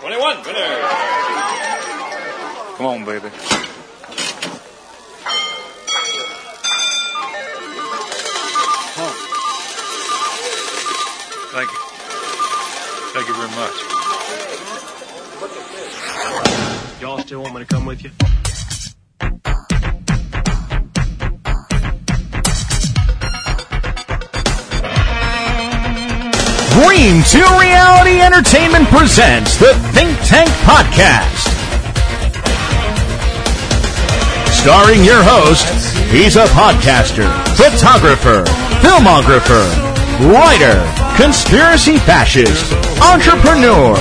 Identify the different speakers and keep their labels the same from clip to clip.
Speaker 1: 21, winner.
Speaker 2: Come on, baby. Thank you. Thank you very much.
Speaker 3: Y'all still want me to come with you?
Speaker 4: Dream 2 Reality Entertainment presents the Think Tank Podcast. Starring your host, he's a podcaster, photographer, filmographer, writer, conspiracy fascist, entrepreneur,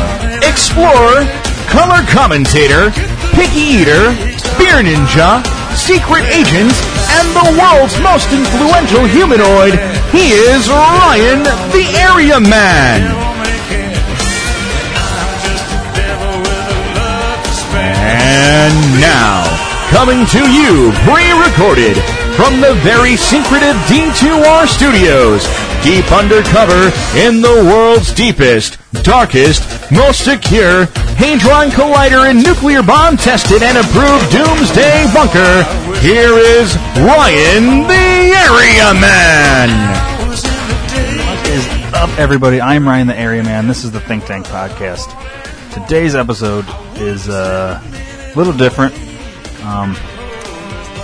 Speaker 4: explorer, color commentator, picky eater, beer ninja, secret agent, and the world's most influential humanoid. He is Ryan the Area Man. And now, coming to you pre-recorded from the very secretive D2R studios, deep undercover in the world's deepest, darkest, most secure Hadron Collider and nuclear bomb tested and approved doomsday bunker, here is Ryan the Area Man.
Speaker 5: is up, everybody? I'm Ryan, the Area Man. This is the Think Tank Podcast. Today's episode is uh, a little different. Um,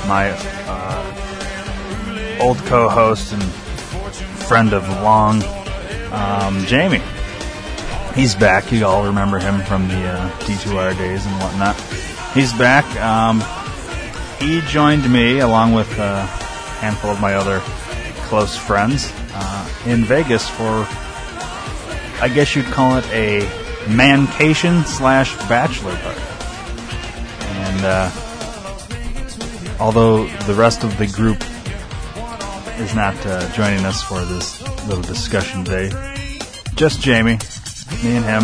Speaker 5: my uh, old co-host and friend of long, um, Jamie. He's back. You all remember him from the uh, D2R days and whatnot. He's back. Um, he joined me along with uh, a handful of my other close friends uh, in Vegas for, I guess you'd call it a mancation slash bachelor party. And uh, although the rest of the group is not uh, joining us for this little discussion today, just Jamie, me and him.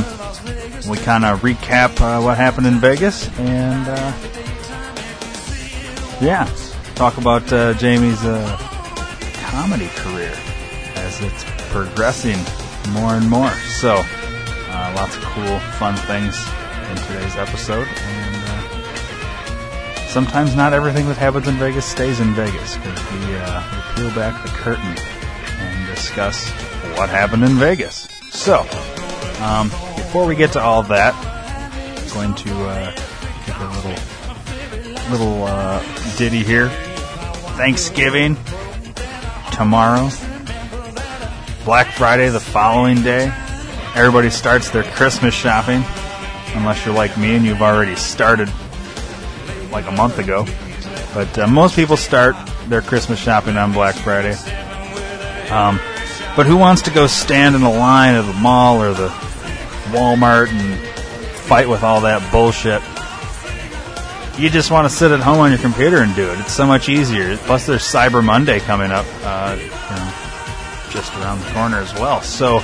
Speaker 5: We kind of recap uh, what happened in Vegas and. Uh, yeah. Talk about uh, Jamie's uh, comedy career as it's progressing more and more. So, uh, lots of cool, fun things in today's episode. And uh, sometimes not everything that happens in Vegas stays in Vegas because we, uh, we peel back the curtain and discuss what happened in Vegas. So, um, before we get to all that, I'm going to uh, give a little little uh, ditty here. Thanksgiving tomorrow, Black Friday the following day. Everybody starts their Christmas shopping, unless you're like me and you've already started like a month ago. But uh, most people start their Christmas shopping on Black Friday. Um, but who wants to go stand in the line of the mall or the Walmart and fight with all that bullshit? you just want to sit at home on your computer and do it. It's so much easier. Plus, there's Cyber Monday coming up, uh, you know, just around the corner as well. So,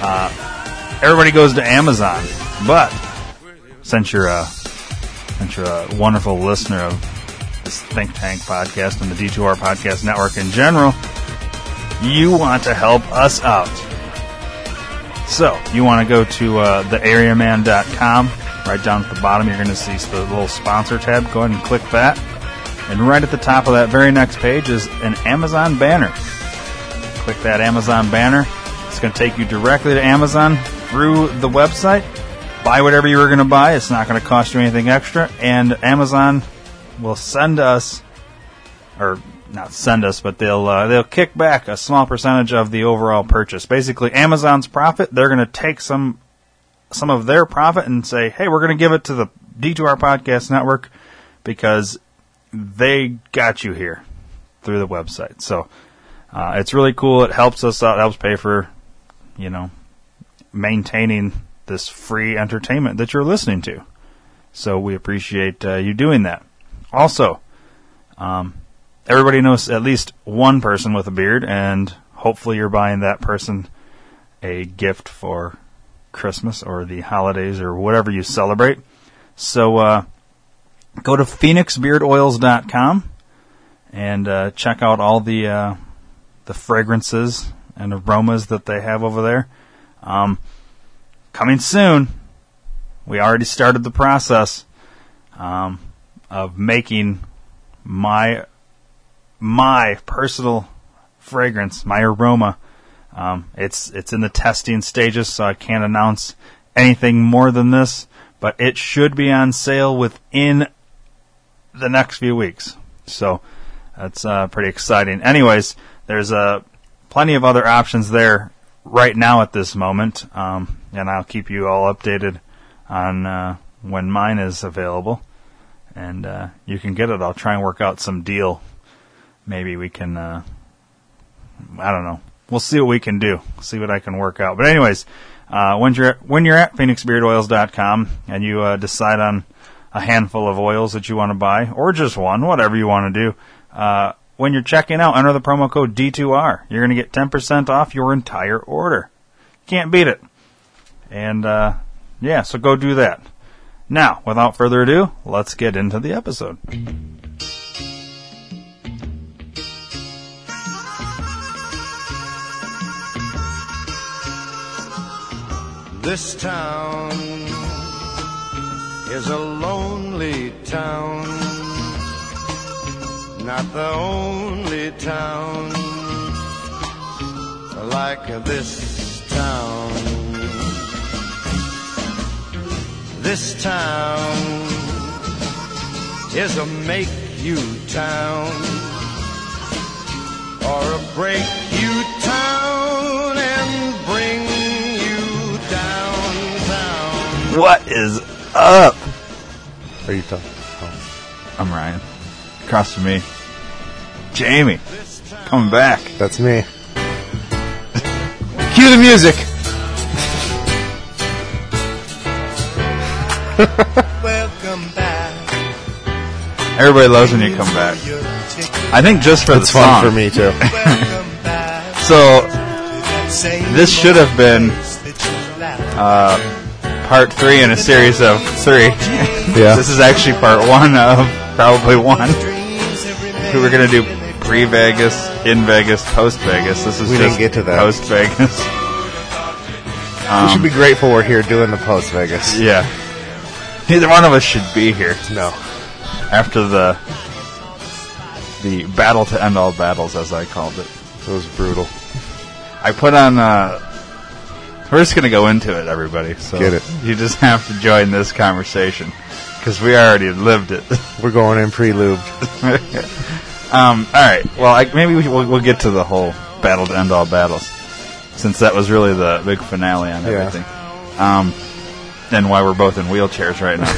Speaker 5: uh, everybody goes to Amazon, but since you're a since you're a wonderful listener of this Think Tank podcast and the D2R podcast network in general, you want to help us out. So you want to go to uh, theareaman.com. Right down at the bottom, you're going to see the little sponsor tab. Go ahead and click that. And right at the top of that very next page is an Amazon banner. Click that Amazon banner. It's going to take you directly to Amazon through the website. Buy whatever you were going to buy. It's not going to cost you anything extra. And Amazon will send us or not send us, but they'll uh, they'll kick back a small percentage of the overall purchase. Basically, Amazon's profit, they're going to take some some of their profit and say, "Hey, we're going to give it to the D2R Podcast Network because they got you here through the website." So uh, it's really cool. It helps us out. Helps pay for you know maintaining this free entertainment that you're listening to. So we appreciate uh, you doing that. Also everybody knows at least one person with a beard, and hopefully you're buying that person a gift for Christmas or the holidays or whatever you celebrate. So uh, go to phoenixbeardoils.com and uh, check out all the uh, the fragrances and aromas that they have over there. Um, coming soon. We already started the process um, of making my my personal fragrance, my aroma. Um, it's it's in the testing stages, so I can't announce anything more than this. But it should be on sale within the next few weeks. So that's uh, pretty exciting. Anyways, there's uh, plenty of other options there right now at this moment, um, and I'll keep you all updated on uh, when mine is available, and uh, you can get it. I'll try and work out some deal. Maybe we can. Uh, I don't know. We'll see what we can do. See what I can work out. But anyways, uh, when you're when you're at phoenixbeardoils.com and you uh, decide on a handful of oils that you want to buy, or just one, whatever you want to do. Uh, when you're checking out, enter the promo code D2R. You're going to get 10% off your entire order. Can't beat it. And uh, yeah, so go do that. Now, without further ado, let's get into the episode.
Speaker 1: This town is a lonely town, not the only town like this town. This town is a make you town or a break you town and bring you downtown.
Speaker 5: What is up?
Speaker 6: Are you talking? Oh.
Speaker 5: I'm Ryan. Across from me, Jamie. Coming back.
Speaker 6: That's me. Cue the music.
Speaker 7: Welcome back.
Speaker 5: Everybody loves when you come back.
Speaker 7: Your chicken.
Speaker 5: I think just for
Speaker 6: That's
Speaker 5: the song.
Speaker 6: fun for me too.
Speaker 7: Welcome back.
Speaker 5: So
Speaker 7: Same
Speaker 5: This should have been,
Speaker 7: place that you laughed.
Speaker 5: part three in a series of three.
Speaker 6: Yeah.
Speaker 5: This is actually part one of probably one.
Speaker 7: Dreams and
Speaker 5: We were gonna do
Speaker 7: remains when they
Speaker 5: pre Vegas, in Vegas, post Vegas. This is
Speaker 6: We
Speaker 5: just
Speaker 6: didn't get to that.
Speaker 5: post Vegas.
Speaker 6: we should be grateful we're here doing the post Vegas.
Speaker 5: Um, Yeah. Neither one of us should be here
Speaker 6: No.
Speaker 5: after the the battle to end all battles, as I called it.
Speaker 6: It was brutal.
Speaker 5: I put on. Uh, we're just gonna go into it, everybody. So
Speaker 6: Get it.
Speaker 5: You just have to join this conversation because we already lived it.
Speaker 6: We're going in pre lubed.
Speaker 5: Um, all right. Well, I, maybe we, we'll, we'll get to the whole battle to end all battles, since that was really the big finale on
Speaker 6: Yeah.
Speaker 5: everything. Um, and why we're both in wheelchairs right now.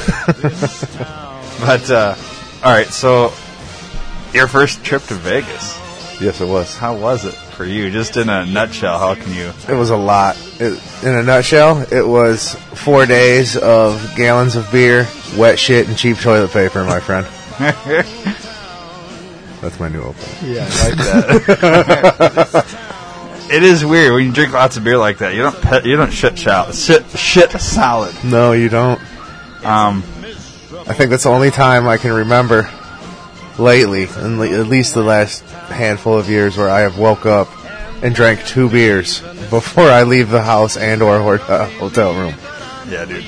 Speaker 5: but uh, all right. So, your first trip to Vegas.
Speaker 6: Yes, it was.
Speaker 5: How was it for you? Just in a nutshell, how can you?
Speaker 6: It was a lot. It, in a nutshell, it was four days of gallons of beer, wet shit, and cheap toilet paper, my friend. That's my new open.
Speaker 5: It is weird when you drink lots of beer like that. You don't pe- you don't shit shout shit shit solid.
Speaker 6: No, you don't.
Speaker 5: Um,
Speaker 6: I think that's the only time I can remember lately, and le- at least the last handful of years, where I have woke up and drank two beers before I leave the house and/or ho- uh, hotel room.
Speaker 5: yeah, dude.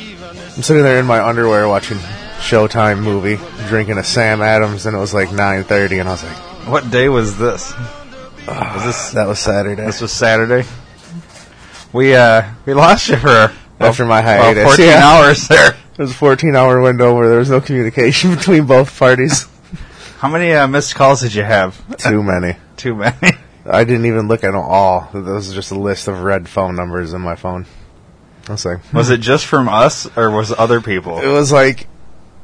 Speaker 6: I'm sitting there in my underwear watching Showtime movie, drinking a Sam Adams, and it was like 9:30, and I was like,
Speaker 5: What day was this? Was this
Speaker 6: "That was Saturday."
Speaker 5: This was Saturday. We uh we lost you for
Speaker 6: After my
Speaker 5: about
Speaker 6: hiatus,
Speaker 5: fourteen
Speaker 6: yeah.
Speaker 5: hours there.
Speaker 6: It was a 14-hour window where there was no communication between both parties.
Speaker 5: How many uh, missed calls did you have?
Speaker 6: Too many.
Speaker 5: Too many.
Speaker 6: I didn't even look at them all. That was just a list of red phone numbers in my phone. I was like,
Speaker 5: Was it just from us or was it other
Speaker 6: it
Speaker 5: people?
Speaker 6: was like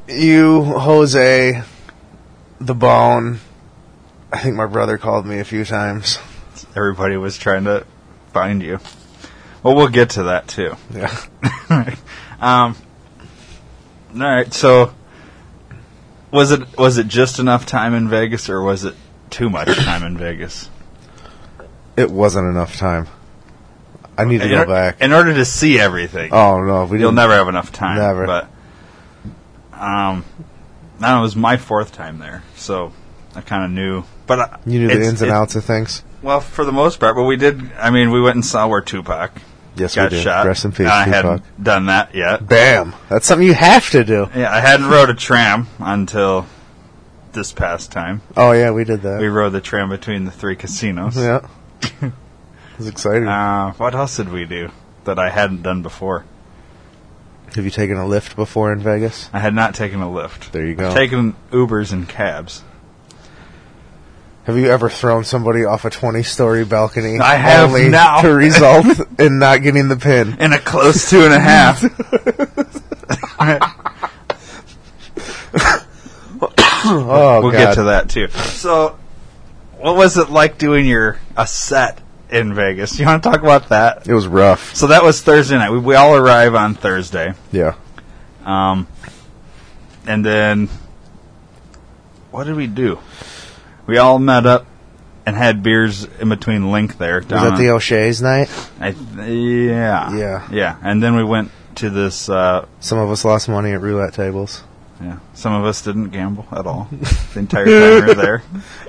Speaker 6: you, Jose, the Bone. I think my brother called me a few times.
Speaker 5: Everybody was trying to find you. Well, we'll get to that too.
Speaker 6: Yeah,
Speaker 5: um. All right. So, was it was it just enough time in Vegas or was it too much time in Vegas?
Speaker 6: it wasn't enough time. I need to
Speaker 5: in,
Speaker 6: go
Speaker 5: or-
Speaker 6: back.
Speaker 5: in order to see everything.
Speaker 6: Oh no, we
Speaker 5: You'll
Speaker 6: didn't-
Speaker 5: never have enough time.
Speaker 6: Never.
Speaker 5: But um, I don't know. It was my fourth time there, so I kind of knew. But I,
Speaker 6: You knew the
Speaker 5: it's-
Speaker 6: ins and
Speaker 5: it-
Speaker 6: outs of things.
Speaker 5: Well, for the most part, but we did. I mean, we went and saw where Tupac
Speaker 6: Yes,
Speaker 5: got
Speaker 6: we did.
Speaker 5: shot.
Speaker 6: Rest in peace,
Speaker 5: I
Speaker 6: Tupac.
Speaker 5: hadn't done that yet.
Speaker 6: Bam. That's something you have to do.
Speaker 5: Yeah, I hadn't rode a tram until this past time.
Speaker 6: Oh yeah, we did that.
Speaker 5: We rode the tram between the three casinos.
Speaker 6: yeah. I was excited.
Speaker 5: Uh, what else did we do that I hadn't done before?
Speaker 6: have you taken a lift before in Vegas?
Speaker 5: I had not taken a lift.
Speaker 6: There you go.
Speaker 5: Taken Ubers and cabs.
Speaker 6: Have you ever thrown somebody off a 20 story balcony?
Speaker 5: I have
Speaker 6: only
Speaker 5: now.
Speaker 6: To result in not getting the pin.
Speaker 5: And a close two and a half.
Speaker 6: Oh,
Speaker 5: we'll
Speaker 6: God.
Speaker 5: get to that too. So, what was it like doing your a set in Vegas? You want to talk about that?
Speaker 6: It was rough.
Speaker 5: So that was Thursday night. We, we all arrive on Thursday,
Speaker 6: Yeah.
Speaker 5: um, and then what did we do? We all met up and had beers in between Link there.
Speaker 6: Was
Speaker 5: down
Speaker 6: that the
Speaker 5: on-
Speaker 6: O'Shea's night?
Speaker 5: I th- yeah,
Speaker 6: Yeah.
Speaker 5: yeah. And then we went to this. Uh,
Speaker 6: Some of us lost money at roulette tables.
Speaker 5: yeah, some of us didn't gamble at all the entire time we were there.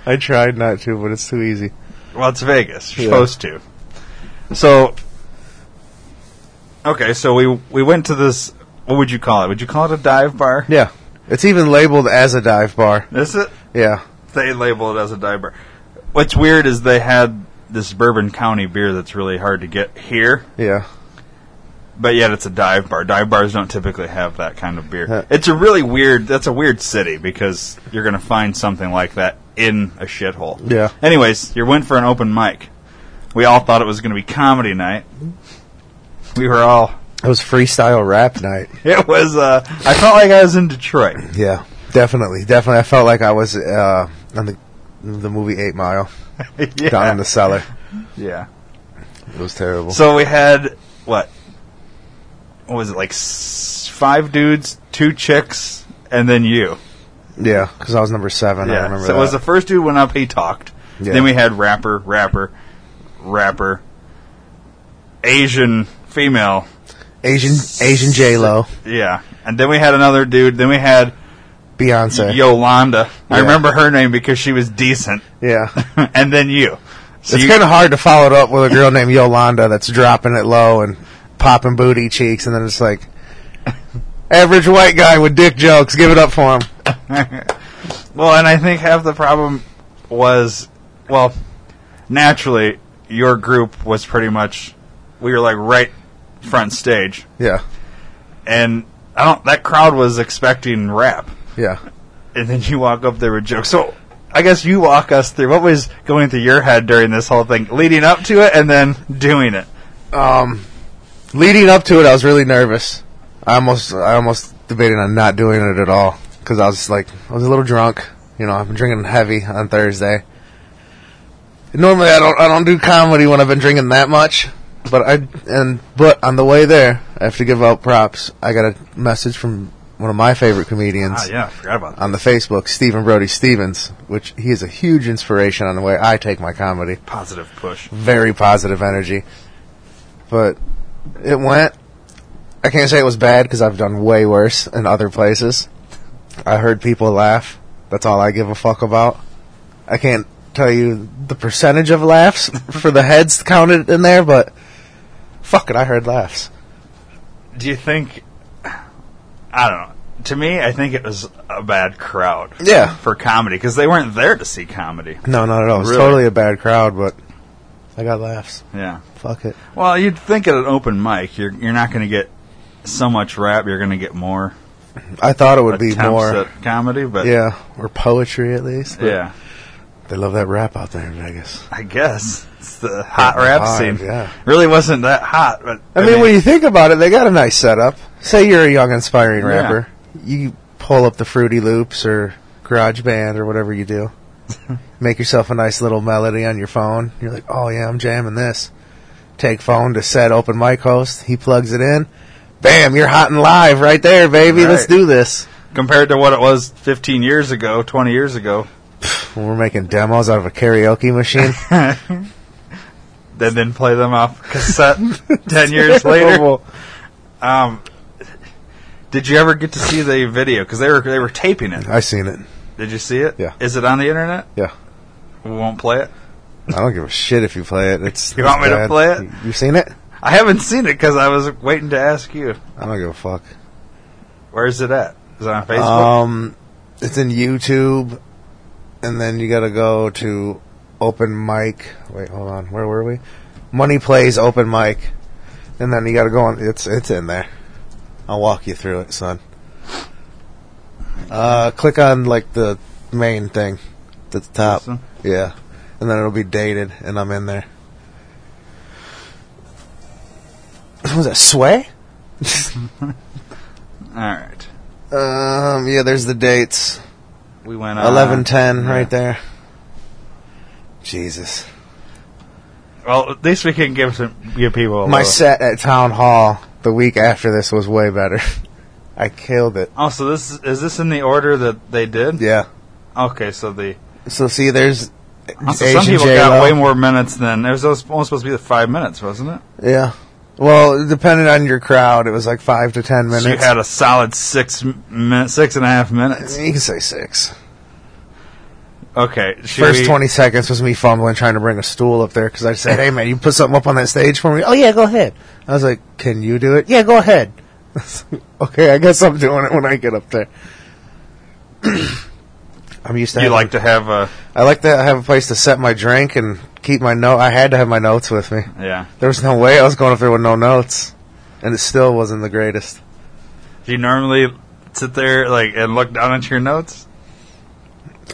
Speaker 6: I tried not to, but it's too easy.
Speaker 5: Well, it's Vegas. You're
Speaker 6: Yeah.
Speaker 5: supposed to. So, okay, so we we went to this. What would you call it? Would you call it a dive bar?
Speaker 6: Yeah. It's even labeled as a dive bar.
Speaker 5: This is
Speaker 6: Yeah.
Speaker 5: they label it as a dive bar. What's weird is they had this Bourbon County beer that's really hard to get here,
Speaker 6: Yeah.
Speaker 5: but yet it's a dive bar. Dive bars don't typically have that kind of beer.
Speaker 6: Huh.
Speaker 5: It's a really weird. That's a weird city because you're going to find something like that in a shithole.
Speaker 6: Yeah.
Speaker 5: Anyways, you went for an open mic. We all thought it was going to be comedy night. We were all.
Speaker 6: It was freestyle rap night.
Speaker 5: It was. Uh, I felt like I was in Detroit.
Speaker 6: Yeah. Definitely. Definitely. I felt like I was uh, on the the movie Eight Mile
Speaker 5: yeah.
Speaker 6: down in the cellar.
Speaker 5: yeah.
Speaker 6: It was terrible.
Speaker 5: So we had what? What was it like? S- five dudes, two chicks, and then you.
Speaker 6: yeah, because I was number seven. I
Speaker 5: yeah.
Speaker 6: remember
Speaker 5: So
Speaker 6: that.
Speaker 5: it was the first dude went up. He talked.
Speaker 6: Yeah.
Speaker 5: Then we had rapper, rapper, rapper, Asian female.
Speaker 6: Asian Asian J Lo,
Speaker 5: Yeah. And then we had another dude. Then we had
Speaker 6: Beyonce.
Speaker 5: Yolanda. I
Speaker 6: Yeah.
Speaker 5: remember her name because she was decent.
Speaker 6: Yeah,
Speaker 5: and then you. So
Speaker 6: it's
Speaker 5: you,
Speaker 6: kind of hard to follow it up with a girl named Yolanda that's dropping it low and popping booty cheeks, and then it's like average white guy with dick jokes. Give it up for him.
Speaker 5: well, and I think half the problem was, well, naturally, your group was pretty much, we were like right front stage,
Speaker 6: Yeah,
Speaker 5: and I don't, that crowd was expecting rap,
Speaker 6: yeah.
Speaker 5: and then you walk up there with jokes. So I guess you walk us through what was going through your head during this whole thing, leading up to it, and then doing it.
Speaker 6: Um, leading up to it, I was really nervous. I almost I almost debated on not doing it at all because I was like I was a little drunk. You know, I've been drinking heavy on Thursday. Normally, I don't I don't do comedy when I've been drinking that much. But I and but on the way there, I have to give out props. I got a message from one of my favorite comedians
Speaker 5: Ah, yeah, I forgot about that.
Speaker 6: on the Facebook, Stephen Brody Stevens, which he is a huge inspiration on the way I take my comedy
Speaker 5: Positive push.
Speaker 6: very positive energy. But it went. I can't say it was bad because I've done way worse in other places. I heard people laugh. That's all I give a fuck about. I can't tell you the percentage of laughs for the heads counted in there, but fuck it, I heard laughs.
Speaker 5: Do you think? I don't know. To me, I think it was a bad crowd.
Speaker 6: Yeah.
Speaker 5: For comedy, because they weren't there to see comedy.
Speaker 6: No, not at all. It was
Speaker 5: Really?
Speaker 6: totally a bad crowd, but I got laughs.
Speaker 5: Yeah.
Speaker 6: Fuck it.
Speaker 5: Well, you'd think at an open mic, you're you're not going to get so much rap. You're going to get more
Speaker 6: I thought it would be
Speaker 5: attempts
Speaker 6: more.
Speaker 5: at comedy, but
Speaker 6: yeah, or poetry at least. but
Speaker 5: yeah,
Speaker 6: They love that rap out there in Vegas.
Speaker 5: I guess it's the hot
Speaker 6: Yeah,
Speaker 5: rap
Speaker 6: hot,
Speaker 5: scene.
Speaker 6: yeah.
Speaker 5: Really wasn't that hot, but
Speaker 6: I mean, when you think about it, they got a nice setup. Say you're a young, inspiring
Speaker 5: Yeah.
Speaker 6: rapper. You pull up the Fruity Loops or Garage Band or whatever you do. Make yourself a nice little melody on your phone. You're like, oh yeah, I'm jamming this. Take phone to said open mic host. He plugs it in. Bam, you're hot and live right there, baby. Let's
Speaker 5: Right.
Speaker 6: do this.
Speaker 5: compared to what it was 15 years ago, 20 years ago,
Speaker 6: When we're making demos out of a karaoke machine.
Speaker 5: they then play them off cassette 10 years later. Um, did you ever get to see the video? Because they were they were taping it.
Speaker 6: I seen it.
Speaker 5: Did you see it?
Speaker 6: Yeah.
Speaker 5: Is it on the internet?
Speaker 6: Yeah.
Speaker 5: We won't play it.
Speaker 6: I don't give a shit if you play it. It's
Speaker 5: You want me to play it?
Speaker 6: You seen it?
Speaker 5: I haven't seen it because I was waiting to ask you.
Speaker 6: I don't give a fuck.
Speaker 5: Where is it at? Is it on Facebook?
Speaker 6: Um, it's in YouTube, and then you got to go to open mic. Wait, hold on. Where were we? Money plays open mic, and then you got to go on. It's it's in there. I'll walk you through it, son. Uh, click on like the main thing at the top.
Speaker 5: This one?
Speaker 6: Yeah, and then it'll be dated, and I'm in there. Was that Sway? Uh,
Speaker 5: All right.
Speaker 6: Um, yeah, there's the dates.
Speaker 5: We went on.
Speaker 6: Eleven ten,
Speaker 5: Yeah.
Speaker 6: right there. Ah, Jesus,
Speaker 5: Well, at least we can give some give people a
Speaker 6: my
Speaker 5: little-
Speaker 6: set at town hall the week after this was way better. I killed it.
Speaker 5: Oh, so this is, is this in the order that they did?
Speaker 6: Yeah.
Speaker 5: Okay, so the
Speaker 6: So see, there's
Speaker 5: also,
Speaker 6: Asian
Speaker 5: some people
Speaker 6: J-Lo.
Speaker 5: got way more minutes than it was only supposed to be the five minutes, wasn't it?
Speaker 6: Yeah. Well, depending on your crowd, it was like five to ten minutes.
Speaker 5: So you had a solid six minutes, six and a half minutes.
Speaker 6: You can say six.
Speaker 5: Okay, should
Speaker 6: First
Speaker 5: we-
Speaker 6: twenty seconds was me fumbling trying to bring a stool up there because I said, "Hey man, you put something up on that stage for me." Oh yeah, go ahead. I was like, "Can you do it?" Yeah, go ahead. okay, I guess I'm doing it when I get up there. I'm used to.
Speaker 5: You
Speaker 6: having-
Speaker 5: like to have a
Speaker 6: I like to have a place to set my drink and keep my note. I had to have my notes with me.
Speaker 5: yeah.
Speaker 6: There was no way I was going up there with no notes, and it still wasn't the greatest.
Speaker 5: Do you normally sit there like and look down at your notes?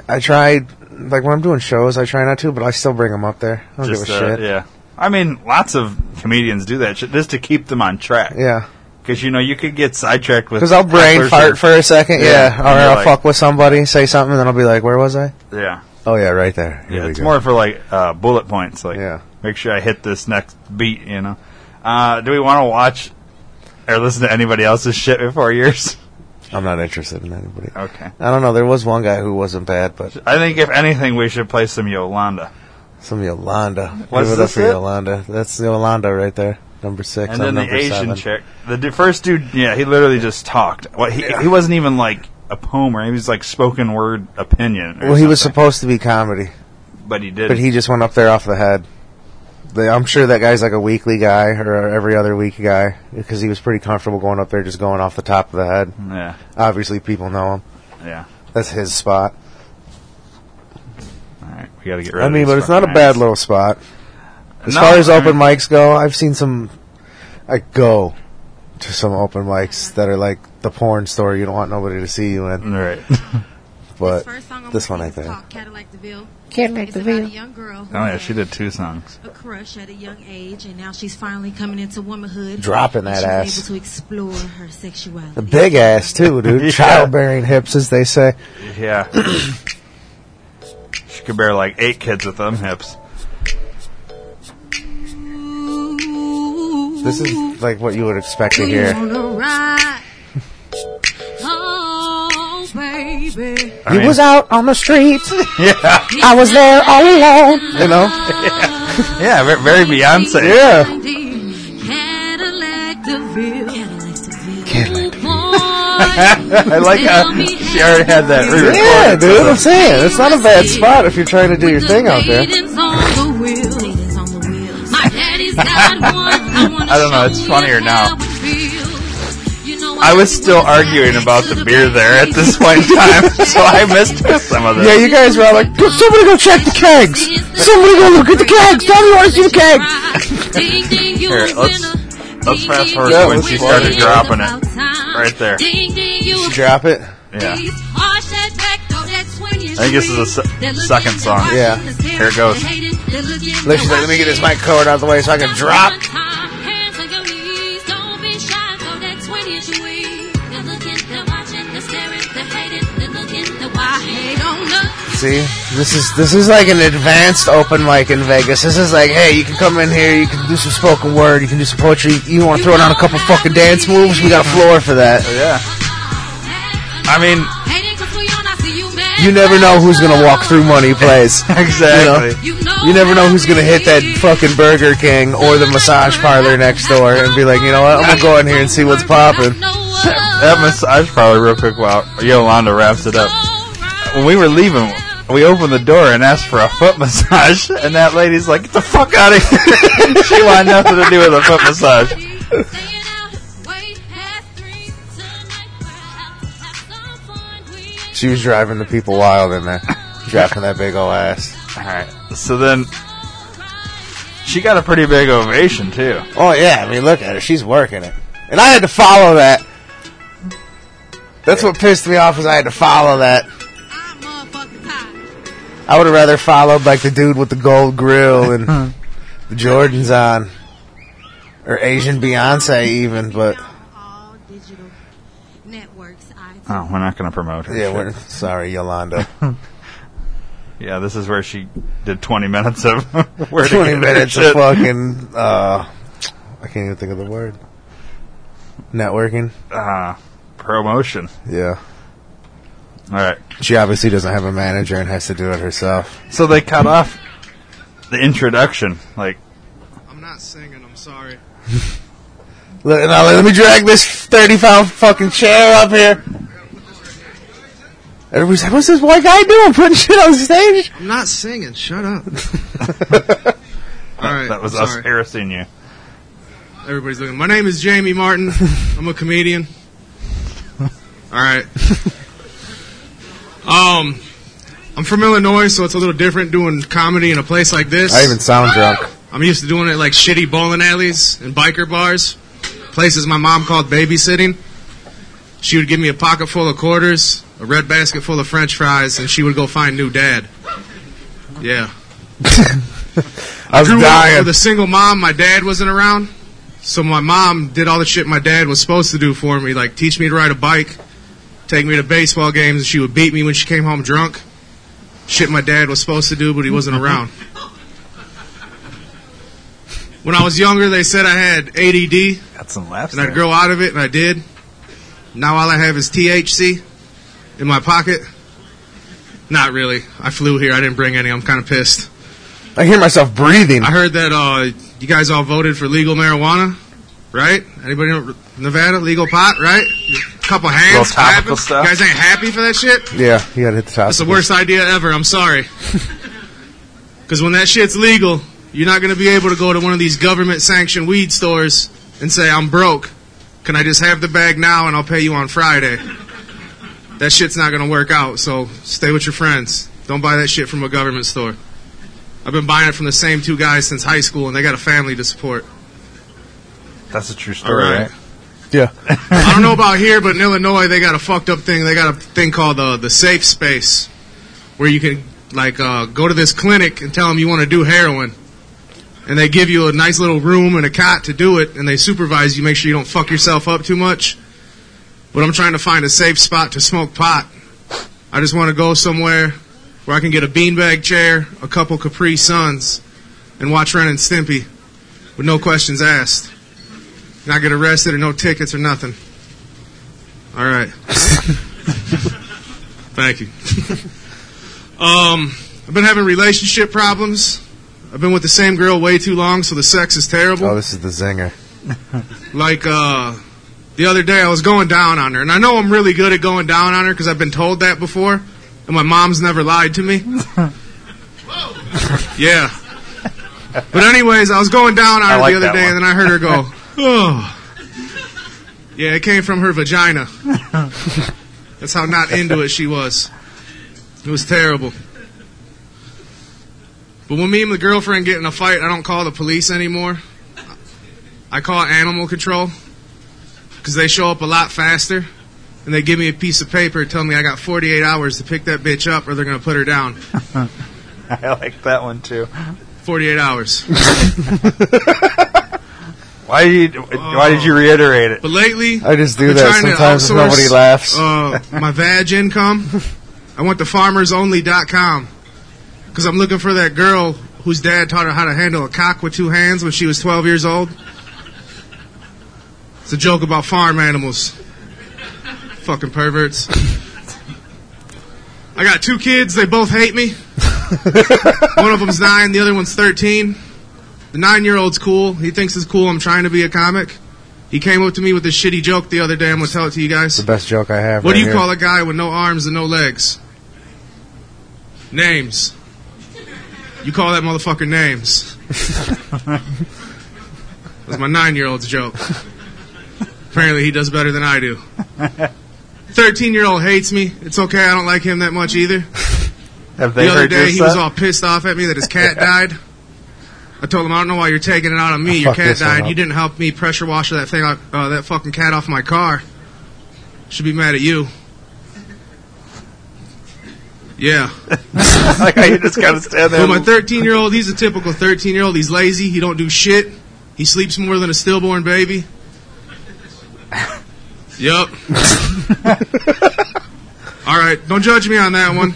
Speaker 6: I tried, like when I'm doing shows, I try not to, but I still bring them up there. I don't give a
Speaker 5: uh,
Speaker 6: shit.
Speaker 5: Yeah, I mean, lots of comedians do that shit just to keep them on track.
Speaker 6: Yeah.
Speaker 5: because you know you could get sidetracked with
Speaker 6: Because I'll brain
Speaker 5: rappers
Speaker 6: fart
Speaker 5: or-
Speaker 6: for a second, yeah,
Speaker 5: Yeah, and
Speaker 6: or
Speaker 5: you're
Speaker 6: I'll
Speaker 5: like-
Speaker 6: fuck with somebody, say something, and then I'll be like, "Where was I?"
Speaker 5: Yeah,
Speaker 6: Oh yeah, right there. Here
Speaker 5: yeah.
Speaker 6: we
Speaker 5: It's
Speaker 6: go.
Speaker 5: more for like uh, bullet points. Like,
Speaker 6: Yeah.
Speaker 5: make sure I hit this next beat. You know, uh, do we want to watch or listen to anybody else's shit before yours?
Speaker 6: I'm not interested in anybody.
Speaker 5: Okay.
Speaker 6: I don't know. There was one guy who wasn't bad, but
Speaker 5: I think if anything, we should play some Yolanda.
Speaker 6: some Yolanda.
Speaker 5: Was
Speaker 6: Give it up
Speaker 5: this
Speaker 6: for
Speaker 5: it?
Speaker 6: Yolanda. That's Yolanda right there, number six.
Speaker 5: And then
Speaker 6: I'm
Speaker 5: the
Speaker 6: number
Speaker 5: Asian
Speaker 6: seven.
Speaker 5: chick, the d- first dude, yeah, he literally just talked. What he, he wasn't even like a poem or he was like spoken word opinion. or
Speaker 6: Well, he was
Speaker 5: something,
Speaker 6: supposed to be comedy,
Speaker 5: but he did.
Speaker 6: but he just went up there off the head. They- I'm sure that guy's like a weekly guy or a every other week guy because he was pretty comfortable going up there just going off the top of the head.
Speaker 5: yeah,
Speaker 6: Obviously, people know him.
Speaker 5: yeah.
Speaker 6: That's his spot.
Speaker 5: All right, we got to get rid.
Speaker 6: I
Speaker 5: of
Speaker 6: mean,
Speaker 5: these
Speaker 6: but it's not a
Speaker 5: fucking
Speaker 6: bad
Speaker 5: ads.
Speaker 6: little spot. As
Speaker 5: No,
Speaker 6: far as
Speaker 5: I
Speaker 6: open
Speaker 5: mean,
Speaker 6: mics go, I've seen some. I go to some open mics that are like the porn store you don't want nobody to see you in,
Speaker 5: All right.
Speaker 6: but
Speaker 8: First song I'm
Speaker 6: this
Speaker 8: gonna
Speaker 6: one ain't
Speaker 8: sing is
Speaker 6: there.
Speaker 8: called Cadillac DeVille.
Speaker 9: Cadillac
Speaker 8: It's
Speaker 9: DeVille.
Speaker 8: about a young girl who
Speaker 5: Oh yeah,
Speaker 8: had
Speaker 5: she did two songs.
Speaker 8: a crush at a young age, and now she's finally coming into womanhood.
Speaker 6: Dropping
Speaker 8: and
Speaker 6: that ass.
Speaker 8: she's able to explore her sexuality.
Speaker 6: The big ass too, dude.
Speaker 5: Yeah.
Speaker 6: Childbearing hips, as they say.
Speaker 5: Yeah. she could bear like eight kids with them hips.
Speaker 8: Ooh,
Speaker 6: This is like what you would expect to
Speaker 8: do you
Speaker 6: hear.
Speaker 8: wanna ride? Oh, baby.
Speaker 5: I mean,
Speaker 6: out on the street.
Speaker 5: yeah,
Speaker 6: I was there all alone. You know?
Speaker 5: yeah, ve- very Beyonce.
Speaker 6: Yeah.
Speaker 8: Cadillac DeVille. Cadillac DeVille.
Speaker 6: Cadillac
Speaker 5: I like how she already had that re-recorded.
Speaker 6: Yeah, dude. I'm
Speaker 5: so-
Speaker 6: saying it's not a bad spot if you're trying to do your
Speaker 8: The
Speaker 6: thing out there.
Speaker 8: maidens on the wheel. Maidens on the wheel. My daddy's got one. I, wanna
Speaker 5: I don't know,
Speaker 8: show
Speaker 5: it's
Speaker 8: you
Speaker 5: funnier now.
Speaker 8: how it feels. You know,
Speaker 5: I was
Speaker 8: do
Speaker 5: still
Speaker 8: what's right
Speaker 5: arguing
Speaker 8: next
Speaker 5: about
Speaker 8: to
Speaker 5: the beer there at
Speaker 8: baby.
Speaker 5: this point in time, so I missed some of
Speaker 6: Yeah,
Speaker 5: this.
Speaker 6: you guys were all like, somebody go check the kegs. Somebody go look at the kegs. Tommy wants to see the kegs.
Speaker 8: Ding, ding, you
Speaker 5: Here, let's-
Speaker 8: a winner.
Speaker 5: let's
Speaker 8: Ding,
Speaker 5: fast
Speaker 8: ding,
Speaker 5: forward
Speaker 8: you
Speaker 6: to
Speaker 8: a
Speaker 6: when she
Speaker 8: winner.
Speaker 6: started
Speaker 8: It's
Speaker 5: dropping it.
Speaker 8: about time.
Speaker 5: Right there.
Speaker 8: Ding, ding, you a
Speaker 6: Drop it.
Speaker 5: Yeah.
Speaker 8: Please wash that back, throw that swing in
Speaker 5: I think this is the
Speaker 8: the
Speaker 5: se-
Speaker 8: breeze.
Speaker 5: second song.
Speaker 6: Yeah.
Speaker 5: Here it goes.
Speaker 8: They hate it, they look at
Speaker 6: Look,
Speaker 8: it,
Speaker 6: she's like, let me get this mic
Speaker 8: watch
Speaker 6: covered out of the way so I can
Speaker 8: it.
Speaker 6: drop.
Speaker 8: One time, hands on your knees, don't be shy, throw that 20 inch wing. They're looking, they're watching, they're staring, they hate it, they're looking, they're watching. They don't look.
Speaker 6: See, this is this is like an advanced open mic in Vegas. This is like, hey, you can come in here, you can do some spoken word, you can do some poetry. You want to throw down a couple fucking dance moves? We got a floor for that.
Speaker 5: Yeah. I mean,
Speaker 8: Hate it 'cause we on, I see you mad.
Speaker 6: You never know who's gonna walk through Money Place.
Speaker 5: exactly.
Speaker 8: You know,
Speaker 6: You never know who's gonna hit that fucking Burger King or the massage parlor next door and be like, you know what? I'm gonna go in here and see what's popping.
Speaker 5: That massage parlor, real quick, while Yolanda wraps it up. When uh, we were leaving, we opened the door and asked for a foot massage, and that lady's like, "Get the fuck out of here!" she wanted nothing to do with a foot massage.
Speaker 6: She was driving the people wild in there, driving that big old ass.
Speaker 5: All right, so then she got a pretty big ovation too.
Speaker 6: Oh yeah, I mean look at her, she's working it, and I had to follow that. That's what pissed me off is I had to follow that. I would have rather followed like the dude with the gold grill and the Jordans on, or Asian Beyonce even. But
Speaker 5: Oh, we're not going to promote her.
Speaker 6: yeah,
Speaker 5: Shit.
Speaker 6: we're, sorry, Yolanda.
Speaker 5: yeah. This is where she did twenty minutes of where to
Speaker 6: Twenty
Speaker 5: get her
Speaker 6: minutes of
Speaker 5: shit.
Speaker 6: fucking. Uh, I can't even think of the word. Networking.
Speaker 5: Ah, promotion.
Speaker 6: Yeah,
Speaker 5: All right.
Speaker 6: she obviously doesn't have a manager and has to do it herself.
Speaker 5: So they cut off the introduction. Like,
Speaker 3: I'm not singing, I'm sorry.
Speaker 6: Let, now let me drag this 30 pound fucking chair up here. Everybody's like, what's this white guy doing? Putting shit on stage?
Speaker 3: I'm not singing, shut up. All right,
Speaker 5: that was us
Speaker 3: sorry.
Speaker 5: harassing you.
Speaker 3: Everybody's looking. My name is Jamie Martin. I'm a comedian. All right. Um, I'm from Illinois, so it's a little different doing comedy in a place like this.
Speaker 6: I even sound drunk.
Speaker 3: I'm used to doing it like shitty bowling alleys and biker bars, places my mom called babysitting. She would give me a pocket full of quarters, a red basket full of French fries, and she would go find new dad. Yeah.
Speaker 6: I'm
Speaker 3: grew up
Speaker 6: dying.
Speaker 3: with a single mom. My dad wasn't around, so my mom did all the shit my dad was supposed to do for me, like teach me to ride a bike, take me to baseball games, and she would beat me when she came home drunk. Shit my dad was supposed to do, but he wasn't around. When I was younger, they said I had ADD,
Speaker 5: Got some laughs.
Speaker 3: and I'd
Speaker 5: there.
Speaker 3: grow out of it, and I did. Now all I have is THC in my pocket. Not really. I flew here. I didn't bring any. I'm kind of pissed.
Speaker 6: I hear myself breathing.
Speaker 3: I heard that uh, you guys all voted for legal marijuana, right? Anybody in Nevada legal pot, right? Couple
Speaker 5: Little
Speaker 3: hands,
Speaker 5: topical
Speaker 3: clapping.
Speaker 5: stuff.
Speaker 3: You guys ain't happy for that shit?
Speaker 6: Yeah, you gotta hit the top.
Speaker 3: That's the worst idea ever. I'm sorry. Because when that shit's legal, you're not going to be able to go to one of these government-sanctioned weed stores and say, "I'm broke. Can I just have the bag now and I'll pay you on Friday?" That shit's not going to work out. So stay with your friends. Don't buy that shit from a government store. I've been buying it from the same two guys since high school, and they got a family to support.
Speaker 5: That's a true story,
Speaker 3: All right.
Speaker 5: right?
Speaker 6: Yeah.
Speaker 3: I don't know about here, but in Illinois, they got a fucked up thing. They got a thing called uh, the safe space, where you can like uh, go to this clinic and tell them you want to do heroin, and they give you a nice little room and a cot to do it, and they supervise you, make sure you don't fuck yourself up too much. But I'm trying to find a safe spot to smoke pot. I just want to go somewhere where I can get a beanbag chair, a couple Capri Suns, and watch Ren and Stimpy, with no questions asked not get arrested or no tickets or nothing. All right. Thank you. um, I've been having relationship problems. I've been with the same girl way too long, so the sex is terrible
Speaker 6: Oh, this is the zinger.
Speaker 3: like uh the other day I was going down on her and I know I'm really good at going down on her cuz I've been told that before and my mom's never lied to me. yeah. But anyways, I was going down on
Speaker 5: I
Speaker 3: her
Speaker 5: like
Speaker 3: the other
Speaker 5: that
Speaker 3: day
Speaker 5: one.
Speaker 3: and then I heard her go, "Oh." Yeah, it came from her vagina. That's how not into it she was. It was terrible. But when me and the girlfriend get in a fight, I don't call the police anymore. I call it animal control because they show up a lot faster and they give me a piece of paper tell me I got 48 hours to pick that bitch up or they're going to put her down.
Speaker 5: I like that one too.
Speaker 3: 48 hours.
Speaker 5: Why did you, why did you reiterate it?
Speaker 3: But lately,
Speaker 6: I just do
Speaker 3: I've been
Speaker 6: that
Speaker 3: trying to
Speaker 6: sometimes if
Speaker 3: outsource,
Speaker 6: nobody laughs.
Speaker 3: Uh, my vag income. I went to farmersonly.com because I'm looking for that girl whose dad taught her how to handle a cock with two hands when she was 12 years old. It's a joke about farm animals. Fucking perverts. I got two kids. They both hate me. one of them's nine. The other one's 13. The nine-year-old's cool. He thinks it's cool. I'm trying to be a comic. He came up to me with a shitty joke the other day. I'm gonna tell it to you guys.
Speaker 6: the best joke I have.
Speaker 3: What do
Speaker 6: right
Speaker 3: you
Speaker 6: here.
Speaker 3: call a guy with no arms and no legs? Names. You call that motherfucker names. That's my nine year old's joke. Apparently, he does better than I do. 13 year old hates me. It's okay. I don't like him that much either.
Speaker 5: Have they
Speaker 3: the other
Speaker 5: heard your
Speaker 3: day, he
Speaker 5: set?
Speaker 3: was all pissed off at me that his cat died. I told him, I don't know why you're taking it out on me. Your
Speaker 6: fuck
Speaker 3: cat
Speaker 6: this one
Speaker 3: died.
Speaker 6: up.
Speaker 3: You didn't help me pressure washer that thing, off- uh, that fucking cat off my car. Should be mad at you. Yeah.
Speaker 5: like, you just gotta stand there.
Speaker 3: Well, my 13 year old, he's a typical 13 year old. He's lazy. He don't do shit. He sleeps more than a stillborn baby. Yup. All right, don't judge me on that one.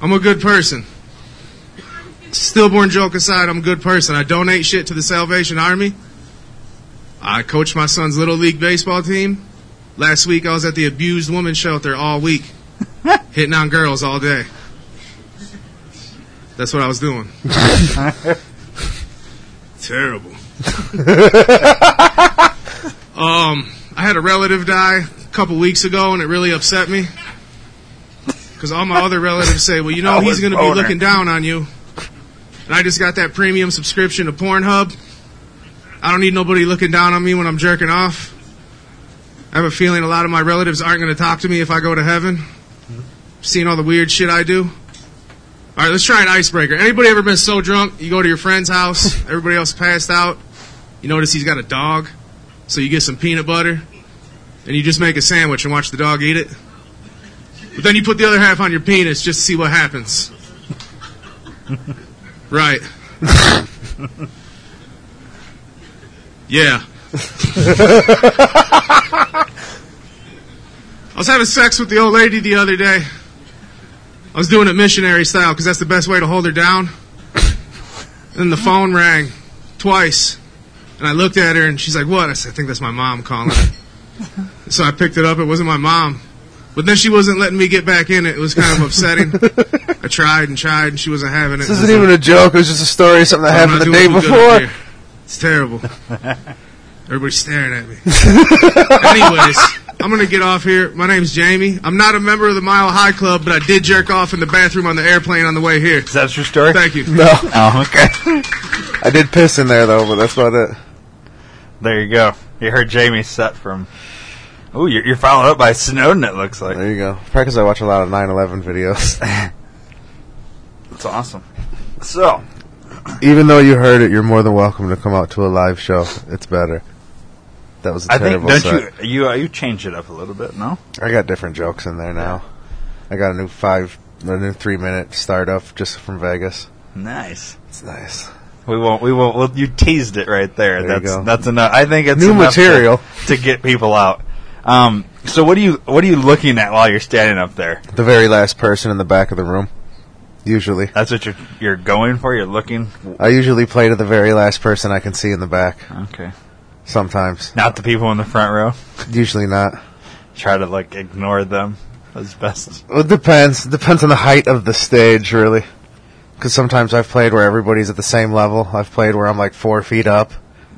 Speaker 3: I'm a good person. Stillborn joke aside, I'm a good person. I donate shit to the Salvation Army. I coach my son's little league baseball team. Last week, I was at the abused woman shelter all week, hitting on girls all day. That's what I was doing. Terrible. um, I had a relative die a couple weeks ago, and it really upset me because all my other relatives say, "Well, you know, he's going to be
Speaker 5: boner.
Speaker 3: looking down on you." And I just got that premium subscription to Pornhub. I don't need nobody looking down on me when I'm jerking off. I have a feeling a lot of my relatives aren't going to talk to me if I go to heaven. Seeing all the weird shit I do. All right, let's try an icebreaker. Anybody ever been so drunk? You go to your friend's house, everybody else passed out. You notice he's got a dog, so you get some peanut butter, and you just make a sandwich and watch the dog eat it. But then you put the other half on your penis just to see what happens. Right. yeah. I was having sex with the old lady the other day. I was doing it missionary style because that's the best way to hold her down. Then the phone rang twice, and I looked at her and she's like, "What?" I said, "I think that's my mom calling." so I picked it up. It wasn't my mom, but then she wasn't letting me get back in it. It was kind of upsetting. I tried and tried, and she wasn't having it.
Speaker 6: This isn't even a joke. It was just a story of something that
Speaker 3: I'm
Speaker 6: happened
Speaker 3: not
Speaker 6: the day
Speaker 3: doing too good up
Speaker 6: before.
Speaker 3: here. It's terrible. Everybody's staring at me. Anyways, I'm gonna get off here. My name's Jamie. I'm not a member of the Mile High Club, but I did jerk off in the bathroom on the airplane on the way here.
Speaker 5: Is that your story?
Speaker 3: Thank you.
Speaker 6: No,
Speaker 5: Oh, okay.
Speaker 6: I did piss in there though, but that's about it.
Speaker 5: There you go. You heard Jamie's set from. Ooh, you're, you're followed up by Snowden. It looks like
Speaker 6: There you go. Practice. I watch a lot of 9/11 videos.
Speaker 5: that's awesome. So
Speaker 6: even though you heard it, you're more than welcome to come out to a live show. It's better. That was a
Speaker 5: I think
Speaker 6: terrible
Speaker 5: don't
Speaker 6: set.
Speaker 5: you you uh, you change it up a little bit? No,
Speaker 6: I got different jokes in there now. I got a new five, a new three minute startup just from Vegas.
Speaker 5: nice.
Speaker 6: It's nice.
Speaker 5: We won't. We won't. Well, you teased it right there.
Speaker 6: There you
Speaker 5: that's
Speaker 6: go.
Speaker 5: that's enough. I think it's
Speaker 6: New
Speaker 5: enough to-
Speaker 6: material.
Speaker 5: to, get people out. Um, so what do you what are you looking at while you're standing up there?
Speaker 6: The very last person in the back of the room. Usually,
Speaker 5: That's what you're you're going for. You're looking.
Speaker 6: I usually play to the very last person I can see in the back.
Speaker 5: Okay.
Speaker 6: Sometimes,
Speaker 5: Not the people in the front row.
Speaker 6: usually not.
Speaker 5: Try to like ignore them as best.
Speaker 6: Well, It depends. It depends on the height of the stage, really. Because sometimes I've played where everybody's at the same level. I've played where I'm like four feet up.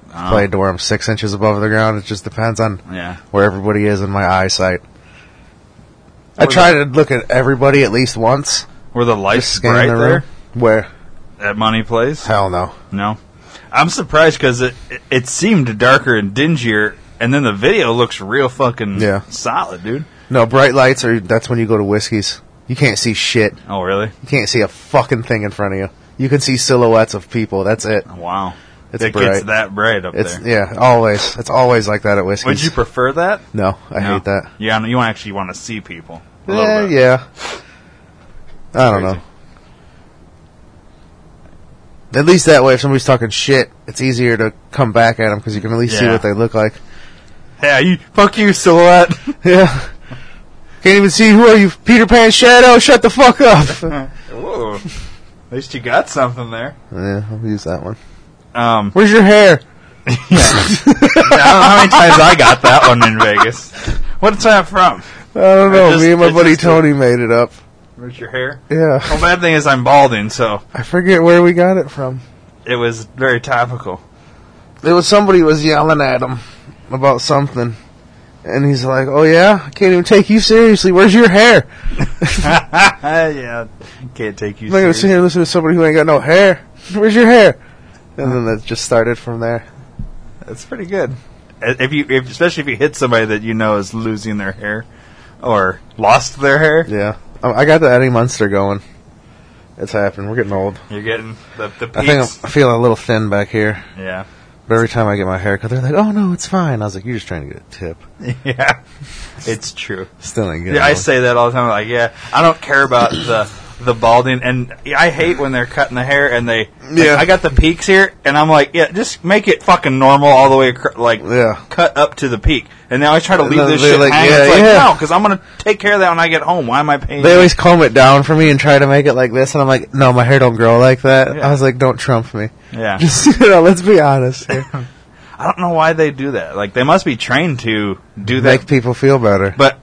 Speaker 5: Oh.
Speaker 6: I've played to where I'm six inches above the ground. It just depends on
Speaker 5: Yeah.
Speaker 6: where everybody is in my eyesight. I
Speaker 5: Were
Speaker 6: try to look at everybody at least once.
Speaker 5: Were the
Speaker 6: Just
Speaker 5: lights
Speaker 6: scan
Speaker 5: bright
Speaker 6: the room.
Speaker 5: there
Speaker 6: Where?
Speaker 5: at Money Place?
Speaker 6: Hell no.
Speaker 5: No. I'm surprised because it, it it seemed darker and dingier, and then the video looks real fucking
Speaker 6: Yeah.
Speaker 5: solid, dude.
Speaker 6: No, bright lights are. That's when you go to whiskeys. You can't see shit.
Speaker 5: Oh really?
Speaker 6: You can't see a fucking thing in front of you. You can see silhouettes of people. That's it.
Speaker 5: Wow.
Speaker 6: It's
Speaker 5: it
Speaker 6: bright.
Speaker 5: gets that bright up
Speaker 6: It's
Speaker 5: there.
Speaker 6: yeah, always. It's always like that at whiskeys.
Speaker 5: Would you prefer that?
Speaker 6: no, I
Speaker 5: No.
Speaker 6: hate that.
Speaker 5: You wanna- you wanna actually want to see people. A little
Speaker 6: Eh,
Speaker 5: bit.
Speaker 6: yeah. I don't
Speaker 5: Crazy.
Speaker 6: know. At least that way, if somebody's talking shit, it's easier to come back at them because you can at least see
Speaker 5: Yeah.
Speaker 6: what they look like.
Speaker 5: Yeah, you fuck you, silhouette.
Speaker 6: Yeah. Can't even see who are you, Peter Pan Shadow? Shut the fuck up.
Speaker 5: Whoa. At least you got something there.
Speaker 6: yeah, I'll use that one.
Speaker 5: Um,
Speaker 6: Where's your hair?
Speaker 5: I don't know how many times I got that one in Vegas. What's that from?
Speaker 6: I don't know.
Speaker 5: just-
Speaker 6: Me and my
Speaker 5: I
Speaker 6: buddy
Speaker 5: just-
Speaker 6: Tony made it up.
Speaker 5: Where's your hair?
Speaker 6: Yeah,
Speaker 5: Well, bad thing is I'm balding, so
Speaker 6: I forget where we got it from.
Speaker 5: it was very topical.
Speaker 6: It was somebody was yelling at him about something, And he's like, "Oh yeah, I can't even take you seriously. Where's your hair?
Speaker 5: yeah, can't take you.
Speaker 6: I'm not gonna sit
Speaker 5: serious.
Speaker 6: here and listen to somebody who ain't got no hair. Where's your hair?" And then that just started from there.
Speaker 5: That's pretty good. Uh, If you, if, especially if you hit somebody that you know is losing their hair or lost their hair,
Speaker 6: Yeah, I I got the Eddie Munster going. It's happened. We're getting old.
Speaker 5: you're getting the the
Speaker 6: I think
Speaker 5: peaks.
Speaker 6: I'm, I feel a little thin back here.
Speaker 5: Yeah,
Speaker 6: But every time I get my hair cut, they're like, "Oh no, it's fine." I was like, "You're just trying to get a tip."
Speaker 5: yeah, it's true.
Speaker 6: Still ain't good.
Speaker 5: Yeah, I say that all the time. Like, yeah, I don't care about the the balding, and I hate when they're cutting the hair and they.
Speaker 6: Yeah.
Speaker 5: I got the peaks here, and I'm like, yeah, just make it fucking normal all the way, acro- like,
Speaker 6: Yeah.
Speaker 5: cut up to the peak. And now I try to
Speaker 6: And
Speaker 5: leave
Speaker 6: then
Speaker 5: this
Speaker 6: they're
Speaker 5: shit
Speaker 6: like,
Speaker 5: hanging.
Speaker 6: yeah,
Speaker 5: it's like,
Speaker 6: yeah.
Speaker 5: no, because I'm gonna take care of that when I get home. Why am I paying?
Speaker 6: They always comb it down for me and try to make it like this, and I'm like, "No, my hair don't grow like that."
Speaker 5: Yeah.
Speaker 6: I was like, "Don't trump me."
Speaker 5: yeah,
Speaker 6: Just you know, let's be honest. Here.
Speaker 5: I don't know why they do that. Like, they must be trained to do that.
Speaker 6: Make people feel better.
Speaker 5: but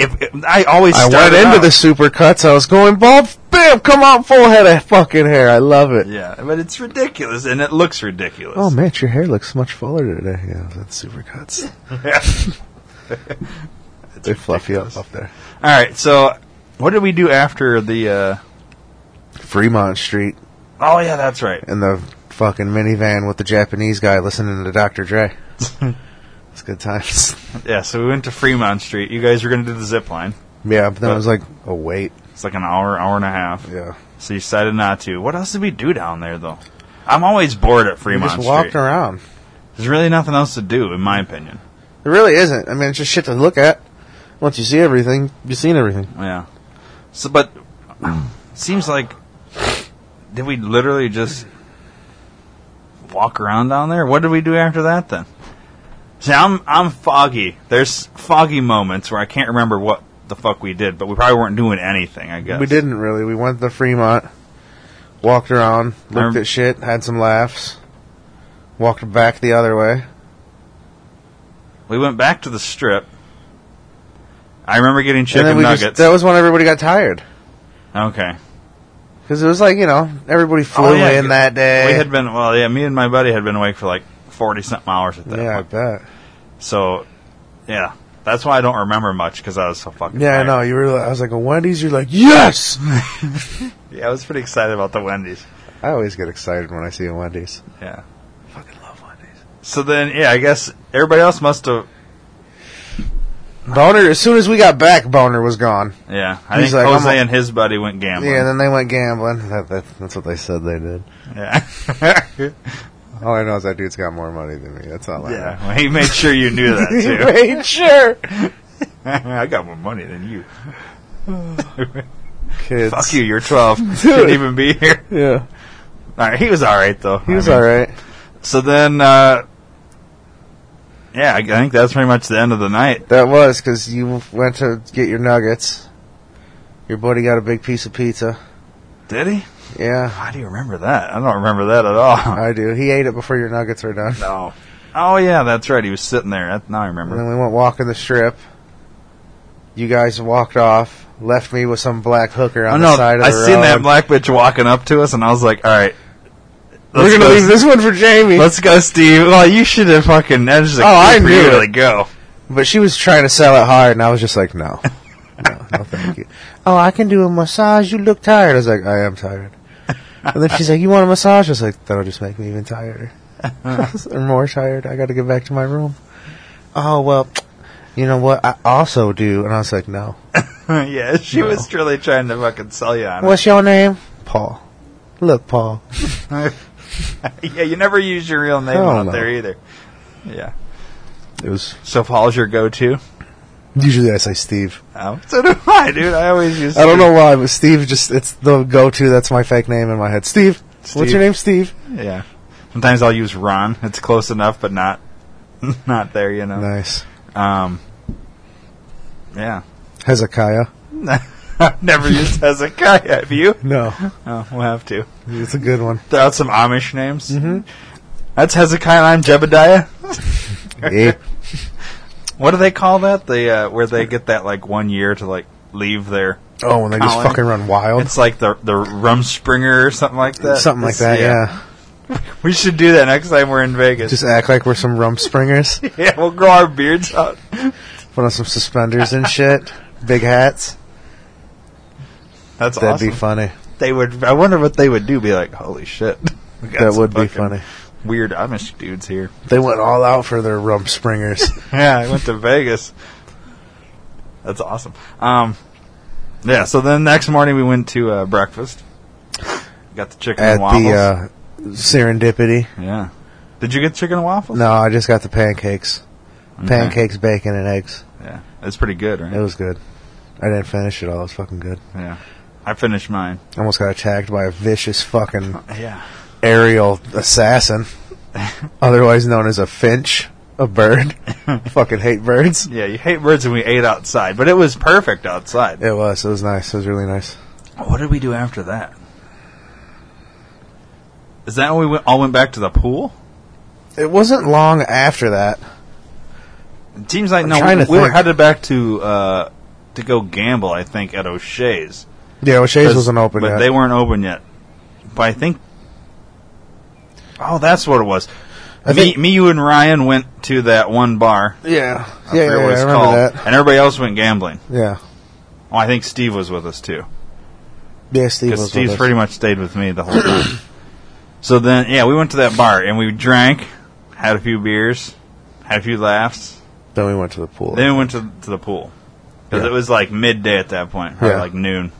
Speaker 5: if, if- I always
Speaker 6: I
Speaker 5: started
Speaker 6: went into
Speaker 5: out-
Speaker 6: the super cuts. I was going bald. Bam! Come out full head of fucking hair. I love it.
Speaker 5: Yeah, but it's ridiculous, and it looks ridiculous.
Speaker 6: Oh, Matt, your hair looks much fuller today. Yeah, that's super cuts. they fluff you up up there.
Speaker 5: All right, so what did we do after the? uh
Speaker 6: Fremont Street
Speaker 5: Oh yeah, that's right.
Speaker 6: in the fucking minivan with the Japanese guy listening to Dr. Dre. it's good times.
Speaker 5: Yeah, so we went to Fremont Street. You guys were going to do the zip line.
Speaker 6: Yeah, but then I was like, oh, wait.
Speaker 5: It's like an hour, hour and a half.
Speaker 6: Yeah.
Speaker 5: So you decided not to. What else did we do down there though? I'm always bored at
Speaker 6: We
Speaker 5: Fremont
Speaker 6: just walked
Speaker 5: Street.
Speaker 6: around.
Speaker 5: There's really nothing else to do, in my opinion.
Speaker 6: There really isn't. I mean, it's just shit to look at. Once you see everything, you've seen everything.
Speaker 5: Yeah. So, but seems like did we literally just walk around down there? What did we do after that then? See, I'm I'm foggy. There's foggy moments where I can't remember what the fuck we did, but we probably weren't doing anything. I guess
Speaker 6: We didn't really. We went to Fremont, walked around, looked
Speaker 5: Remember-
Speaker 6: at shit, had some laughs, walked back the other way.
Speaker 5: We went back to the strip. I remember getting
Speaker 6: and then
Speaker 5: chicken
Speaker 6: we
Speaker 5: nuggets.
Speaker 6: just, that was when everybody got tired.
Speaker 5: okay.
Speaker 6: Because it was like, you know, everybody flew
Speaker 5: Oh, yeah,
Speaker 6: in that day.
Speaker 5: We had been well, yeah. Me and my buddy had been awake for like forty something hours at that
Speaker 6: yeah, I
Speaker 5: point.
Speaker 6: bet.
Speaker 5: So, yeah, that's why I don't remember much because I was so fucking.
Speaker 6: Yeah, I
Speaker 5: tired.
Speaker 6: know. You were. like- I was like a Wendy's. You're like, yes.
Speaker 5: Yeah, I was pretty excited about the Wendy's.
Speaker 6: I always get excited when I see a Wendy's.
Speaker 5: Yeah.
Speaker 6: Fucking love Wendy's.
Speaker 5: So then, yeah, I guess everybody else must have.
Speaker 6: Boner. As soon as we got back, Boner was gone.
Speaker 5: Yeah, I
Speaker 6: He's
Speaker 5: think
Speaker 6: like,
Speaker 5: Jose
Speaker 6: I'm a-
Speaker 5: and his buddy went gambling.
Speaker 6: Yeah, and then they went gambling. That, that, that's what they said they did.
Speaker 5: yeah.
Speaker 6: All I know is that dude's got more money than me. That's all I
Speaker 5: yeah. Well, he made sure you knew that
Speaker 6: know. He
Speaker 5: too.
Speaker 6: made sure.
Speaker 5: I got more money than you.
Speaker 6: Kids.
Speaker 5: Fuck you. You're 12. Shouldn't even be here.
Speaker 6: Yeah.
Speaker 5: All right, he was all right though.
Speaker 6: He was
Speaker 5: I mean,
Speaker 6: all right.
Speaker 5: So then, uh, yeah, I I think that's pretty much the end of the night.
Speaker 6: That was because you went to get your nuggets. Your buddy got a big piece of pizza.
Speaker 5: Did he?
Speaker 6: Yeah,
Speaker 5: How do you remember that? I don't remember that at all.
Speaker 6: I do. He ate it before your nuggets were done.
Speaker 5: No. Oh yeah, that's right. He was sitting there. That- Now I
Speaker 6: And
Speaker 5: remember.
Speaker 6: then we went walking the strip. You guys walked off, left me with some black hooker on
Speaker 5: oh
Speaker 6: the
Speaker 5: no,
Speaker 6: side of
Speaker 5: I
Speaker 6: the
Speaker 5: seen
Speaker 6: road.
Speaker 5: that black bitch walking up to us, and I was like, "All right,
Speaker 6: We're gonna leave this one for Jamie.
Speaker 5: Let's go, Steve. Well, you should have fucking. That was just a
Speaker 6: Oh,
Speaker 5: cue
Speaker 6: I
Speaker 5: for
Speaker 6: knew
Speaker 5: you to,
Speaker 6: it.
Speaker 5: like, go.
Speaker 6: but she was trying to sell it hard, and I was just like, no, no, no, thank you. Oh, I can do a massage. You look tired. I was like, I am tired. And then she's like, you want a massage? I was like, that'll just make me even tireder or more tired. I got to get back to my room. Oh well, you know what? I also do, and I was like, no.
Speaker 5: yeah, she was really trying to fucking sell you on. it.
Speaker 6: What's your name? Paul. Look, Paul.
Speaker 5: yeah, you never use your real name
Speaker 6: Hell
Speaker 5: out
Speaker 6: no.
Speaker 5: there either. Yeah.
Speaker 6: It was
Speaker 5: So Paul's your go-to.
Speaker 6: usually I say Steve.
Speaker 5: Oh, so do I, dude. I always use.
Speaker 6: I don't know why, but Steve just it's the go to that's my fake name in my head. Steve.
Speaker 5: Steve.
Speaker 6: What's your name, Steve?
Speaker 5: Yeah. Sometimes I'll use Ron. It's close enough, but not, not there. You know.
Speaker 6: Nice.
Speaker 5: Um. Yeah.
Speaker 6: Hezekiah.
Speaker 5: I've never used Hezekiah. Have you?
Speaker 6: No.
Speaker 5: Oh, we'll have to.
Speaker 6: It's a good one.
Speaker 5: Throw out some Amish names. Mm-hmm. That's Hezekiah. and I'm Jebediah.
Speaker 6: Yeah.
Speaker 5: What do they call that? The uh, where they get that like one year to like leave their.
Speaker 6: Oh, when they just
Speaker 5: Colin.
Speaker 6: fucking run wild.
Speaker 5: It's like the the Rumspringer or something like that.
Speaker 6: Oh. Something like
Speaker 5: It's-
Speaker 6: that, yeah.
Speaker 5: We should do that next time we're in Vegas.
Speaker 6: uh, Just act like we're some rump springers.
Speaker 5: yeah, we'll grow our beards out.
Speaker 6: Put on some suspenders and shit. Big hats.
Speaker 5: That's
Speaker 6: That'd
Speaker 5: awesome.
Speaker 6: be funny.
Speaker 5: They would. I wonder what they would do. Be like, holy shit. We got
Speaker 6: That
Speaker 5: some
Speaker 6: would be
Speaker 5: fucking
Speaker 6: funny.
Speaker 5: Weird Amish dudes here.
Speaker 6: They went all out for their rump springers.
Speaker 5: Yeah, I went to Vegas. That's awesome. Um, yeah. So then next morning we went to uh, breakfast. Got the chicken
Speaker 6: at
Speaker 5: and waffles.
Speaker 6: the uh, Serendipity.
Speaker 5: yeah. Did you get chicken and waffles?
Speaker 6: No, I just got the pancakes.
Speaker 5: Okay.
Speaker 6: Pancakes, bacon, and eggs.
Speaker 5: Yeah, it's pretty good, right?
Speaker 6: It was good. I didn't finish it all. It was fucking good.
Speaker 5: yeah. I finished mine.
Speaker 6: I almost got attacked by a vicious fucking
Speaker 5: Yeah.
Speaker 6: aerial assassin, otherwise known as a finch, a bird. fucking hate birds.
Speaker 5: Yeah, you hate birds, and we ate outside, but it was perfect outside.
Speaker 6: It was. It was nice. It was really nice.
Speaker 5: What did we do after that? Is that when we went, all went back to the pool?
Speaker 6: It wasn't long after that.
Speaker 5: It seems like
Speaker 6: trying
Speaker 5: no,
Speaker 6: to
Speaker 5: we, we were
Speaker 6: think.
Speaker 5: headed back to uh, to go gamble. I think at O'Shea's.
Speaker 6: Yeah, O'Shea's
Speaker 5: 'Cause-
Speaker 6: wasn't open
Speaker 5: but
Speaker 6: yet.
Speaker 5: they weren't open yet. But I think. Oh, that's what it was.
Speaker 6: I
Speaker 5: me,
Speaker 6: think-
Speaker 5: me, you, and Ryan went to that one bar.
Speaker 6: yeah.
Speaker 5: I
Speaker 6: Yeah,
Speaker 5: forget
Speaker 6: yeah, yeah, I
Speaker 5: what it's
Speaker 6: remember
Speaker 5: called,
Speaker 6: that.
Speaker 5: And everybody else went gambling.
Speaker 6: Yeah.
Speaker 5: Oh, I think Steve was with us too.
Speaker 6: Yeah, Steve was
Speaker 5: Because
Speaker 6: with
Speaker 5: Steve's
Speaker 6: us.
Speaker 5: pretty much stayed with me the whole time. so then, yeah, we went to that bar and we drank, had a few beers, had a few laughs.
Speaker 6: Then we went to the pool.
Speaker 5: Then we went to, to the pool. Because
Speaker 6: Yeah.
Speaker 5: it was like midday at that point, or
Speaker 6: Yeah.
Speaker 5: like noon.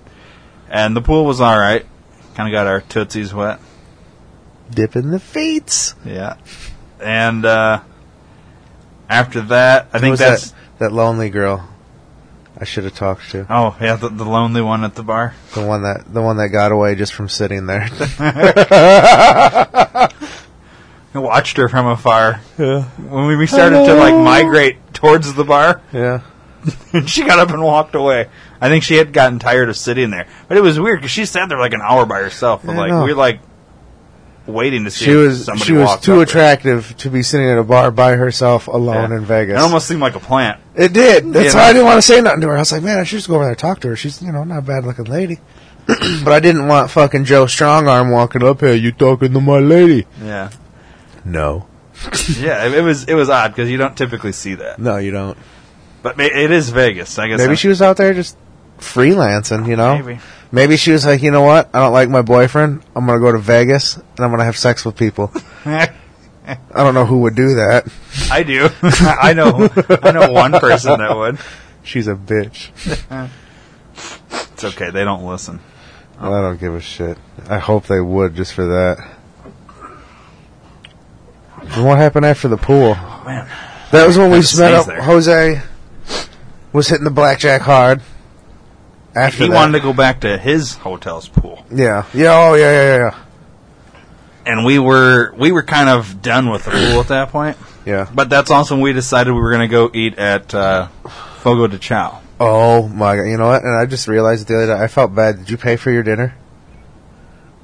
Speaker 5: And the pool was alright. Kind of got our tootsies wet.
Speaker 6: Dipping the feets.
Speaker 5: Yeah. And uh, after that, I
Speaker 6: Who
Speaker 5: think
Speaker 6: was
Speaker 5: that's.
Speaker 6: that, that lonely girl. I should have talked to
Speaker 5: Oh, yeah, the, the lonely one at the bar.
Speaker 6: the one that the one that got away just from sitting there.
Speaker 5: I watched her from afar. When we- we started to like migrate towards the bar.
Speaker 6: yeah.
Speaker 5: she got up and walked away. I think she had gotten tired of sitting there, but it was weird because she sat there like an hour by herself. But
Speaker 6: I
Speaker 5: like
Speaker 6: know.
Speaker 5: we were like waiting to see.
Speaker 6: She
Speaker 5: if
Speaker 6: was
Speaker 5: somebody
Speaker 6: she was
Speaker 5: walked
Speaker 6: too
Speaker 5: up.
Speaker 6: attractive to be sitting at a bar by herself alone
Speaker 5: Yeah.
Speaker 6: in Vegas.
Speaker 5: It almost seemed like a plant.
Speaker 6: It did. That's
Speaker 5: Yeah.
Speaker 6: why I didn't want to say nothing to her. I was like, man, I should just go over there and talk to her. She's, you know, not a bad looking lady. but I didn't want fucking Joe Strongarm walking up here. You talking to my lady?
Speaker 5: Yeah,
Speaker 6: No,
Speaker 5: yeah. It, it was it was odd because you don't typically see that.
Speaker 6: no, you don't.
Speaker 5: But ma- it is Vegas. I guess
Speaker 6: Maybe
Speaker 5: I'm-
Speaker 6: she was out there just freelancing. You know,
Speaker 5: Maybe.
Speaker 6: Maybe she was like, you know what? I don't like my boyfriend. I'm gonna go to Vegas and I'm gonna have sex with people. I don't know who would do that.
Speaker 5: I do. I know. I know one person that would.
Speaker 6: She's a bitch.
Speaker 5: It's okay. They don't listen.
Speaker 6: I don't give a shit. I hope they would just for that. And what happened after the pool?
Speaker 5: Oh, Man,
Speaker 6: That was when we
Speaker 5: just
Speaker 6: met
Speaker 5: stays
Speaker 6: up.
Speaker 5: there.
Speaker 6: Jose was hitting the blackjack hard. After
Speaker 5: he
Speaker 6: that.
Speaker 5: wanted to go back to his hotel's pool.
Speaker 6: yeah, yeah, oh yeah, yeah, yeah,
Speaker 5: and we were we were kind of done with the pool at that point.
Speaker 6: Yeah.
Speaker 5: But that's also when we decided we were going to go eat at uh, Fogo de Chao.
Speaker 6: Oh my god, you know what? And I just realized the other day I felt bad. Did you pay for your dinner?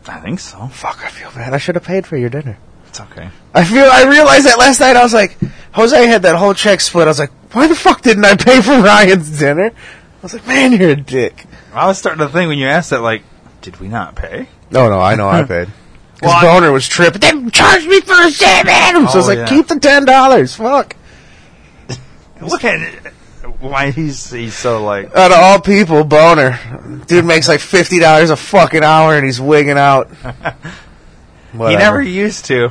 Speaker 5: I think so.
Speaker 6: Fuck, I feel bad. I should have paid for your dinner.
Speaker 5: It's okay.
Speaker 6: I feel. I realized that last night. I was like, Jose had that whole check split. I was like, why the fuck didn't I pay for Ryan's dinner? I was like, man, you're a dick.
Speaker 5: I was starting to think when you asked that, like, did we not pay?
Speaker 6: No, no, I know I paid. His
Speaker 5: Well, I-
Speaker 6: boner was tripping. They charged me for a Sam Adams. I was
Speaker 5: Oh,
Speaker 6: like,
Speaker 5: yeah.
Speaker 6: keep the ten dollars. Fuck.
Speaker 5: Look at it. why he's he's so like
Speaker 6: Out of all people, boner dude makes like fifty dollars a fucking hour, and he's wigging out.
Speaker 5: he never used to.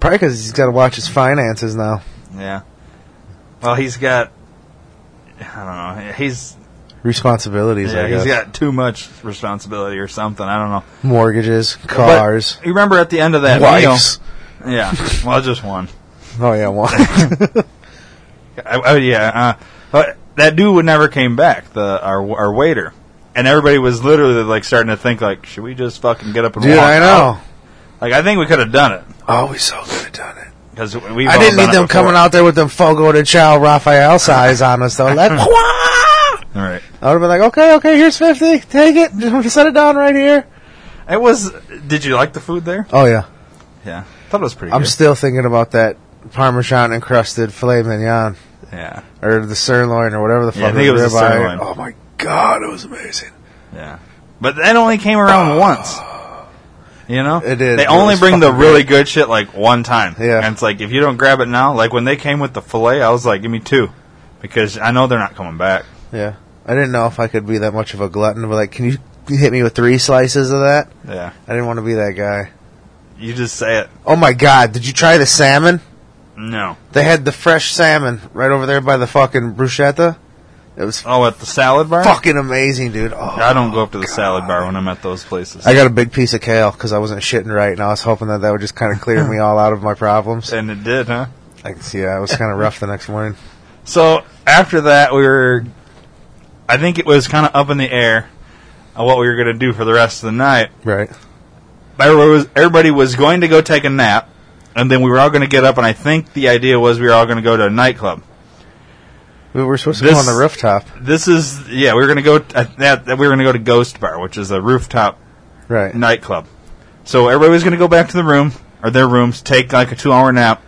Speaker 6: probably because he's got to watch his finances now.
Speaker 5: Yeah. Well, he's got I don't know. He's
Speaker 6: Responsibilities.
Speaker 5: yeah,
Speaker 6: I guess.
Speaker 5: he's got too much responsibility or something. I don't know.
Speaker 6: mortgages,
Speaker 5: But
Speaker 6: cars,
Speaker 5: you remember at the end of that
Speaker 6: wives.
Speaker 5: meal? Yeah. Well, just one.
Speaker 6: Oh yeah, one.
Speaker 5: I, oh yeah, uh, but that dude would never came back. The our our waiter, and everybody was literally like starting to think like, should we just fucking get up and
Speaker 6: Dude,
Speaker 5: walk?
Speaker 6: I know.
Speaker 5: out? Like I think we could have done it
Speaker 6: Oh, we so could have done it.
Speaker 5: because we.
Speaker 6: I didn't need them coming out there with them Fogo de Chao Raphael size on us though. Like, I
Speaker 5: All right,
Speaker 6: would have been like, okay, okay, here's fifty. Take it. Just set it down right here.
Speaker 5: it was. Did you like the food there?
Speaker 6: Oh yeah,
Speaker 5: Yeah, thought it was pretty.
Speaker 6: I'm
Speaker 5: good.
Speaker 6: still thinking about that Parmesan encrusted filet mignon
Speaker 5: yeah,
Speaker 6: or the sirloin or whatever the fuck.
Speaker 5: Yeah, I think it was the
Speaker 6: ribeye.
Speaker 5: sirloin.
Speaker 6: Oh my god, it was amazing.
Speaker 5: yeah, but that only came around once. You know,
Speaker 6: Oh. It did.
Speaker 5: They
Speaker 6: It
Speaker 5: only
Speaker 6: was
Speaker 5: bring the
Speaker 6: fucking
Speaker 5: really good shit like one time.
Speaker 6: Yeah.
Speaker 5: and it's like if you don't grab it now, like when they came with the fillet, I was like, give me two because I know they're not coming back.
Speaker 6: Yeah. I didn't know if I could be that much of a glutton, but like, can you hit me with three slices of that?
Speaker 5: Yeah,
Speaker 6: I didn't want to be that guy.
Speaker 5: you just say it.
Speaker 6: Oh my god, did you try the salmon?
Speaker 5: No.
Speaker 6: They had the fresh salmon right over there by the fucking bruschetta. It was
Speaker 5: Oh, at the salad bar.
Speaker 6: fucking amazing, dude. Oh,
Speaker 5: I don't go up to the salad bar when I'm at those places.
Speaker 6: I got a big piece of kale because I wasn't shitting right, and I was hoping that that would just kind of clear me all out of my problems.
Speaker 5: and it did, huh?
Speaker 6: I can see that. It was kind of rough the next morning.
Speaker 5: So after that, we were. I think it was kind of up in the air on what we were going to do for the rest of the night.
Speaker 6: Right.
Speaker 5: Everybody was, everybody was going to go take a nap, and then we were all going to get up, and I think the idea was we were all going to go to a nightclub.
Speaker 6: We were supposed to
Speaker 5: This-
Speaker 6: go on the rooftop.
Speaker 5: This is, yeah, we were going to go, t- at that, that we were going to go to Ghost Bar, which is a rooftop
Speaker 6: Right.
Speaker 5: nightclub. So everybody was going to go back to the room, or their rooms, take like a two hour nap,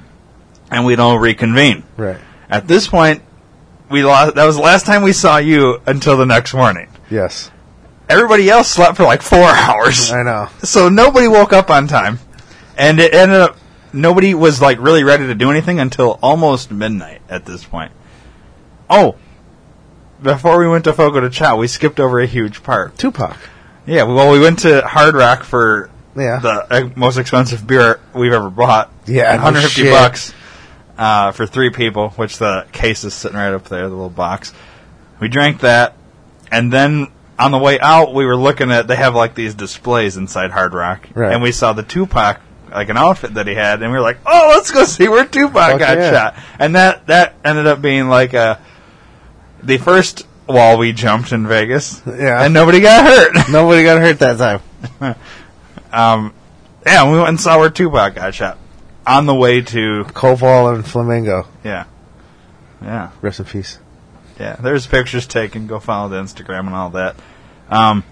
Speaker 5: and we'd all reconvene.
Speaker 6: Right.
Speaker 5: At this point, we lost, that was the last time we saw you until the next morning.
Speaker 6: Yes.
Speaker 5: Everybody else slept for like four hours.
Speaker 6: I know.
Speaker 5: So nobody woke up on time. And it ended up, nobody was like really ready to do anything until almost midnight at this point. Oh, before we went to Fogo de Chao, we skipped over a huge part.
Speaker 6: Tupac.
Speaker 5: Yeah, well, we went to Hard Rock for
Speaker 6: Yeah.
Speaker 5: the uh, most expensive beer we've ever bought.
Speaker 6: Yeah, no
Speaker 5: 150
Speaker 6: shit.
Speaker 5: bucks uh, for three people, which the case is sitting right up there, the little box. We drank that, and then on the way out, we were looking at they have like these displays inside Hard Rock,
Speaker 6: Right.
Speaker 5: and we saw the Tupac like an outfit that he had, and we were like, "Oh, let's go see where Tupac
Speaker 6: Fuck
Speaker 5: got
Speaker 6: yeah.
Speaker 5: shot." And that that ended up being like a the first wall we jumped in Vegas,
Speaker 6: Yeah.
Speaker 5: and nobody got hurt.
Speaker 6: Nobody got hurt that time.
Speaker 5: Um, yeah, we went and saw where Tupac got shot on the way to
Speaker 6: Koval and Flamingo.
Speaker 5: yeah, yeah,
Speaker 6: Rest in peace.
Speaker 5: yeah. There's pictures taken. Go follow the Instagram and all that. Um,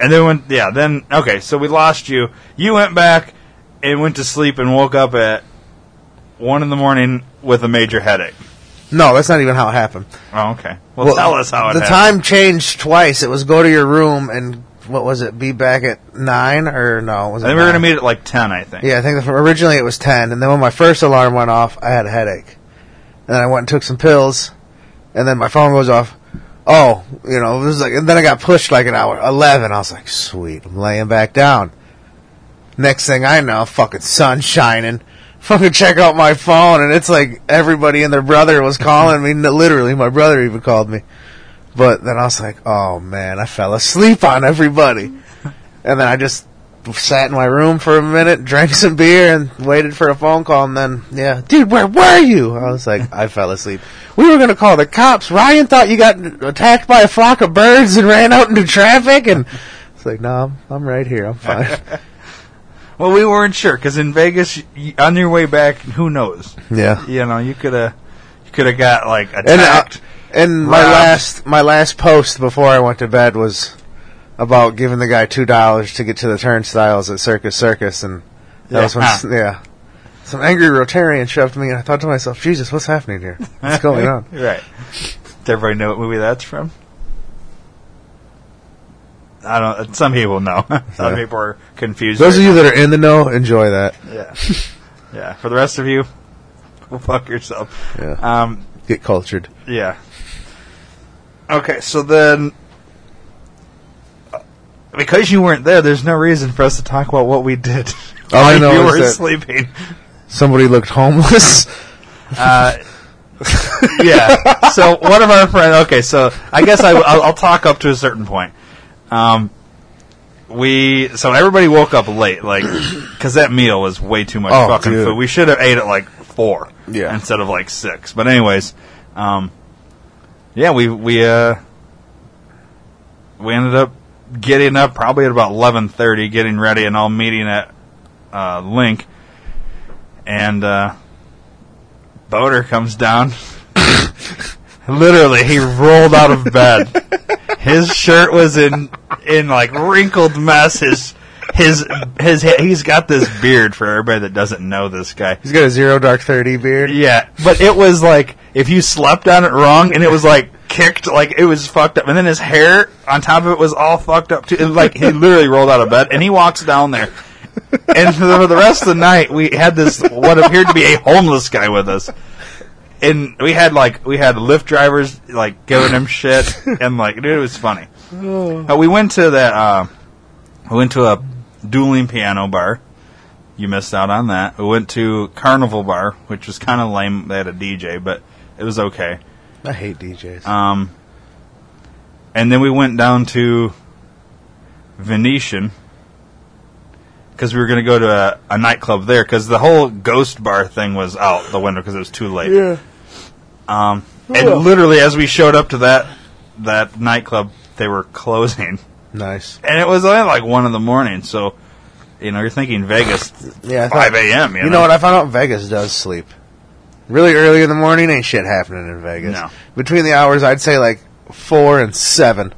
Speaker 5: and then went yeah. Then okay, so we lost you. You went back and went to sleep and woke up at one in the morning with a major headache.
Speaker 6: No, that's not even how it happened.
Speaker 5: Oh, okay. Well, tell us how it
Speaker 6: the
Speaker 5: happened.
Speaker 6: time changed twice. It was go to your room and what was it? Be back at nine or no? Was it
Speaker 5: I think we were
Speaker 6: nine?
Speaker 5: gonna meet at like ten. I think.
Speaker 6: Yeah, I think the, originally it was 10, and then when my first alarm went off, I had a headache. And then I went and took some pills, and then my phone goes off. Oh, you know, it was like, and then I got pushed like an hour, 11. I was like, sweet, I'm laying back down. Next thing I know, fucking sun shining. Fucking check out my phone, and it's like everybody and their brother was calling me. N- Literally, my brother even called me. But then I was like, oh man, I fell asleep on everybody. And then I just sat in my room for a minute, drank some beer, and waited for a phone call. And then, yeah, dude, where were you? I was like, I fell asleep. We were gonna call the cops. Ryan thought you got attacked by a flock of birds and ran out into traffic. And it's like, no, I'm, I'm right here. I'm fine.
Speaker 5: Well, we weren't sure because in Vegas, y- on your way back, who knows?
Speaker 6: yeah.
Speaker 5: You know, you could have, you could have got like attacked.
Speaker 6: And uh, and my
Speaker 5: Robbed.
Speaker 6: last my last post before I went to bed was about giving the guy two dollars to get to the turnstiles at Circus Circus, and that was when
Speaker 5: Yeah.
Speaker 6: yeah. Some angry Rotarian shoved me, and I thought to myself, "Jesus, what's happening here? What's going on?"
Speaker 5: Right. Does everybody know what movie that's from? I don't. Some people know. some
Speaker 6: Yeah.
Speaker 5: people are confused.
Speaker 6: Those of you that are in the know, enjoy that.
Speaker 5: yeah, yeah. For the rest of you, go fuck yourself.
Speaker 6: Yeah.
Speaker 5: Um,
Speaker 6: Get cultured.
Speaker 5: yeah. Okay, so then, uh, because you weren't there, there's no reason for us to talk about what we did.
Speaker 6: All Oh, I
Speaker 5: while
Speaker 6: know
Speaker 5: you
Speaker 6: is
Speaker 5: were
Speaker 6: that-
Speaker 5: sleeping.
Speaker 6: Somebody looked homeless.
Speaker 5: Uh, yeah. So one of our friends. Okay, so I guess I, I'll, I'll talk up to a certain point. Um, we so everybody woke up late, like because that meal was way too much
Speaker 6: Oh,
Speaker 5: fucking
Speaker 6: dude.
Speaker 5: food. We should have ate at like four,
Speaker 6: Yeah.
Speaker 5: instead of like six. But anyways, um, yeah, we we uh we ended up getting up probably at about eleven thirty, getting ready, and all meeting at uh, Link, and uh, Boater comes down. Literally, he rolled out of bed. His shirt was in in like wrinkled mess. His his his he's got this beard for everybody that doesn't know this guy.
Speaker 6: He's got a zero dark thirty beard.
Speaker 5: Yeah, but it was like if you slept on it wrong, and it was like kicked, like it was fucked up. And then his hair on top of it was all fucked up too. It, like he literally rolled out of bed, and he walks down there. And for the for the rest of the night, we had this what appeared to be a homeless guy with us. and we had like we had lift drivers like giving him shit, and like dude, it was funny. Uh, we went to that. Uh, we went to a dueling piano bar. You missed out on that. We went to Carnival Bar, which was kind of lame. They had a DJ, but it was okay.
Speaker 6: I hate DJs.
Speaker 5: Um, and then we went down to Venetian because we were going to go to a, a nightclub there because the whole ghost bar thing was out the window because it was too late.
Speaker 6: yeah. Oh,
Speaker 5: Um, and
Speaker 6: Yeah.
Speaker 5: literally, as we showed up to that that nightclub, they were closing,
Speaker 6: Nice.
Speaker 5: and it was only like one in the morning. So, you know, you're thinking Vegas,
Speaker 6: Yeah. I thought-
Speaker 5: five a.m. You,
Speaker 6: You know what? I found out Vegas does sleep. Really early in the morning, ain't shit happening in Vegas.
Speaker 5: No.
Speaker 6: Between the hours, I'd say like four and seven.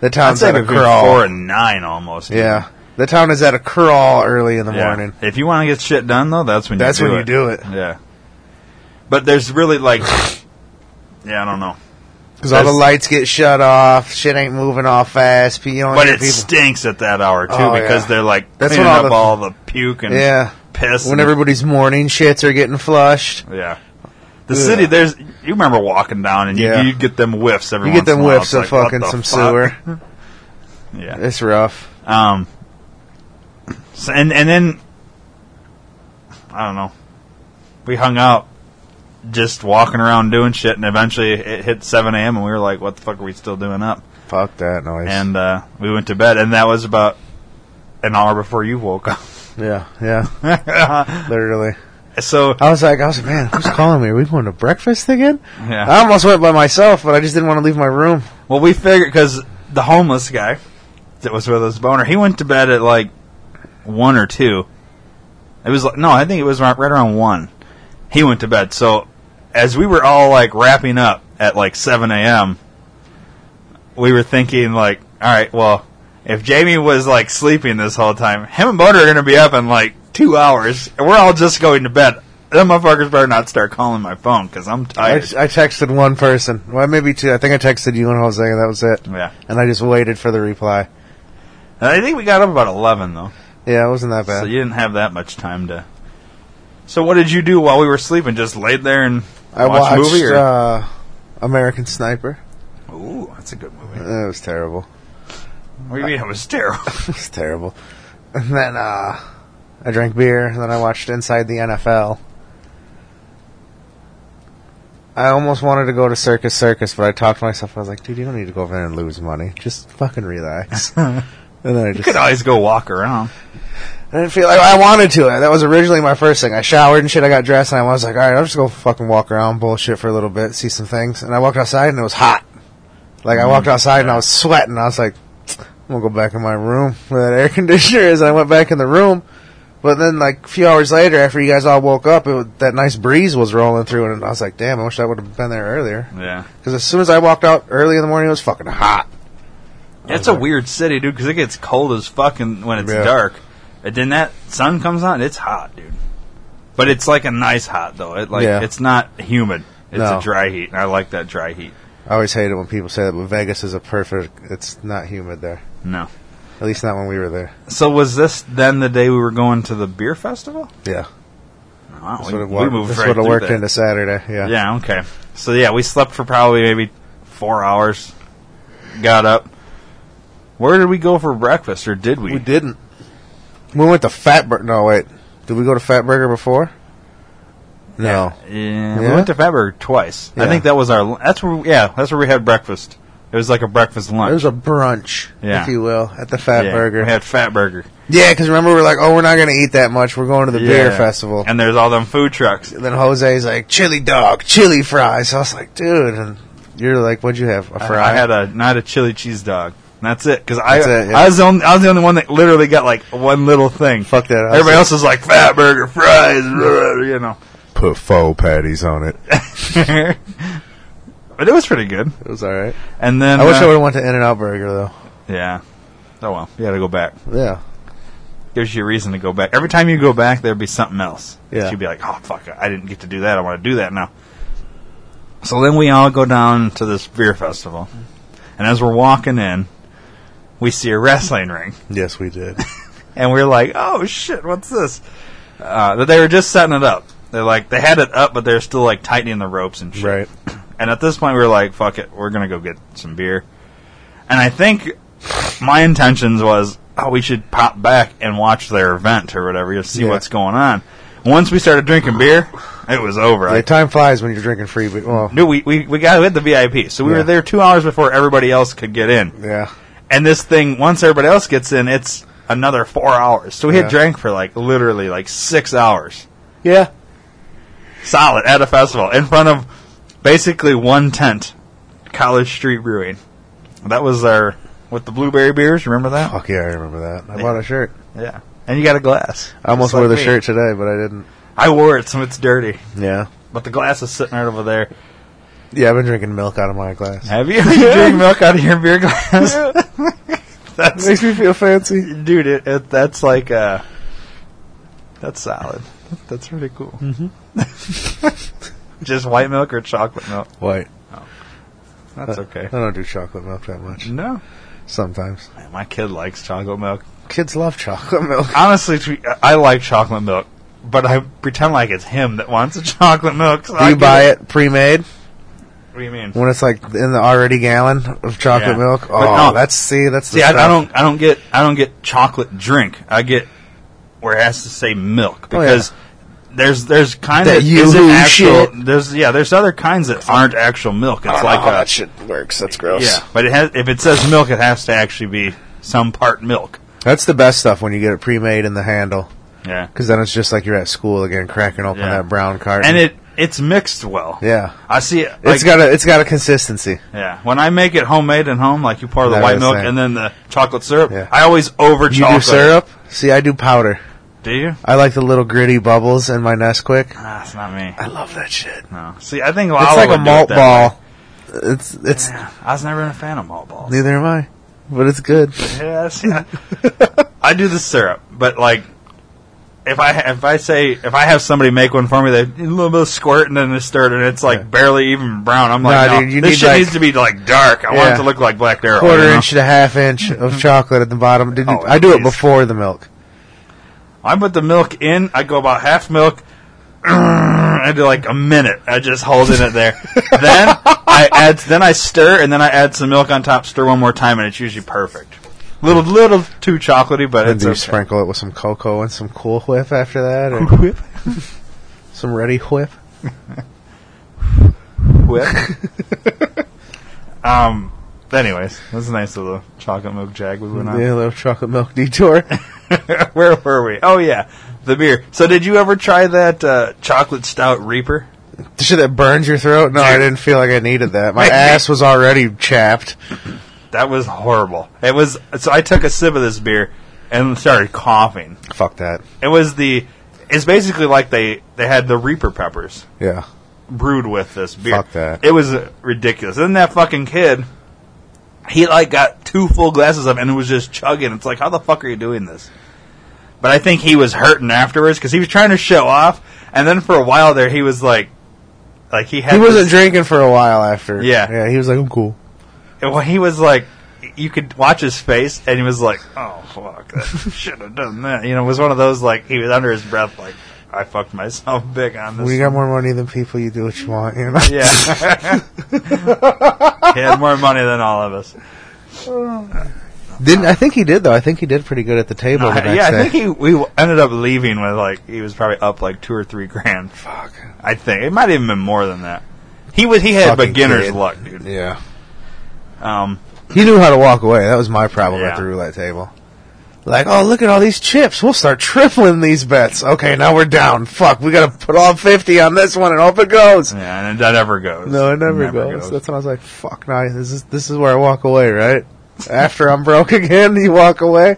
Speaker 6: The
Speaker 5: I'd
Speaker 6: town's
Speaker 5: say
Speaker 6: at a
Speaker 5: between
Speaker 6: crawl.
Speaker 5: four and nine almost.
Speaker 6: yeah, the town is at a crawl early in the
Speaker 5: Yeah.
Speaker 6: morning.
Speaker 5: If you want to get shit done, though, that's when
Speaker 6: That's
Speaker 5: you do
Speaker 6: when
Speaker 5: it.
Speaker 6: you do it.
Speaker 5: Yeah. But there's really like, yeah, I don't know.
Speaker 6: Because all the
Speaker 5: That's-
Speaker 6: lights get shut off. Shit ain't moving all fast. Pe- You don't
Speaker 5: But
Speaker 6: hear
Speaker 5: it
Speaker 6: people.
Speaker 5: stinks at that hour too
Speaker 6: Oh,
Speaker 5: because
Speaker 6: yeah.
Speaker 5: they're like
Speaker 6: That's
Speaker 5: cleaning
Speaker 6: when all
Speaker 5: up
Speaker 6: the-
Speaker 5: all the puke and
Speaker 6: yeah.
Speaker 5: piss.
Speaker 6: When
Speaker 5: and-
Speaker 6: everybody's morning shits are getting flushed,
Speaker 5: yeah, the
Speaker 6: Ugh.
Speaker 5: city. There's you remember walking down and
Speaker 6: Yeah.
Speaker 5: you you get them whiffs every.
Speaker 6: you get
Speaker 5: once in
Speaker 6: them
Speaker 5: a while. It's
Speaker 6: whiffs of
Speaker 5: like, what
Speaker 6: fucking
Speaker 5: the
Speaker 6: some
Speaker 5: fuck?
Speaker 6: sewer.
Speaker 5: Yeah.
Speaker 6: It's rough.
Speaker 5: Um. So, and and then I don't know. We hung out, just walking around doing shit, and eventually it hit seven a.m. and we were like, "What the fuck are we still doing up?"
Speaker 6: Fuck that noise.
Speaker 5: And uh, we went to bed, and that was about an hour before you woke
Speaker 6: yeah, yeah,
Speaker 5: up.
Speaker 6: literally.
Speaker 5: so
Speaker 6: I was like, I was like, man, who's calling me? Are we going to breakfast again?
Speaker 5: Yeah.
Speaker 6: I almost went by myself, but I just didn't want to leave my room.
Speaker 5: Well, we figured because the homeless guy that was with us, boner, he went to bed at like one or two. It was like no, I think it was right right around one. He went to bed. So as we were all like wrapping up at like seven a.m., we were thinking like, all right, well, if Jamie was like sleeping this whole time, him and boner are gonna be up in like two hours, and we're all just going to bed. Them motherfuckers better not start calling my phone because I'm
Speaker 6: I,
Speaker 5: tired.
Speaker 6: I texted one person. Well, maybe two. I think I texted you and Jose, and that was it.
Speaker 5: yeah,
Speaker 6: And I just waited for the reply.
Speaker 5: And I think we got up about eleven though.
Speaker 6: Yeah, it wasn't that bad.
Speaker 5: So you didn't have that much time to. So what did you do while we were sleeping? Just laid there and
Speaker 6: I
Speaker 5: watched
Speaker 6: watched
Speaker 5: a movie? Or?
Speaker 6: uh, American Sniper.
Speaker 5: Ooh, that's a good movie.
Speaker 6: It was terrible.
Speaker 5: What do you mean it was terrible?
Speaker 6: it was terrible. And then uh, I drank beer. And then I watched Inside the NFL. I almost wanted to go to Circus Circus, but I talked to myself. I was like, dude, you don't need to go over there and lose money. Just fucking relax. and then I
Speaker 5: You
Speaker 6: just
Speaker 5: could always go walk around.
Speaker 6: I didn't feel like I wanted to. That was originally my first thing. I showered and shit. I got dressed and I was like, all right, I'll just go fucking walk around, bullshit for a little bit, see some things. And I walked outside and it was hot. Like I walked outside and I was sweating. I was like, I'm gonna go back in my room where that air conditioner is. And I went back in the room. But then like a few hours later, after you guys all woke up, it was, that nice breeze was rolling through and I was like, damn, I wish I would have been there earlier.
Speaker 5: Yeah,
Speaker 6: Cause as soon as I walked out early in the morning, it was fucking hot.
Speaker 5: it's a weird city, dude, because it gets cold as fucking when it's
Speaker 6: Yeah.
Speaker 5: dark, and then that sun comes out and it's hot, dude. But it's like a nice hot though. It like
Speaker 6: Yeah.
Speaker 5: it's not humid. It's
Speaker 6: No.
Speaker 5: a dry heat, and I like that dry heat.
Speaker 6: I always hate it when people say that, but Vegas is a perfect, it's not humid there.
Speaker 5: No.
Speaker 6: At least not when we were there.
Speaker 5: So was this then the day we were going to the beer festival?
Speaker 6: Yeah.
Speaker 5: Wow,
Speaker 6: This
Speaker 5: we,
Speaker 6: would have
Speaker 5: we
Speaker 6: worked,
Speaker 5: moved
Speaker 6: this
Speaker 5: right
Speaker 6: would have
Speaker 5: through
Speaker 6: worked
Speaker 5: that.
Speaker 6: into Saturday. Yeah.
Speaker 5: Yeah, okay. So yeah, we slept for probably maybe four hours. Got up. Where did we go for breakfast, or did we?
Speaker 6: We didn't. We went to Fatburger. No, wait. Did we go to Fatburger before? No.
Speaker 5: Yeah, we
Speaker 6: Yeah?
Speaker 5: went to Fatburger twice. I
Speaker 6: Yeah.
Speaker 5: think that was our. That's where. we- Yeah, that's where we had breakfast. It was like a breakfast lunch.
Speaker 6: It was a brunch,
Speaker 5: Yeah.
Speaker 6: if you will, at the
Speaker 5: yeah,
Speaker 6: Fatburger.
Speaker 5: We had Fatburger.
Speaker 6: Yeah, because remember we are like, oh, we're not going to eat that much. We're going to the beer
Speaker 5: Yeah.
Speaker 6: festival. And
Speaker 5: and there's all them food trucks.
Speaker 6: then Jose's like, chili dog, chili fries. I was like, dude. And you're like, what'd you have? A
Speaker 5: I-
Speaker 6: fry?
Speaker 5: I had a not a chili cheese dog. And that's it. Because I,
Speaker 6: That's it, yeah.
Speaker 5: I was the only, I was the only one that literally got like one little thing.
Speaker 6: Fuck that. I was
Speaker 5: Everybody
Speaker 6: like-
Speaker 5: else was like fat burger, fries, blah, you know.
Speaker 6: Put faux patties on it.
Speaker 5: but it was pretty good.
Speaker 6: It was all right.
Speaker 5: And then
Speaker 6: I wish
Speaker 5: uh,
Speaker 6: I would have went to In-N-Out Burger, though.
Speaker 5: Yeah. Oh well, you got to go back.
Speaker 6: Yeah.
Speaker 5: Gives you a reason to go back. Every time you go back, there'd be something else.
Speaker 6: Yeah.
Speaker 5: You'd be like, oh fuck, I didn't get to do that. I want to do that now. So then we all go down to this beer festival, and as we're walking in, we see a wrestling ring.
Speaker 6: Yes, we did.
Speaker 5: and we are like, "Oh shit, what's this?" Uh, that they were just setting it up. They're like they had it up, but they're still like tightening the ropes and shit.
Speaker 6: Right.
Speaker 5: And at this point, we were like, "Fuck it, we're gonna go get some beer." And I think my intentions was, "Oh, we should pop back and watch their event or whatever, just see
Speaker 6: Yeah.
Speaker 5: what's going on." Once we started drinking beer, it was over. I
Speaker 6: Like, time flies when you're drinking free beer. Well,
Speaker 5: knew we, we we got we had the VIP, so we
Speaker 6: Yeah.
Speaker 5: were there two hours before everybody else could get in.
Speaker 6: yeah.
Speaker 5: And this thing, once everybody else gets in, it's another four hours. So we
Speaker 6: Yeah.
Speaker 5: had drank for like literally like six hours
Speaker 6: Yeah.
Speaker 5: solid at a festival in front of basically one tent, College Street Brewing. That was our with the blueberry beers. Remember that?
Speaker 6: Fuck yeah, I remember that. I bought a shirt.
Speaker 5: Yeah, and you got a glass.
Speaker 6: I almost
Speaker 5: Just like
Speaker 6: wore the
Speaker 5: me.
Speaker 6: shirt today, but I didn't.
Speaker 5: I wore it, so it's dirty.
Speaker 6: Yeah.
Speaker 5: But the glass is sitting right over there.
Speaker 6: Yeah, I've been drinking milk out of my glass.
Speaker 5: Have you? you drink milk out of your beer glass?
Speaker 6: It
Speaker 5: that's
Speaker 6: makes me feel fancy.
Speaker 5: dude. It, it, that's like uh, that's solid. That's pretty cool. Mm-hmm. Just white milk or chocolate milk?
Speaker 6: White. Uh,
Speaker 5: That's okay.
Speaker 6: I don't do chocolate milk that much.
Speaker 5: No,
Speaker 6: Sometimes.
Speaker 5: Man, my kid likes chocolate milk.
Speaker 6: Kids love chocolate milk.
Speaker 5: honestly, to- I like chocolate milk, but I pretend like it's him that wants a chocolate milk. So
Speaker 6: Do
Speaker 5: I
Speaker 6: you
Speaker 5: give
Speaker 6: buy it pre-made
Speaker 5: What do you mean?
Speaker 6: when it's like in the already gallon of chocolate
Speaker 5: Yeah.
Speaker 6: milk?
Speaker 5: But
Speaker 6: Oh,
Speaker 5: no.
Speaker 6: that's see, that's the
Speaker 5: See, I, I
Speaker 6: stuff.
Speaker 5: don't, I don't get, I don't get chocolate drink. I get where it has to say milk
Speaker 6: Oh, yeah.
Speaker 5: because there's, there's kind
Speaker 6: That
Speaker 5: of
Speaker 6: Yoo-hoo
Speaker 5: isn't actual.
Speaker 6: shit.
Speaker 5: There's yeah, there's other kinds that aren't actual milk. It's
Speaker 6: I don't know
Speaker 5: like
Speaker 6: how
Speaker 5: a
Speaker 6: Oh, that shit works. That's gross.
Speaker 5: yeah, but it has if it says milk, it has to actually be some part milk.
Speaker 6: That's the best stuff when you get it pre-made in the handle,
Speaker 5: Yeah,
Speaker 6: because then it's just like you're at school again, cracking open
Speaker 5: Yeah.
Speaker 6: that brown carton.
Speaker 5: and it it's mixed well.
Speaker 6: yeah,
Speaker 5: I see it.
Speaker 6: it's got a it's got a consistency.
Speaker 5: Yeah, when I make it homemade at home, like you pour the
Speaker 6: That
Speaker 5: white
Speaker 6: is
Speaker 5: milk
Speaker 6: it.
Speaker 5: and then the chocolate syrup,
Speaker 6: Yeah.
Speaker 5: I always over
Speaker 6: You do
Speaker 5: chocolate.
Speaker 6: syrup? See, I do powder.
Speaker 5: Do you?
Speaker 6: I like the little gritty bubbles in my Nesquik.
Speaker 5: Ah, it's not me.
Speaker 6: I love that shit.
Speaker 5: No. See, I think
Speaker 6: It's
Speaker 5: Lala
Speaker 6: like a
Speaker 5: would do
Speaker 6: malt
Speaker 5: it that way.
Speaker 6: ball. It's it's
Speaker 5: I was never a fan of malt balls.
Speaker 6: neither am I, but it's good.
Speaker 5: Yeah, see, I- I do the syrup, but like. If I if I say if I have somebody make one for me, they do a little bit of squirt and then they stir it and it's like
Speaker 6: Yeah.
Speaker 5: barely even brown. I'm like,
Speaker 6: Nah,
Speaker 5: no,
Speaker 6: dude, you
Speaker 5: this
Speaker 6: need,
Speaker 5: shit
Speaker 6: like-
Speaker 5: needs to be like dark. I want
Speaker 6: Yeah.
Speaker 5: it to look like Black Arrow.
Speaker 6: Quarter
Speaker 5: you know?
Speaker 6: inch to half inch of chocolate at the bottom. Did you-
Speaker 5: Oh,
Speaker 6: I do it
Speaker 5: please.
Speaker 6: before the milk.
Speaker 5: I put the milk in. I go about half milk. I do like a minute. I just hold in it there. then I add. Then I stir, and then I add some milk on top. Stir one more time, and it's usually perfect. Little, little too chocolatey, but
Speaker 6: And
Speaker 5: it's
Speaker 6: do you
Speaker 5: okay.
Speaker 6: sprinkle it with some cocoa and some Cool Whip after that? Or
Speaker 5: Whip,
Speaker 6: some Ready Whip?
Speaker 5: whip. um. Anyways, that's a nice little chocolate milk jag we went on.
Speaker 6: Yeah, a little chocolate milk detour.
Speaker 5: Where were we? Oh yeah, the beer. So did you ever try that uh, chocolate stout Reaper?
Speaker 6: The shit that burns your throat? No, I didn't feel like I needed that. My ass was already chapped.
Speaker 5: That was horrible. It was so I took a sip of this beer and started coughing.
Speaker 6: Fuck that.
Speaker 5: It was the it's basically like they they had the reaper peppers
Speaker 6: Yeah.
Speaker 5: brewed with this beer.
Speaker 6: Fuck that.
Speaker 5: It was uh, ridiculous. And that fucking kid he like got two full glasses of it and was just chugging. It's like how the fuck are you doing this? But I think he was hurting afterwards cuz he was trying to show off and then for a while there he was like like he had
Speaker 6: He wasn't
Speaker 5: this-
Speaker 6: drinking for a while after.
Speaker 5: Yeah.
Speaker 6: Yeah, he was like, I'm cool.
Speaker 5: And when he was like, you could watch his face, and he was like, "Oh fuck, I should have done that." You know, it was one of those like he was under his breath, like, "I fucked myself big on this."
Speaker 6: When you got more money than people, you do what you want, you know?
Speaker 5: yeah, he had more money than all of us.
Speaker 6: Didn't, I think he did, though. I think he did pretty good at the table the next
Speaker 5: yeah,
Speaker 6: day.
Speaker 5: I think he, we ended up leaving with like he was probably up like two or three grand. Fuck, I think it might even been more than that. He was he had
Speaker 6: Fucking
Speaker 5: beginner's
Speaker 6: kid.
Speaker 5: luck, dude.
Speaker 6: yeah.
Speaker 5: Um,
Speaker 6: He knew how to walk away. That was my problem at
Speaker 5: Yeah.
Speaker 6: the roulette table. Like, oh, look at all these chips. We'll start tripling these bets. Okay, now we're down. Fuck, we gotta put all 50 on this one and hope it goes.
Speaker 5: yeah, and that never goes.
Speaker 6: No, it never, goes. That's when I was like, fuck, nah, this is, this is where I walk away, right? After I'm broke again, you walk away?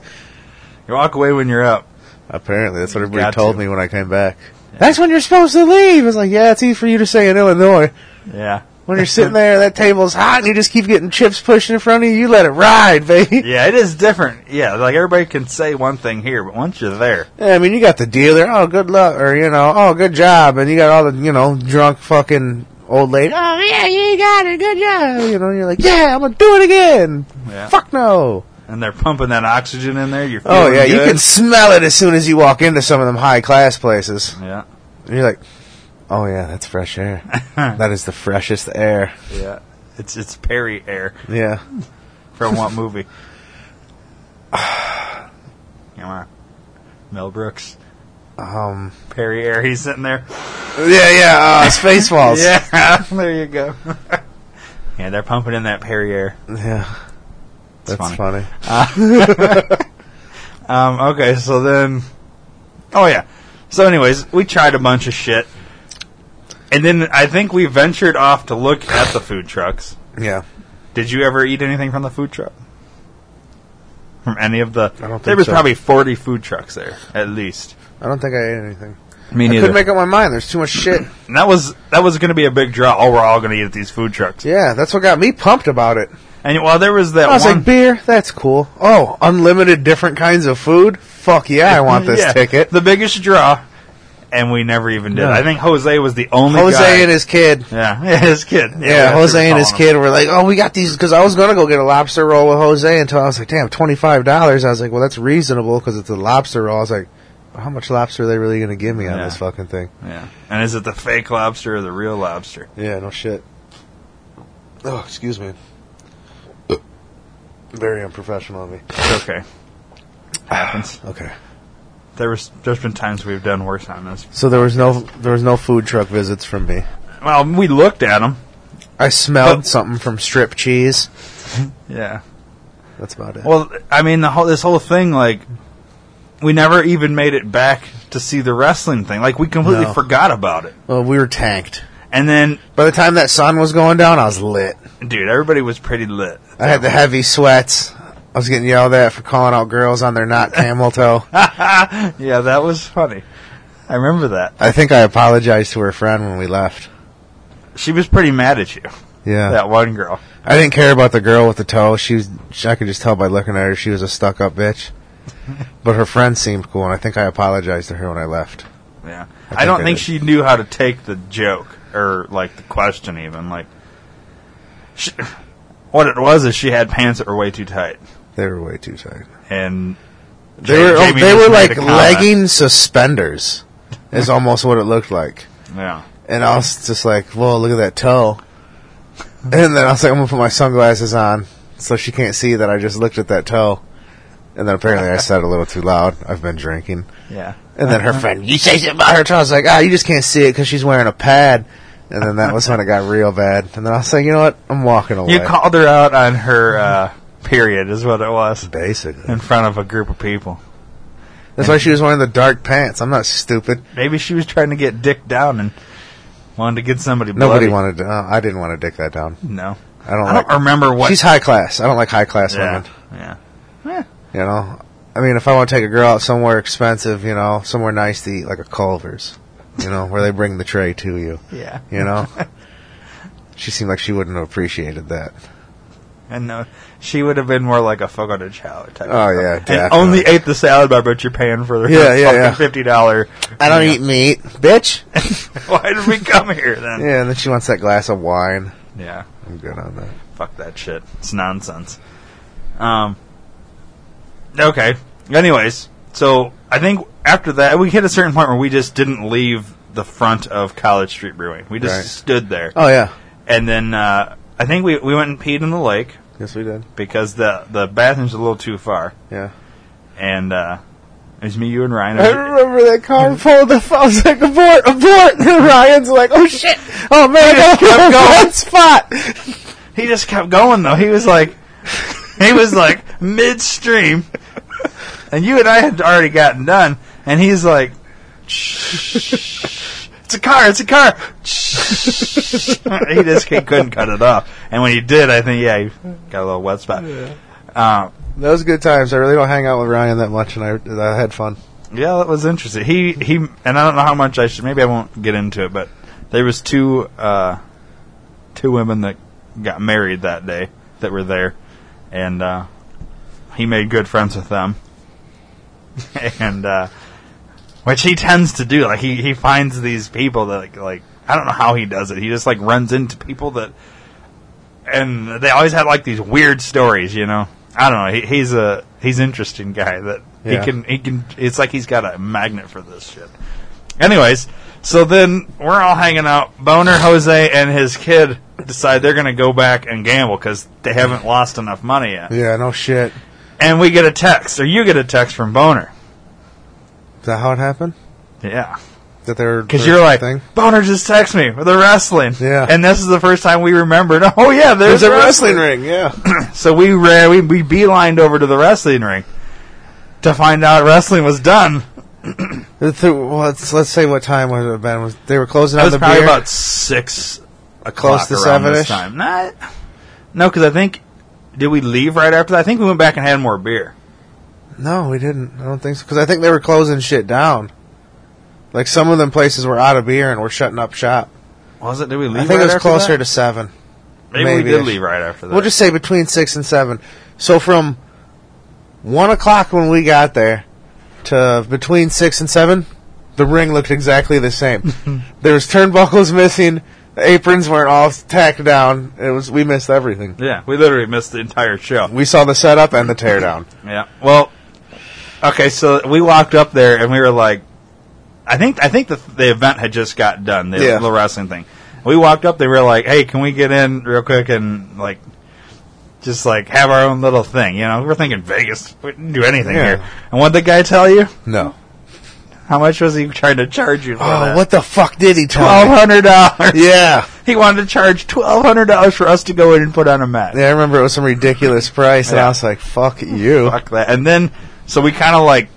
Speaker 5: You walk away when you're up.
Speaker 6: Apparently, that's what everybody
Speaker 5: got
Speaker 6: told
Speaker 5: to.
Speaker 6: me when I came back. That's when you're supposed to leave. It's like, yeah, it's easy for you to say in Illinois.
Speaker 5: Yeah.
Speaker 6: When you're sitting there, that table's hot, and you just keep getting chips pushed in front of you. You let it ride, baby.
Speaker 5: Yeah, it is different. Yeah, like everybody can say one thing here, but once you're there,
Speaker 6: Yeah, I mean, you got the dealer. Oh, good luck, or you know, oh, good job, and you got all the you know drunk fucking old lady. Oh yeah, you got it, good job. You know, and you're like, yeah, I'm gonna do it again.
Speaker 5: Yeah.
Speaker 6: Fuck no.
Speaker 5: and they're pumping that oxygen in there, you're feeling
Speaker 6: Oh yeah, you
Speaker 5: good.
Speaker 6: can smell it as soon as you walk into some of them high class places.
Speaker 5: Yeah,
Speaker 6: And you're like, Oh yeah, that's fresh air. that is the freshest air.
Speaker 5: Yeah. It's it's Perry air
Speaker 6: Yeah.
Speaker 5: from what movie? Come on. Mel Brooks.
Speaker 6: Um.
Speaker 5: Perry air, he's sitting there.
Speaker 6: Yeah, yeah. Uh, space walls.
Speaker 5: Yeah, there you go. yeah, they're pumping in that Perry air.
Speaker 6: Yeah. That's
Speaker 5: funny.
Speaker 6: funny.
Speaker 5: Um, okay, so then. Oh, yeah. So, anyways, we tried a bunch of shit. And then I think we ventured off to look at the food trucks.
Speaker 6: Yeah.
Speaker 5: Did you ever eat anything from the food truck? From any of the.
Speaker 6: don't think
Speaker 5: there was
Speaker 6: so.
Speaker 5: probably 40 food trucks there, at least.
Speaker 6: I don't think I ate anything.
Speaker 5: Me
Speaker 6: I couldn't make up my mind. There's too much shit.
Speaker 5: and that was that was going to be a big draw. Oh, we're all going to eat at these food trucks.
Speaker 6: Yeah, that's what got me pumped about it.
Speaker 5: And while there was that
Speaker 6: I was
Speaker 5: one.
Speaker 6: like, beer, that's cool. Oh, unlimited different kinds of food? Fuck yeah, I want this
Speaker 5: Yeah,
Speaker 6: ticket.
Speaker 5: The biggest draw, and we never even did.
Speaker 6: No.
Speaker 5: I think Jose was the only
Speaker 6: Jose
Speaker 5: guy.
Speaker 6: and his kid.
Speaker 5: yeah, yeah, his kid.
Speaker 6: Yeah,
Speaker 5: that's what
Speaker 6: Jose
Speaker 5: we're
Speaker 6: and his
Speaker 5: calling him.
Speaker 6: kid were like, oh, we got these, because I was going to go get a lobster roll with Jose until I was like, damn, $25. I was like, well, that's reasonable because it's a lobster roll. I was like, how much lobster are they really going to give me on
Speaker 5: Yeah.
Speaker 6: this fucking thing?
Speaker 5: Yeah, and is it the fake lobster or the real lobster?
Speaker 6: Yeah, no shit. Oh, excuse me. Uh, Very unprofessional of me.
Speaker 5: It's okay. Happens.
Speaker 6: Okay.
Speaker 5: There was there's been times we've done worse on this.
Speaker 6: So there was no there was no food truck visits from me.
Speaker 5: Well, we looked at them.
Speaker 6: I smelled
Speaker 5: But-
Speaker 6: something from strip cheese.
Speaker 5: Yeah.
Speaker 6: That's about it.
Speaker 5: Well, I mean the whole this whole thing like we never even made it back to see the wrestling thing. Like we completely
Speaker 6: No.
Speaker 5: forgot about it.
Speaker 6: Well, we were tanked.
Speaker 5: And then,
Speaker 6: By the time that sun was going down, I was lit.
Speaker 5: dude, everybody was pretty lit.
Speaker 6: I had the heavy sweats. I was getting yelled at for calling out girls on their not camel toe.
Speaker 5: Yeah, that was funny. I remember that.
Speaker 6: I think I apologized to her friend when we left.
Speaker 5: She was pretty mad at you.
Speaker 6: Yeah.
Speaker 5: That one girl.
Speaker 6: I didn't care about the girl with the toe. She was, she- I could just tell by looking at her, she was a stuck up bitch. But her friend seemed cool, and I think I apologized to her when I left.
Speaker 5: Yeah.
Speaker 6: I
Speaker 5: I, don't
Speaker 6: think I
Speaker 5: think
Speaker 6: did.
Speaker 5: she knew how to take the joke or like the question even like she, what it was is she had pants that were way too tight
Speaker 6: They were way too tight.
Speaker 5: and
Speaker 6: They were,
Speaker 5: Jamie
Speaker 6: they
Speaker 5: just
Speaker 6: were
Speaker 5: made a
Speaker 6: like
Speaker 5: comment.
Speaker 6: legging suspenders, is almost what it looked like.
Speaker 5: yeah.
Speaker 6: And I was just like, whoa, look at that toe. And then I was like, I'm going to put my sunglasses on so she can't see that I just looked at that toe. And then apparently I said it a little too loud. I've been drinking.
Speaker 5: Yeah.
Speaker 6: And then her
Speaker 5: Uh-huh.
Speaker 6: friend, you say something about her toe. I was like, ah, you just can't see it because she's wearing a pad. And then that was when it got real bad. And then I was like, you know what? I'm walking away.
Speaker 5: You called her out on her uh, period is what it was
Speaker 6: Basically.
Speaker 5: in front of a group of people.
Speaker 6: That's why she was wearing the dark pants. I'm not stupid.
Speaker 5: Maybe she was trying to get dick down and wanted to get somebody
Speaker 6: Nobody
Speaker 5: bloody.
Speaker 6: wanted to. Uh, I didn't want to dick that down.
Speaker 5: No.
Speaker 6: I don't
Speaker 5: I
Speaker 6: like.
Speaker 5: don't remember what
Speaker 6: She's high class. I don't like high class
Speaker 5: yeah.
Speaker 6: women.
Speaker 5: Yeah.
Speaker 6: You know, I mean, if I want to take a girl out somewhere expensive, you know, somewhere nice to eat, like a Culver's, you know, where they bring the tray to you,
Speaker 5: Yeah.
Speaker 6: you know. she seemed like she wouldn't have appreciated that.
Speaker 5: And no, she would have been more like a fuck on a child type.
Speaker 6: Oh,
Speaker 5: of stuff.
Speaker 6: yeah,
Speaker 5: and
Speaker 6: definitely.
Speaker 5: only ate the salad bar, but you're paying for the
Speaker 6: Yeah, yeah,
Speaker 5: fucking
Speaker 6: yeah.
Speaker 5: fifty dollar.
Speaker 6: I don't eat meat, bitch.
Speaker 5: Why did we come here then?
Speaker 6: yeah, and then she wants that glass of wine.
Speaker 5: Yeah.
Speaker 6: I'm good on that.
Speaker 5: fuck that shit. It's nonsense. Um. Okay. Anyways, so I think after that we hit a certain point where we just didn't leave the front of College Street Brewing. We just
Speaker 6: Right.
Speaker 5: stood there,
Speaker 6: Oh yeah,
Speaker 5: and then uh, I think we we went and peed in the lake
Speaker 6: yes we did.
Speaker 5: because the the bathroom's a little too far,
Speaker 6: Yeah.
Speaker 5: and uh, it was me, you, and Ryan.
Speaker 6: I remember that car pulled up. I was like, abort, abort. And Ryan's like, oh shit. Oh man, I got
Speaker 5: kept
Speaker 6: one
Speaker 5: going.
Speaker 6: spot.
Speaker 5: He just kept going though. He was like, he was like midstream, and you and I had already gotten done, and he's like, "Shh. "It's a car, it's a car." Shh. he just he couldn't cut it off, and when he did, I think yeah, he got a little wet spot. Um,
Speaker 6: Those good times. I really don't hang out with Ryan that much, and I, I had fun.
Speaker 5: Yeah, that was interesting. He he, and I don't know how much I should. Maybe I won't get into it, but there was two uh, two women that got married that day that were there, and uh, he made good friends with them, and uh, which he tends to do. Like he he finds these people that like, like I don't know how he does it. He just like runs into people that, and they always have like these weird stories. You know, I don't know. He, he's a he's an interesting guy that
Speaker 6: Yeah.
Speaker 5: he can he can. It's like he's got a magnet for this shit. Anyways, so then we're all hanging out. Boner, Jose, and his kid decide they're going to go back and gamble because they haven't lost enough money yet.
Speaker 6: Yeah, no shit.
Speaker 5: And we get a text, or you get a text from Boner.
Speaker 6: Is that how it happened?
Speaker 5: Yeah.
Speaker 6: That they're
Speaker 5: Because
Speaker 6: they're
Speaker 5: you're like,
Speaker 6: thing?
Speaker 5: Boner just texted me with the wrestling.
Speaker 6: Yeah.
Speaker 5: And this is the first time we remembered, oh, yeah, there's,
Speaker 6: There's a
Speaker 5: wrestling.
Speaker 6: wrestling ring. Yeah,
Speaker 5: So we ran, we, we beelined over to the wrestling ring to find out wrestling was done.
Speaker 6: It's the- well, let's let's say what time was it? Ben was they were closing
Speaker 5: That
Speaker 6: out
Speaker 5: was
Speaker 6: the
Speaker 5: probably
Speaker 6: beer.
Speaker 5: about six
Speaker 6: close
Speaker 5: o'clock
Speaker 6: to
Speaker 5: around this
Speaker 6: seven-ish.
Speaker 5: time. Not, no, because I think did we leave right after that? I think we went back and had more beer.
Speaker 6: No, we didn't. I don't think so because I think they were closing shit down. Like some of them places were out of beer and were shutting up shop.
Speaker 5: Was it? Did we leave?
Speaker 6: I think
Speaker 5: right
Speaker 6: it was
Speaker 5: after
Speaker 6: closer
Speaker 5: that?
Speaker 6: to seven.
Speaker 5: maybe, we did
Speaker 6: maybe-ish.
Speaker 5: leave right after that.
Speaker 6: We'll just say between six and seven. So from one o'clock when we got there to between six and seven, the ring looked exactly the same. there was turnbuckles missing, the aprons weren't all tacked down. It was we missed everything.
Speaker 5: yeah, we literally missed the entire show.
Speaker 6: We saw the setup and the teardown.
Speaker 5: Yeah. Well, okay. So we walked up there and we were like, I think I think the the event had just got done. The
Speaker 6: Yeah.
Speaker 5: little wrestling thing. We walked up. They were like, Hey, can we get in real quick and like. Just like have our own little thing, you know. We're thinking Vegas. We didn't do anything
Speaker 6: Yeah.
Speaker 5: here. And what would the guy tell you?
Speaker 6: No.
Speaker 5: How much was he trying to charge you for
Speaker 6: Oh,
Speaker 5: that?
Speaker 6: what the fuck did he
Speaker 5: Twelve
Speaker 6: tell me?
Speaker 5: hundred dollars.
Speaker 6: Yeah.
Speaker 5: He wanted to charge twelve hundred dollars for us to go in and put on a match.
Speaker 6: Yeah, I remember it was some ridiculous price, and
Speaker 5: Yeah.
Speaker 6: I was like, "Fuck you."
Speaker 5: Fuck that. And then so we kind of like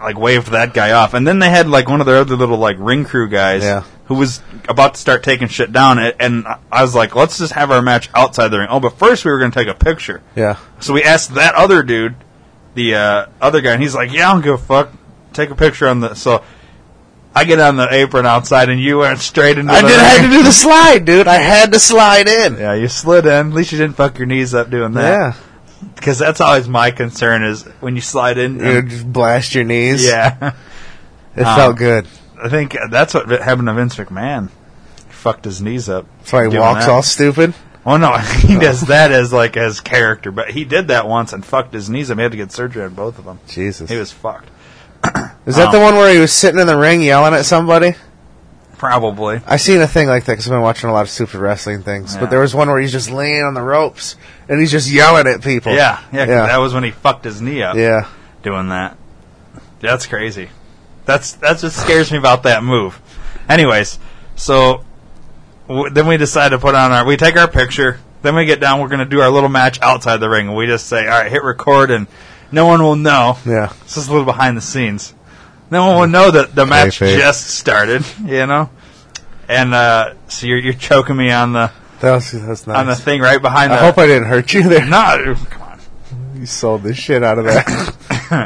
Speaker 5: like waved that guy off. And then they had like one of their other little like ring crew guys
Speaker 6: Yeah.
Speaker 5: who was about to start taking shit down. And- And I- I was like, let's just have our match outside the ring. Oh, but first we were going to take a picture.
Speaker 6: Yeah.
Speaker 5: So we asked that other dude, the uh, other guy, and he's like, "Yeah, I don't give a fuck. Take a picture on the." So I get on the apron outside, and you went straight into.
Speaker 6: I
Speaker 5: the
Speaker 6: did. I
Speaker 5: ring.
Speaker 6: had to do the slide, dude. I had to slide in.
Speaker 5: Yeah, you slid in. At least you didn't fuck your knees up doing
Speaker 6: Yeah.
Speaker 5: that. Because that's always my concern is when you slide in.
Speaker 6: You would just blast your knees.
Speaker 5: yeah. Um,
Speaker 6: It felt good.
Speaker 5: I think that's what happened to Vince McMahon. He fucked his knees up.
Speaker 6: That's why he
Speaker 5: doing
Speaker 6: walks
Speaker 5: that.
Speaker 6: all stupid.
Speaker 5: Oh no, he does that as like as character, but he did that once and fucked his knees up. He had to get surgery on both of them.
Speaker 6: Jesus.
Speaker 5: He was fucked.
Speaker 6: Is
Speaker 5: Um,
Speaker 6: that the one where he was sitting in the ring yelling at somebody?
Speaker 5: Probably.
Speaker 6: I seen a thing like that because I've been watching a lot of stupid wrestling things.
Speaker 5: Yeah.
Speaker 6: But there was one where he's just laying on the ropes and he's just yelling at people.
Speaker 5: Yeah, yeah, 'cause
Speaker 6: Oh. Yeah.
Speaker 5: That was when he fucked his knee up.
Speaker 6: Yeah.
Speaker 5: doing that. That's crazy. That's that's what scares me about that move. Anyways, so w- then we decide to put on our. We take our picture. Then we get down. We're gonna do our little match outside the ring, and we just say, "All right, hit record," and no one will know.
Speaker 6: Yeah.
Speaker 5: This is a little behind the scenes. No one will know that the match
Speaker 6: Kayfabe.
Speaker 5: just started. You know. And uh, so you're, you're choking me on the
Speaker 6: That was, that was nice.
Speaker 5: on the uh, thing right behind
Speaker 6: I
Speaker 5: the.
Speaker 6: hope I didn't hurt you there.
Speaker 5: no, come on.
Speaker 6: You sold the shit out of that.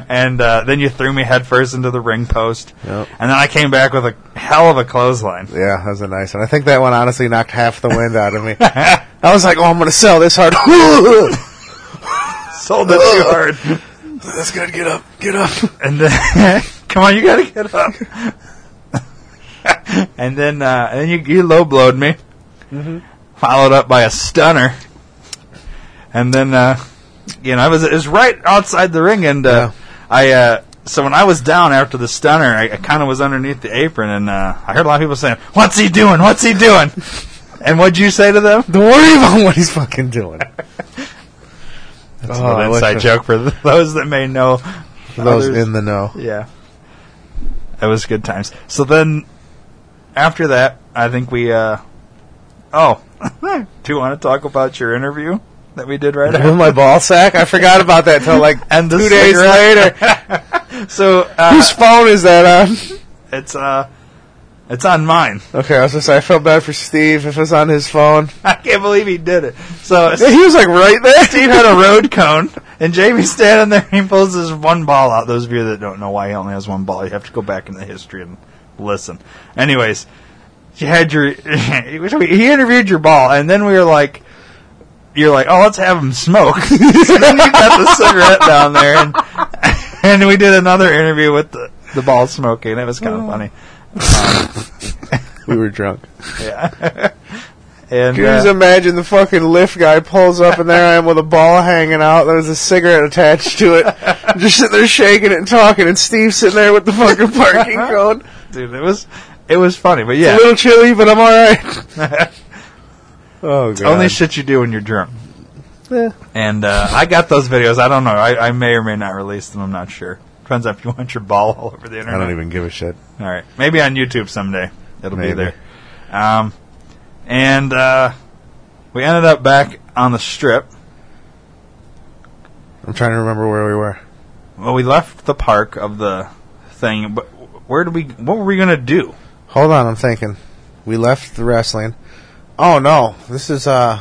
Speaker 5: and uh, then you threw me headfirst into the ring post.
Speaker 6: Yep.
Speaker 5: And then I came back with a hell of a clothesline.
Speaker 6: yeah, that was a nice one. I think that one honestly knocked half the wind out of me. I was like, oh, I'm going to sell this hard.
Speaker 5: Sold it too hard.
Speaker 6: That's good. Get up. Get up.
Speaker 5: And then, come on, you gotta get up. and then, uh, and then you, you low blowed me, followed up by a stunner. And then, uh, you know, I was it was right outside the ring, and uh, I. Uh, so when I was down after the stunner, I, I kind of was underneath the apron, and uh, I heard a lot of people saying, "What's he doing? What's he doing?" And what'd you say to them?
Speaker 6: Don't worry about what he's fucking doing.
Speaker 5: That's
Speaker 6: Oh,
Speaker 5: an
Speaker 6: I wish
Speaker 5: inside
Speaker 6: I-
Speaker 5: joke for th- those that may know.
Speaker 6: For those
Speaker 5: others.
Speaker 6: in the know.
Speaker 5: yeah, that was good times. So then, after that, I think we. uh Oh, do you want to talk about your interview that we did right
Speaker 6: With
Speaker 5: after?
Speaker 6: my ball sack? I forgot about that till like
Speaker 5: And the
Speaker 6: two days
Speaker 5: cigarette.
Speaker 6: later.
Speaker 5: So uh,
Speaker 6: Whose phone is that on?
Speaker 5: it's uh, it's on mine.
Speaker 6: Okay, I was gonna say I felt bad for Steve if it's on his phone.
Speaker 5: I can't believe he did it. So
Speaker 6: He was like right there.
Speaker 5: Steve had a road cone, and Jamie's standing there. He pulls his one ball out. Those of you that don't know why he only has one ball, you have to go back in the history and listen. Anyways, you had your he interviewed your ball, and then we were like, you're like, oh, let's have him smoke. so then you got the cigarette down there, and and we did another interview with the the ball smoking. It was kind
Speaker 6: Oh.
Speaker 5: of funny.
Speaker 6: We were drunk.
Speaker 5: And
Speaker 6: Can you just
Speaker 5: uh,
Speaker 6: imagine the fucking lift guy pulls up and there I am with a ball hanging out. There was a cigarette attached to it. just sitting there shaking it and talking, and Steve sitting there with the fucking parking cone.
Speaker 5: dude, it was it was funny, but yeah,
Speaker 6: A little chilly, but I'm all right. oh god.
Speaker 5: only shit you do when you're drunk.
Speaker 6: Eh.
Speaker 5: And uh, I got those videos. I don't know. I, I may or may not release them. I'm not sure. Depends if you want your ball all over the internet.
Speaker 6: I don't even give a shit.
Speaker 5: All right, maybe on YouTube someday. It'll be
Speaker 6: Maybe.
Speaker 5: there. Um, and uh, we ended up back on the strip.
Speaker 6: I'm trying to remember where we were.
Speaker 5: Well, we left the park of the thing, but where did we? What were we gonna do?
Speaker 6: Hold on, I'm thinking. We left the wrestling. Oh no, this is uh,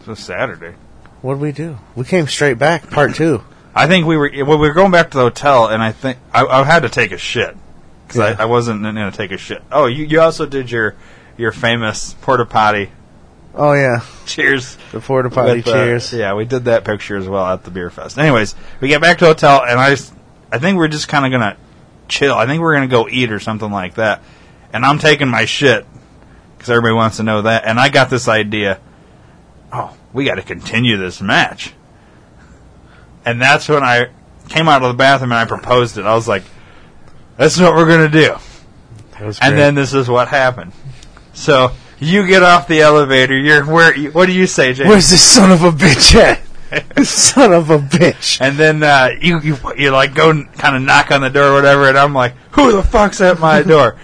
Speaker 5: It was Saturday.
Speaker 6: what did we do? We came straight back, part two.
Speaker 5: I think we were well, we were going back to the hotel, and I think I, I had to take a shit because
Speaker 6: Yeah.
Speaker 5: I, I wasn't gonna take a shit. Oh, you, you also did your your famous porta potty
Speaker 6: Oh yeah,
Speaker 5: cheers.
Speaker 6: the porta potty
Speaker 5: with, uh,
Speaker 6: cheers.
Speaker 5: yeah, we did that picture as well at the beer fest. Anyways, we get back to the hotel, and I, s- I think we're just kind of gonna chill. I think we're gonna go eat or something like that. And I'm taking my shit because everybody wants to know that. And I got this idea. Oh, we got to continue this match. And that's when I came out of the bathroom and I proposed it. I was like, "This is what we're gonna do."
Speaker 6: That was
Speaker 5: And
Speaker 6: great.
Speaker 5: then this is what happened. So you get off the elevator. You're where? you- What do you say, James?
Speaker 6: where's this son of a bitch at? This son of a bitch.
Speaker 5: And then uh, you, you you like go kind of knock on the door or whatever, and I'm like, who the fuck's at my door?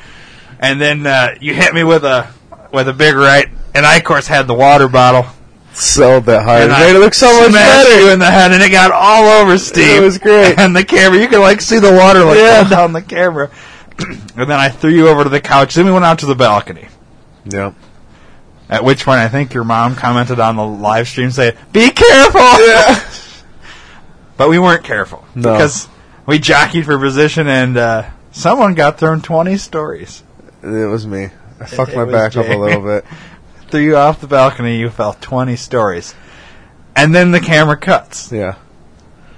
Speaker 5: and then uh, you hit me with a with a big right, and I of course had the water bottle.
Speaker 6: Sold that hard.
Speaker 5: And
Speaker 6: It
Speaker 5: I
Speaker 6: made it look so much
Speaker 5: smashed
Speaker 6: better.
Speaker 5: You in the head, and it got all over Steve.
Speaker 6: It was great.
Speaker 5: And the camera, you could like see the water like
Speaker 6: Yeah.
Speaker 5: come down the camera. and then I threw you over to the couch. Then we went out to the balcony.
Speaker 6: Yep.
Speaker 5: At which point, I think your mom commented on the live stream saying, "Be careful." but we weren't careful
Speaker 6: No.
Speaker 5: because we jockeyed for position, and uh, someone got thrown twenty stories.
Speaker 6: It was me. I fucked
Speaker 5: It
Speaker 6: my
Speaker 5: was
Speaker 6: back up
Speaker 5: Jay.
Speaker 6: a little bit.
Speaker 5: Threw you off the balcony. You fell twenty stories, and then the camera cuts,
Speaker 6: Yeah.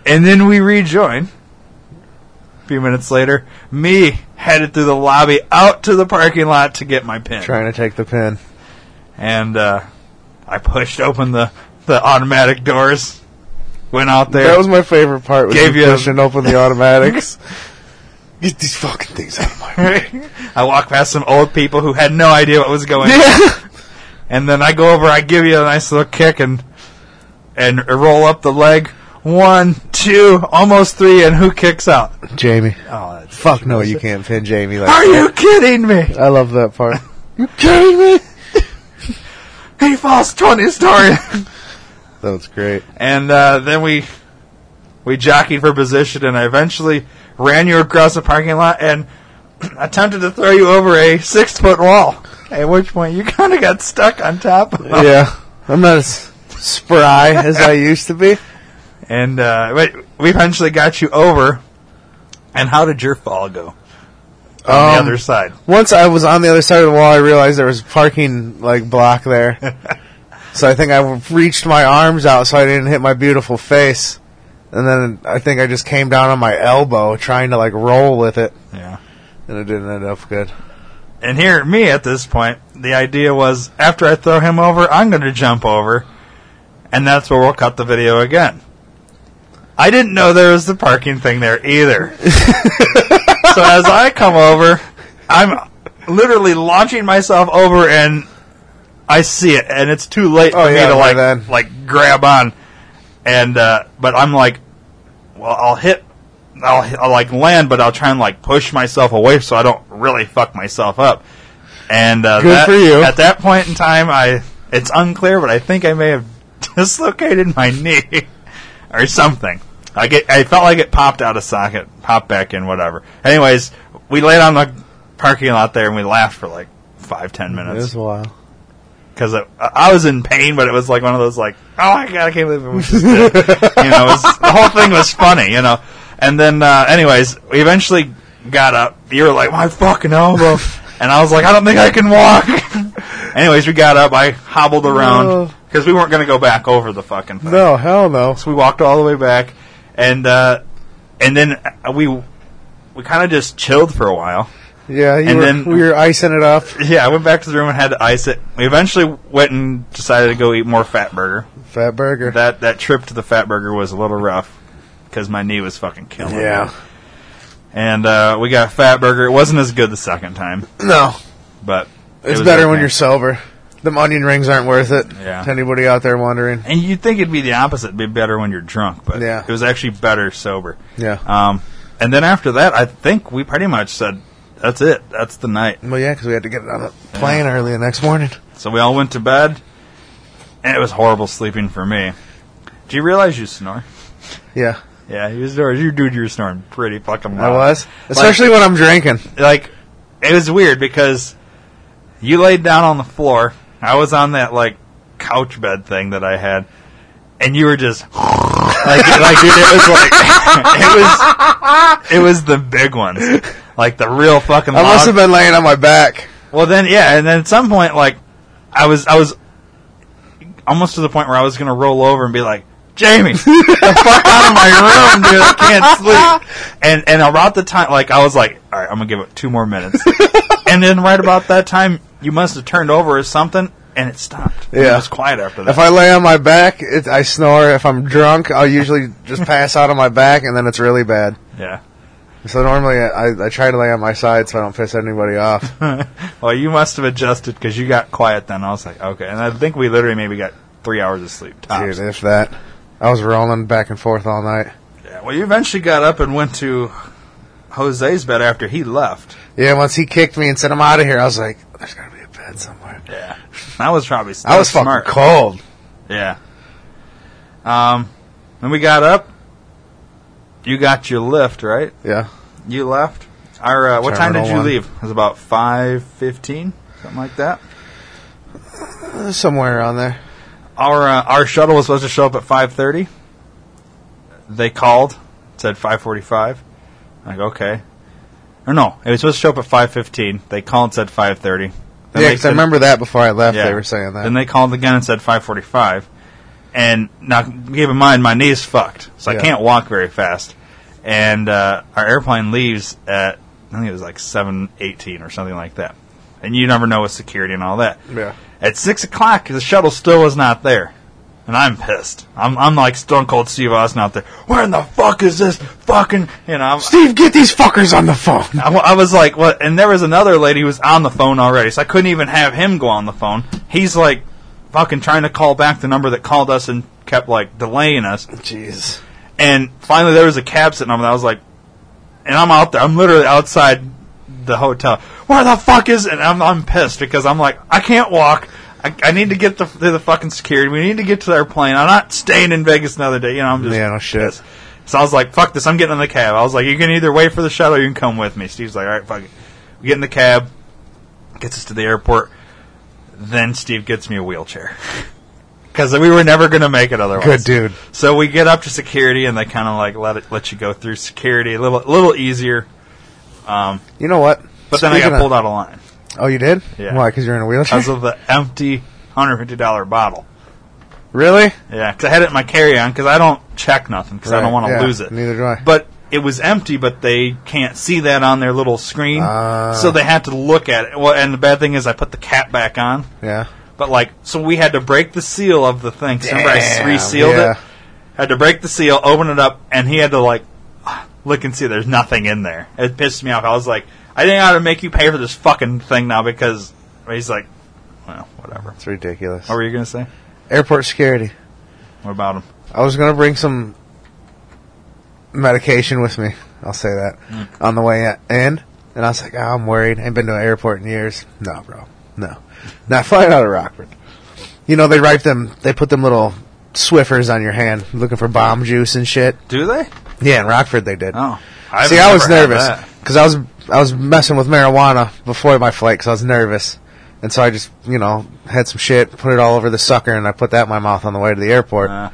Speaker 5: and then we rejoin. A few minutes later, me headed through the lobby out to the parking lot to get my pin.
Speaker 6: Trying to take the pin.
Speaker 5: and uh, I pushed open the, the automatic doors. Went out there.
Speaker 6: That was my favorite part. Was
Speaker 5: Gave
Speaker 6: you
Speaker 5: you a-
Speaker 6: pushing open the automatics. Get these fucking things out of my
Speaker 5: I walked past some old people who had no idea what was going on,
Speaker 6: Yeah.
Speaker 5: and then I go over. I give you a nice little kick and and roll up the leg. One, two, almost three, and who kicks out?
Speaker 6: Jamie.
Speaker 5: Oh, that's,
Speaker 6: Fuck no, you can't pin Jamie like
Speaker 5: are you kidding me?
Speaker 6: I love that part. you kidding me?
Speaker 5: He falls twenty stories.
Speaker 6: That was great.
Speaker 5: and uh, then we we jockeyed for position, and I eventually ran you across the parking lot and attempted to throw you over a six foot wall. At which point you kind of got stuck on top. Of
Speaker 6: Yeah. I'm not as spry as I used to be.
Speaker 5: And uh, wait, we eventually got you over. And how did your fall go on the
Speaker 6: Um,
Speaker 5: other side?
Speaker 6: Once I was on the other side of the wall, I realized there was a parking like block there. so I think I reached my arms out so I didn't hit my beautiful face. And then I think I just came down on my elbow trying to like roll with it,
Speaker 5: Yeah.
Speaker 6: and it didn't end up good.
Speaker 5: And here, me at this point, the idea was after I throw him over, I'm going to jump over, and that's where we'll cut the video again. I didn't know there was the parking thing there either. so as I come over, I'm literally launching myself over, and I see it, and it's too late for
Speaker 6: Oh,
Speaker 5: me
Speaker 6: yeah,
Speaker 5: to
Speaker 6: by
Speaker 5: like
Speaker 6: then.
Speaker 5: like grab on. And uh, but I'm like, well, I'll hit I'll, I'll like land, but I'll try and like push myself away so I don't really fuck myself up. And uh,
Speaker 6: Good
Speaker 5: that-
Speaker 6: for you.
Speaker 5: At that point in time, I it's unclear, but I think I may have dislocated my knee or something. I get I felt like it popped out of socket, popped back in, whatever. Anyways, we laid on the parking lot there and we laughed for like five ten
Speaker 6: It
Speaker 5: minutes
Speaker 6: was a while.
Speaker 5: because I I was in pain, but it was like one of those like, oh my god, I can't believe it was just did. you know, it was, the whole thing was funny, you know. And then, uh, anyways, we eventually got up. You were like, my fucking elbow, and I was like, I don't think I can walk. anyways, we got up. I hobbled
Speaker 6: No.
Speaker 5: around because we weren't going to go back over the fucking thing.
Speaker 6: No, hell no.
Speaker 5: So we walked all the way back, and uh, and then uh, we we kind of just chilled for a while.
Speaker 6: Yeah, you
Speaker 5: And
Speaker 6: were,
Speaker 5: then-
Speaker 6: we were icing it up.
Speaker 5: Yeah, I went back to the room and had to ice it. We eventually went and decided to go eat more fat burger.
Speaker 6: Fat burger.
Speaker 5: That that trip to the Fatburger was a little rough because my knee was fucking killing me.
Speaker 6: yeah.
Speaker 5: and uh, we got Fat Burger. It wasn't as good the second time,
Speaker 6: No,
Speaker 5: but it
Speaker 6: it's
Speaker 5: was
Speaker 6: better when
Speaker 5: okay.
Speaker 6: you're sober. The onion rings aren't worth it.
Speaker 5: Yeah.
Speaker 6: To anybody out there wondering,
Speaker 5: And you'd think it'd be the opposite, it'd be better when you're drunk, but
Speaker 6: Yeah.
Speaker 5: it was actually better sober.
Speaker 6: Yeah.
Speaker 5: Um, and then after that, I think we pretty much said, that's it, that's the night.
Speaker 6: well, yeah, because we had to get on a plane early the next morning.
Speaker 5: So we all went to bed, and it was horrible sleeping for me. Do you realize you snore?
Speaker 6: Yeah,
Speaker 5: Yeah, you snore. You dude, you were snoring pretty fucking
Speaker 6: I
Speaker 5: loud.
Speaker 6: was,
Speaker 5: Like-
Speaker 6: especially when I'm drinking.
Speaker 5: like it was weird because you laid down on the floor. I was on that like couch bed thing that I had, and you were just like, like dude, it was like it was it was the big ones, like the real fucking.
Speaker 6: I must
Speaker 5: loud-
Speaker 6: have been laying on my back.
Speaker 5: well, then yeah, and then at some point, like I was, I was almost to the point where I was gonna roll over and be like, Jamie, the fuck out of my room, dude! I can't sleep. And and about the time, like I was like, all right, I'm gonna give it two more minutes. and then right about that time, you must have turned over or something, and it stopped. And it
Speaker 6: Yeah.
Speaker 5: was quiet after that.
Speaker 6: If I lay on my back, it, I snore. If I'm drunk, I'll usually just pass out on my back, and then it's really bad.
Speaker 5: yeah.
Speaker 6: So normally, I, I try to lay on my side so I don't piss anybody off.
Speaker 5: Well, you must have adjusted because you got quiet then. I was like, okay. And I think we literally maybe got three hours of sleep tops.
Speaker 6: Dude, if that. I was rolling back and forth all night.
Speaker 5: Yeah, well, you eventually got up and went to Jose's bed after he left.
Speaker 6: Yeah, once he kicked me and said, I'm out of here, I was like, there's gotta be a bed somewhere.
Speaker 5: Yeah, that was probably that
Speaker 6: I was fucking
Speaker 5: smart.
Speaker 6: cold.
Speaker 5: Yeah. Um, when we got up, you got your lift right.
Speaker 6: Yeah.
Speaker 5: You left. Our uh, what time
Speaker 6: Terminal
Speaker 5: did you
Speaker 6: one.
Speaker 5: leave? It was about five fifteen, something like that.
Speaker 6: Somewhere around there.
Speaker 5: Our uh, our shuttle was supposed to show up at five thirty. They called, said five forty five. Like okay, or no, it was supposed to show up at five fifteen. They called and said five thirty.
Speaker 6: yeah, because I remember that before I left, they were saying
Speaker 5: Then
Speaker 6: that.
Speaker 5: they called again and said 5:45. And now, keep in mind, my knee's fucked, so I
Speaker 6: Yeah.
Speaker 5: can't walk very fast. And uh, our airplane leaves at I think it was like 7:18 or something like that. And you never know with security and all that.
Speaker 6: Yeah.
Speaker 5: At six o'clock, the shuttle still was not there. And I'm pissed. I'm, I'm like Stone Cold Steve Austin out there. Where in the fuck is this fucking? You know, I'm,
Speaker 6: Steve, get these fuckers on the phone!
Speaker 5: I, wa- I was like, what? And there was another lady who was on the phone already, so I couldn't even have him go on the phone. He's like fucking trying to call back the number that called us and kept like delaying us.
Speaker 6: Jeez.
Speaker 5: And finally, there was a cab sitting on me. I was like, and I'm out there. I'm literally outside the hotel. Where the fuck is? And I'm I'm pissed because I'm like, I can't walk. I, I need to get to, to the fucking security. We need to get to our plane. I'm not staying in Vegas another day. You know, I'm just
Speaker 6: Yeah, no shit.
Speaker 5: pissed. So I was like, fuck this. I'm getting in the cab. I was like, you can either wait for the shuttle or you can come with me. Steve's like, all right, fuck it. We get in the cab. Gets us to the airport. Then Steve gets me a wheelchair. Because we were never going to make it otherwise.
Speaker 6: Good dude.
Speaker 5: So we get up to security, and they kind of like let it let you go through security a little little easier.
Speaker 6: You know what?
Speaker 5: But then I got pulled out of line
Speaker 6: out. Oh, you did?
Speaker 5: Yeah.
Speaker 6: Why? Because you're in a wheelchair?
Speaker 5: because of the empty hundred fifty dollar bottle.
Speaker 6: really?
Speaker 5: Yeah, because I had it in my carry on because I don't check nothing because I don't
Speaker 6: Right,
Speaker 5: want to
Speaker 6: yeah,
Speaker 5: lose it.
Speaker 6: neither do I.
Speaker 5: But it was empty, but they can't see that on their little screen,
Speaker 6: Ah.
Speaker 5: so they had to look at it. Well, and the bad thing is I put the cap back on.
Speaker 6: Yeah.
Speaker 5: But like, so we had to break the seal of the thing. 'Cause Remember, I
Speaker 6: Damn,
Speaker 5: resealed
Speaker 6: yeah.
Speaker 5: it. Had to break the seal, open it up, and he had to like look and see there's nothing in there. It pissed me off. I was like, I think I ought to make you pay for this fucking thing now because he's like, well, whatever.
Speaker 6: It's ridiculous.
Speaker 5: What were you gonna say?
Speaker 6: Airport security.
Speaker 5: What about him?
Speaker 6: I was gonna bring some medication with me. I'll say that
Speaker 5: Hmm.
Speaker 6: on the way in, and I was like, oh, I'm worried. I ain't been to an airport in years. No, bro, no, not flying out of Rockford. You know they write them. They put them little Swiffers on your hand, looking for bomb juice and shit.
Speaker 5: Do they?
Speaker 6: Yeah, in Rockford they did.
Speaker 5: Oh,
Speaker 6: See, I was nervous
Speaker 5: That.
Speaker 6: because I was I was messing with marijuana before my flight because I was nervous, and so I just you know had some shit, put it all over the sucker, and I put that in my mouth on the way to the airport.
Speaker 5: Uh.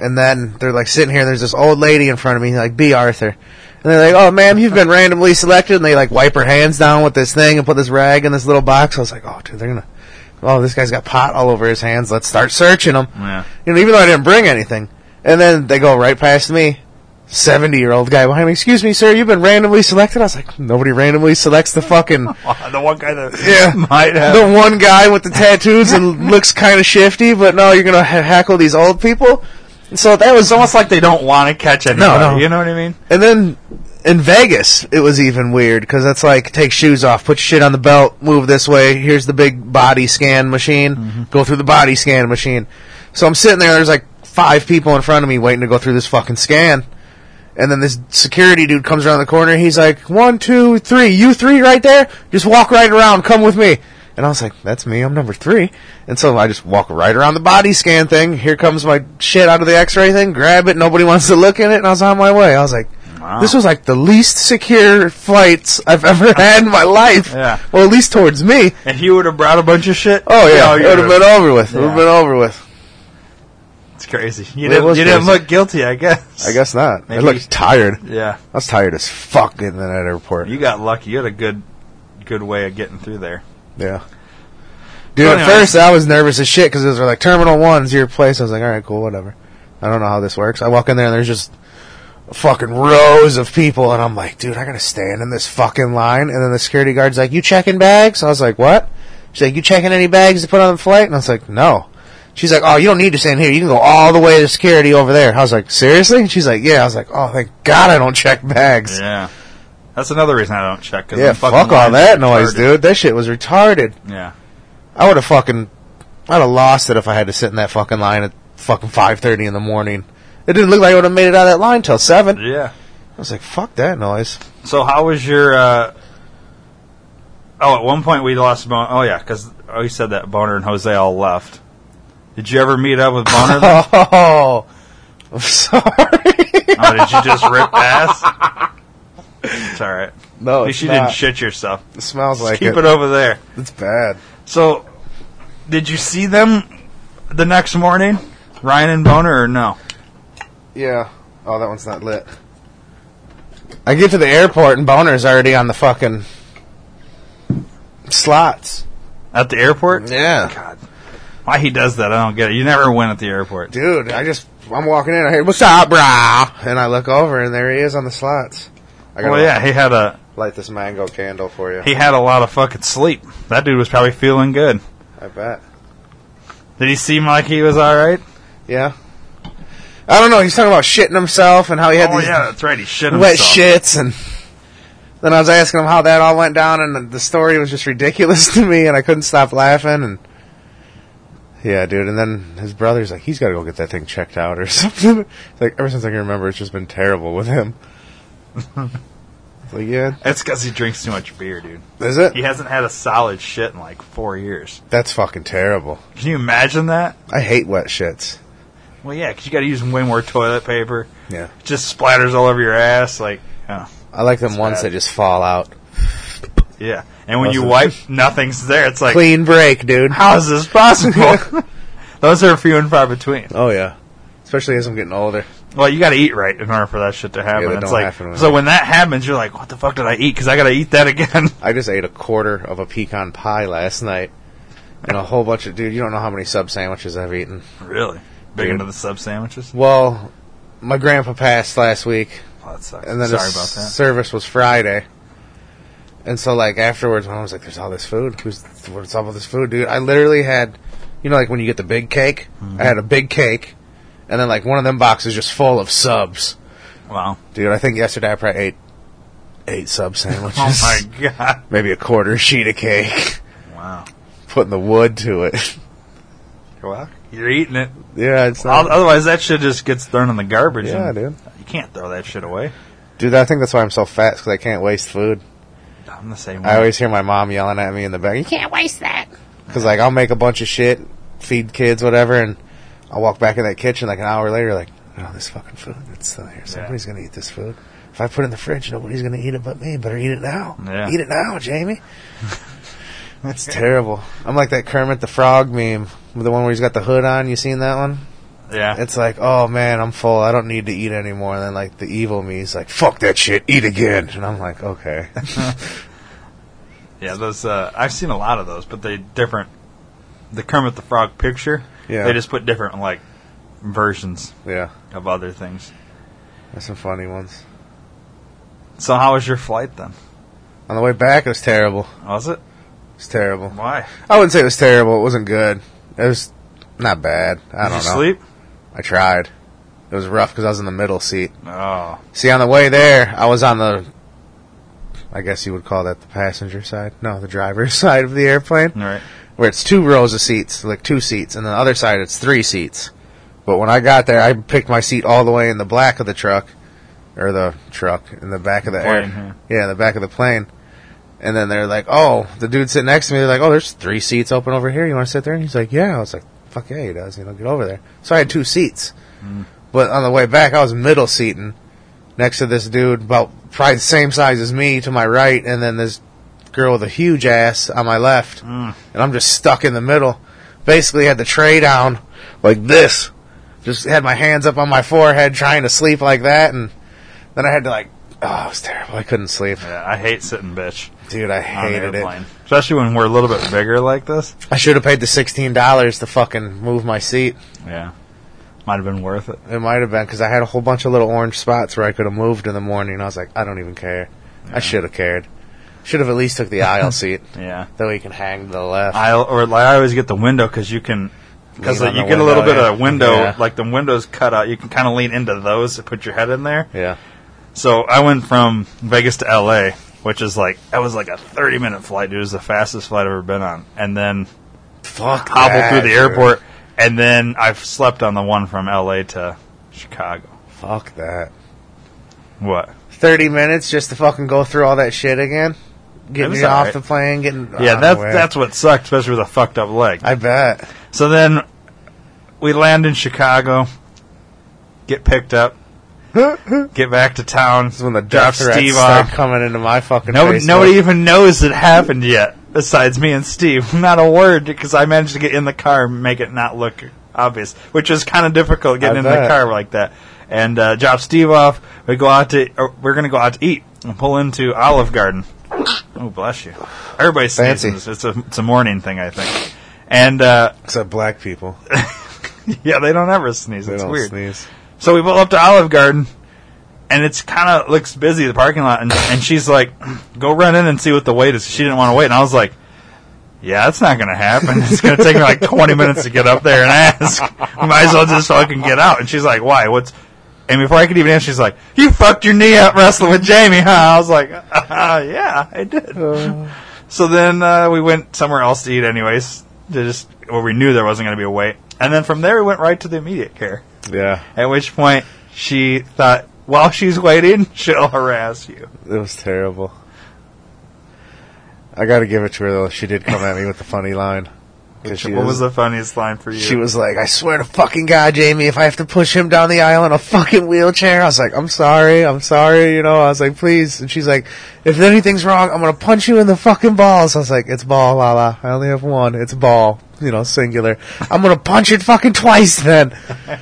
Speaker 6: And then they're like sitting here, and there's this old lady in front of me, like B. Arthur, and they're like, "Oh, ma'am, you've been randomly selected." And they like wipe her hands down with this thing and put this rag in this little box. I was like, "Oh, dude, they're gonna." Oh, this guy's got pot all over his hands. Let's start searching him.
Speaker 5: Yeah.
Speaker 6: You know, even though I didn't bring anything. And then they go right past me, 70 year old guy behind me, excuse me, sir, you've been randomly selected? I was like, nobody randomly selects the fucking.
Speaker 5: the one guy that
Speaker 6: Yeah.
Speaker 5: might have.
Speaker 6: The one guy with the tattoos and looks kind of shifty, but no, you're going to ha- hackle these old people? And so that was
Speaker 5: It's almost like they don't want to catch anybody.
Speaker 6: no.
Speaker 5: You know what I mean?
Speaker 6: And then in Vegas, it was even weird because that's like take shoes off, put your shit on the belt, move this way. Here's the big body scan machine. Go through the body scan machine. So I'm sitting there. There's like five people in front of me waiting to go through this fucking scan. And then this security dude comes around the corner. He's like, one, two, three. You three right there. Just walk right around. Come with me. And I was like, that's me. I'm number three. And so I just walk right around the body scan thing. Here comes my shit out of the x-ray thing. Grab it. Nobody wants to look at it. And I was on my way. I was like, this was like the least secure flights I've ever had in my life.
Speaker 5: Yeah.
Speaker 6: Well, at least towards me.
Speaker 5: If you would have brought a bunch of shit,
Speaker 6: Oh
Speaker 5: you know, you
Speaker 6: yeah. it would have
Speaker 5: would've-
Speaker 6: been over with. It would have
Speaker 5: Yeah.
Speaker 6: been over with.
Speaker 5: It's crazy. You
Speaker 6: It
Speaker 5: didn't. You
Speaker 6: was
Speaker 5: didn't
Speaker 6: crazy.
Speaker 5: look guilty, I guess.
Speaker 6: I guess not.
Speaker 5: Maybe-
Speaker 6: I looked tired.
Speaker 5: Yeah,
Speaker 6: I was tired as fuck getting in that airport.
Speaker 5: you got lucky. You had a good, good way of getting through there.
Speaker 6: Yeah. Dude,
Speaker 5: So
Speaker 6: at
Speaker 5: anyway.
Speaker 6: first I was nervous as shit because it was like Terminal One's your place. I was like, all right, cool, whatever. I don't know how this works. I walk in there and there's just fucking rows of people, and I'm like, dude, I gotta stand in this fucking line. And then the security guard's like, you checking bags? I was like, what? She's like, you checking any bags to put on the flight? And I was like, no. She's like, oh, you don't need to stand here. You can go all the way to security over there. I was like, seriously? And she's like, yeah. I was like, oh, thank God I don't check bags.
Speaker 5: Yeah, that's another reason I don't check. 'cause
Speaker 6: Yeah,
Speaker 5: I'm fucking
Speaker 6: fuck all
Speaker 5: lying.
Speaker 6: that noise,
Speaker 5: Retarded.
Speaker 6: dude. That shit was retarded.
Speaker 5: Yeah,
Speaker 6: I would have fucking, I'd have lost it if I had to sit in that fucking line at fucking five thirty in the morning. It didn't look like I would have made it out of that line till seven.
Speaker 5: yeah.
Speaker 6: I was like, fuck that noise.
Speaker 5: So how was your? uh Oh, at one point we lost Boner. Oh yeah, because oh, you said that Boner and Jose all left. Did you ever meet up with Boner? then?
Speaker 6: Oh, I'm sorry.
Speaker 5: oh, did you just rip ass? It's all right.
Speaker 6: no,
Speaker 5: At least
Speaker 6: Oh, it's
Speaker 5: you
Speaker 6: not.
Speaker 5: didn't shit yourself.
Speaker 6: It smells
Speaker 5: Just
Speaker 6: like
Speaker 5: keep
Speaker 6: it.
Speaker 5: it. over there.
Speaker 6: It's bad.
Speaker 5: So, did you see them the next morning, Ryan and Boner, or no?
Speaker 6: Yeah. Oh, that one's not lit. I get to the airport and Boner's already on the fucking slots.
Speaker 5: At the airport?
Speaker 6: Yeah.
Speaker 5: God, why he does that? I don't get it. You never win at the airport.
Speaker 6: dude, I just I'm walking in. I hear, "What's up, brah?" And I look over, and there he is on the slots. I gotta
Speaker 5: Well, Oh, yeah, he had a
Speaker 6: light this mango candle for you.
Speaker 5: he had a lot of fucking sleep. That dude was probably feeling good.
Speaker 6: I bet.
Speaker 5: Did he seem like he was all right?
Speaker 6: Yeah. I don't know. He's talking about shitting himself and how he had
Speaker 5: oh
Speaker 6: these
Speaker 5: yeah, that's right. He shit himself.
Speaker 6: wet shits, and then I was asking him how that all went down, and the- the story was just ridiculous to me, and I couldn't stop laughing. And yeah, dude. And then his brother's like, he's got to go get that thing checked out or something. It's like ever since I can remember, it's just been terrible with him. It's like yeah,
Speaker 5: It's because he drinks too much beer, dude.
Speaker 6: is it?
Speaker 5: He hasn't had a solid shit in like four years.
Speaker 6: That's fucking terrible.
Speaker 5: Can you imagine that?
Speaker 6: I hate wet shits.
Speaker 5: Well, yeah, 'cause you got to use way more toilet paper.
Speaker 6: Yeah.
Speaker 5: It just splatters all over your ass, like. Oh.
Speaker 6: I like them ones
Speaker 5: bad.
Speaker 6: that just fall out.
Speaker 5: Yeah, and when you
Speaker 6: Wasn't-
Speaker 5: wipe, nothing's there. It's like,
Speaker 6: Clean break, dude.
Speaker 5: how is this possible? Those are few and far between.
Speaker 6: Oh yeah. Especially as I'm getting older.
Speaker 5: Well, you got to eat right in order for that shit to happen.
Speaker 6: that
Speaker 5: it's
Speaker 6: don't
Speaker 5: like,
Speaker 6: happen when
Speaker 5: so
Speaker 6: I-
Speaker 5: when that happens, you're like, what the fuck did I eat? Because I got to eat that again.
Speaker 6: I just ate a quarter of a pecan pie last night. And a whole bunch of dude, you don't know how many sub sandwiches I've eaten.
Speaker 5: really big
Speaker 6: Dude.
Speaker 5: into the sub sandwiches.
Speaker 6: Well, my grandpa passed last week
Speaker 5: Oh, that sucks.
Speaker 6: and then
Speaker 5: Sorry
Speaker 6: his
Speaker 5: about that.
Speaker 6: service was Friday. And so, like afterwards, my mom was like, "There's all this food. Who's what's up with this food, dude?" I literally had, you know, like when you get the big cake.
Speaker 5: Mm-hmm.
Speaker 6: I had a big cake, and then like one of them boxes just full of subs,
Speaker 5: Wow.
Speaker 6: dude. I think yesterday I probably ate eight sub sandwiches,
Speaker 5: Oh my god.
Speaker 6: maybe a quarter sheet of cake,
Speaker 5: Wow.
Speaker 6: putting the wood to it.
Speaker 5: You're You're eating it.
Speaker 6: yeah, it's
Speaker 5: Al-
Speaker 6: not.
Speaker 5: Otherwise, that shit just gets thrown in the garbage.
Speaker 6: yeah,
Speaker 5: and
Speaker 6: dude.
Speaker 5: You can't throw that shit away.
Speaker 6: Dude, I think that's why I'm so fat because I can't waste food.
Speaker 5: I'm the same way.
Speaker 6: I always hear my mom yelling at me in the back. You can't waste that. Because like I'll make a bunch of shit, feed kids, whatever, and I'll walk back in that kitchen like an hour later, like, oh, this fucking food, it's still here. Somebody's gonna eat this food. If I put it in the fridge, nobody's gonna eat it but me. Better eat it now.
Speaker 5: Yeah.
Speaker 6: Eat it now, Jamie. That's terrible. I'm like that Kermit the Frog meme, the one where he's got the hood on. You seen that one?
Speaker 5: yeah.
Speaker 6: It's like, oh man, I'm full. I don't need to eat anymore. And then like the evil me's like, fuck that shit, eat again. And I'm like, okay.
Speaker 5: Yeah, those uh, I've seen a lot of those, but they different. The Kermit the Frog picture,
Speaker 6: Yeah.
Speaker 5: they just put different like versions
Speaker 6: yeah.
Speaker 5: of other things.
Speaker 6: There's some funny ones.
Speaker 5: So how was your flight then?
Speaker 6: On the way back, it was terrible.
Speaker 5: Was it?
Speaker 6: It was terrible.
Speaker 5: Why?
Speaker 6: I wouldn't say it was terrible. It wasn't good. It was not bad. I
Speaker 5: Did
Speaker 6: don't
Speaker 5: you
Speaker 6: know.
Speaker 5: sleep?
Speaker 6: I tried. It It was rough because I was in the middle seat.
Speaker 5: Oh,
Speaker 6: See, on the way there, I was on the, I guess you would call that the passenger side. No, the driver's side of the airplane.
Speaker 5: all right.
Speaker 6: Where it's two rows of seats, like two seats, and the other side it's three seats. But when I got there, I picked my seat all the way in the back of the truck, or the truck in the back of the
Speaker 5: Plane,
Speaker 6: air. Yeah, the back of the plane. And then they're like, "Oh, the dude sitting next to me, they're like, "Oh, there's three seats open over here. You want to sit there?" And he's like, "Yeah." I was like, "Fuck yeah, he does. You know, get over there." So I had two seats. But on the way back, I was middle seating next to this dude about probably the same size as me to my right, and then this girl with a huge ass on my left, and I'm just stuck in the middle. Basically, had the tray down like this, just had my hands up on my forehead trying to sleep like that, and then I had to like, oh, it was terrible. I couldn't sleep,
Speaker 5: Yeah, I hate sitting bitch
Speaker 6: dude. I
Speaker 5: on an
Speaker 6: hated it.
Speaker 5: airplane, especially when we're a little bit bigger like this.
Speaker 6: I should have paid the sixteen dollars to fucking move my seat.
Speaker 5: Yeah, might have been worth it.
Speaker 6: It might have been because I had a whole bunch of little orange spots where I could have moved in the morning. I was like, I don't even care. I should have cared. Should have at least took the aisle seat.
Speaker 5: Yeah,
Speaker 6: That way you can hang to the left.
Speaker 5: I or like I always get the window because you can because
Speaker 6: Lean
Speaker 5: like,
Speaker 6: on
Speaker 5: you
Speaker 6: the
Speaker 5: get a little
Speaker 6: window,
Speaker 5: bit
Speaker 6: yeah.
Speaker 5: of window
Speaker 6: Yeah.
Speaker 5: like the windows cut out. You can kind of lean into those to put your head in there.
Speaker 6: yeah.
Speaker 5: So I went from Vegas to LA, which is like that was like a thirty minute flight. dude. It was the fastest flight I've ever been on, and then
Speaker 6: Fuck.
Speaker 5: hobbled
Speaker 6: that,
Speaker 5: through the
Speaker 6: dude.
Speaker 5: airport, and then I've slept on the one from LA to Chicago.
Speaker 6: Fuck that.
Speaker 5: What?
Speaker 6: Thirty minutes just to fucking go through all that shit again. Getting
Speaker 5: was
Speaker 6: me off
Speaker 5: alright.
Speaker 6: the plane. Getting
Speaker 5: yeah,
Speaker 6: Oh,
Speaker 5: that's
Speaker 6: man.
Speaker 5: that's what sucked, especially with a fucked up leg.
Speaker 6: I bet.
Speaker 5: So then we land in Chicago, get picked up, get back to town.
Speaker 6: That's when the
Speaker 5: drop
Speaker 6: death threats
Speaker 5: Steve
Speaker 6: start
Speaker 5: off.
Speaker 6: coming into my fucking
Speaker 5: Nobody,
Speaker 6: face.
Speaker 5: nobody even knows it happened yet, besides me and Steve. Not a word because I managed to get in the car and make it not look obvious, which is kind of difficult getting
Speaker 6: I
Speaker 5: in the
Speaker 6: bet.
Speaker 5: car like that. And uh, drop Steve off. We go out to. Or we're gonna go out to eat and pull into Olive Garden. Oh, bless you! Everybody
Speaker 6: Fancy.
Speaker 5: sneezes. It's a it's a morning thing, I think. And uh,
Speaker 6: except black people.
Speaker 5: yeah, they don't ever sneeze.
Speaker 6: They
Speaker 5: it's
Speaker 6: don't
Speaker 5: weird.
Speaker 6: sneeze.
Speaker 5: So we pull up to Olive Garden, and it's kind of looks busy the parking lot, and, and she's like, "Go run in and see what the wait is." She didn't want to wait, and I was like, "Yeah, that's not going to happen. It's going to take me like 20 minutes to get up there and ask. I might as well just fucking get out." And she's like, "Why? What's?" And before I could even answer, she's like, "You fucked your knee up wrestling with Jamie, huh?" I was like, uh, "Yeah, I did." So then uh, we went somewhere else to eat, anyways. To just well, we knew there wasn't going to be a wait, and then from there we went right to the immediate care.
Speaker 6: Yeah,
Speaker 5: At which point she thought, while she's waiting, she'll harass you.
Speaker 6: it was terrible. I got to give it to her though. She did come at me with the funny line. 'Cause she
Speaker 5: what was, the funniest line for you?
Speaker 6: She was like, I swear to fucking God, Jamie, if I have to push him down the aisle in a fucking wheelchair. I was like, I'm sorry, I'm sorry, you know, I was like, please. And she's like, if anything's wrong, I'm gonna punch you in the fucking balls. I was like, it's ball, la la. I only have one. It's ball, you know, singular. I'm gonna punch it fucking twice then.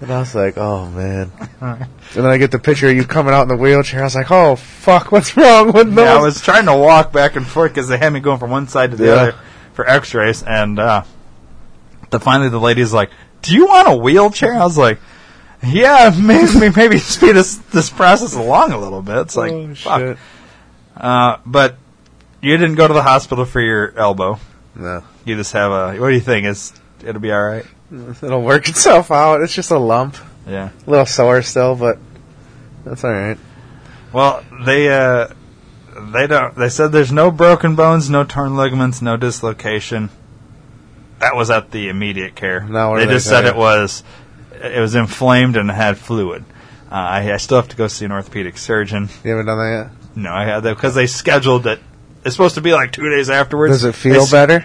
Speaker 6: And I was like, oh man. And then I get the picture of you coming out in the wheelchair. I was like, oh fuck, what's wrong with those?
Speaker 5: yeah, I was trying to walk back and forth because they had me going from one side to the
Speaker 6: Yeah.
Speaker 5: other for x-rays. And uh, the, finally the lady's like, do you want a wheelchair? I was like, yeah, maybe, maybe speed this, this process along a little bit. It's like,
Speaker 6: Oh,
Speaker 5: fuck.
Speaker 6: shit.
Speaker 5: Uh, but you didn't go to the hospital for your elbow.
Speaker 6: No.
Speaker 5: You just have a, what do you think? It's, it'll be all right?
Speaker 6: It'll work itself out. It's just a lump.
Speaker 5: Yeah.
Speaker 6: A little sore still, but that's alright.
Speaker 5: Well, they uh, they don't. They said there's no broken bones, no torn ligaments, no dislocation. That was at the immediate care.
Speaker 6: Now what
Speaker 5: they
Speaker 6: do they
Speaker 5: just said
Speaker 6: say?
Speaker 5: it was it was inflamed and had fluid. Uh, I, I still have to go see an orthopedic surgeon.
Speaker 6: You haven't done that yet?
Speaker 5: No, I had because they scheduled it. It's supposed to be like two days afterwards.
Speaker 6: Does it feel
Speaker 5: It's-
Speaker 6: better?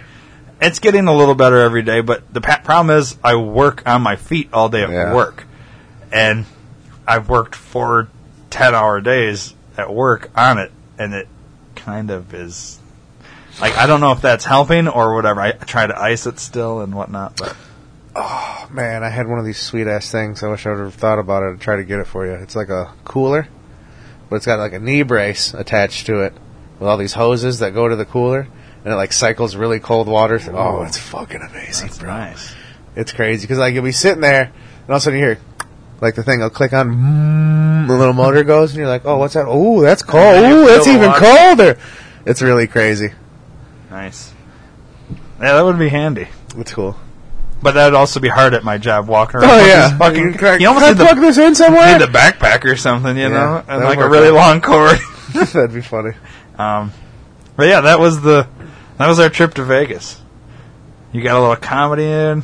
Speaker 5: It's getting a little better every day, but the pa- problem is I work on my feet all day at
Speaker 6: Yeah.
Speaker 5: work, and I've worked four 10 hour days at work on it, and it kind of is like I don't know if that's helping or whatever. I try to ice it still and whatnot, but
Speaker 6: Man, I had one of these sweet ass things. I wish I would have thought about it and tried to get it for you. It's like a cooler, but it's got like a knee brace attached to it with all these hoses that go to the cooler, and it like cycles really cold water. through- Oh, it's fucking amazing,
Speaker 5: it's
Speaker 6: bro.
Speaker 5: nice.
Speaker 6: It's crazy because like you'll be sitting there, and all of a sudden you hear like the thing will click on, mm, the little motor goes, and you're like, oh, what's that? Oh, that's cold.
Speaker 5: then you
Speaker 6: Oh,
Speaker 5: feel
Speaker 6: that's
Speaker 5: the
Speaker 6: even
Speaker 5: water.
Speaker 6: colder. It's really crazy.
Speaker 5: Nice. Yeah, that would be handy.
Speaker 6: It's cool.
Speaker 5: But that'd also be hard at my job walking around.
Speaker 6: Oh
Speaker 5: with
Speaker 6: yeah,
Speaker 5: this fucking,
Speaker 6: Can I-
Speaker 5: you almost
Speaker 6: can I
Speaker 5: had the,
Speaker 6: plug this in somewhere.
Speaker 5: had the backpack or something, you know, and
Speaker 6: that'd
Speaker 5: like a
Speaker 6: work
Speaker 5: really
Speaker 6: out.
Speaker 5: long cord.
Speaker 6: That'd be funny.
Speaker 5: Um, but yeah, that was the that was our trip to Vegas. You got a little comedy in.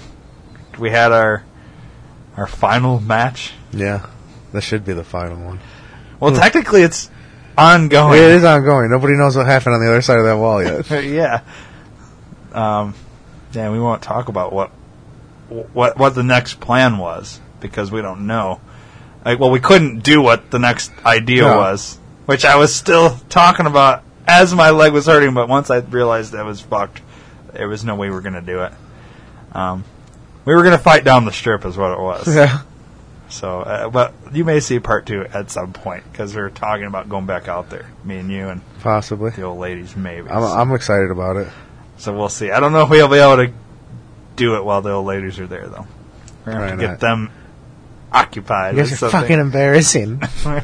Speaker 5: We had our our final match.
Speaker 6: Yeah, that should be the final one.
Speaker 5: Well, technically, it's ongoing.
Speaker 6: It is ongoing. Nobody knows what happened on the other side of that wall yet.
Speaker 5: yeah. Um, yeah, we won't talk about what what what the next plan was because we don't know. Like, well, we couldn't do what the next idea
Speaker 6: No.
Speaker 5: was, which I was still talking about as my leg was hurting. But once I realized that was fucked, there was no way we were gonna do it. Um, we were gonna fight down the strip, is what it was.
Speaker 6: yeah,
Speaker 5: So, uh, but you may see part two at some point because we were talking about going back out there, me and you and
Speaker 6: possibly.
Speaker 5: the old ladies, maybe.
Speaker 6: I'm, I'm excited about it.
Speaker 5: So we'll see. I don't know if we'll be able to do it while the old ladies are there, though. We're gonna have to
Speaker 6: Probably
Speaker 5: get
Speaker 6: not.
Speaker 5: them occupied.
Speaker 6: You guys
Speaker 5: with
Speaker 6: are
Speaker 5: something.
Speaker 6: fucking embarrassing.
Speaker 5: I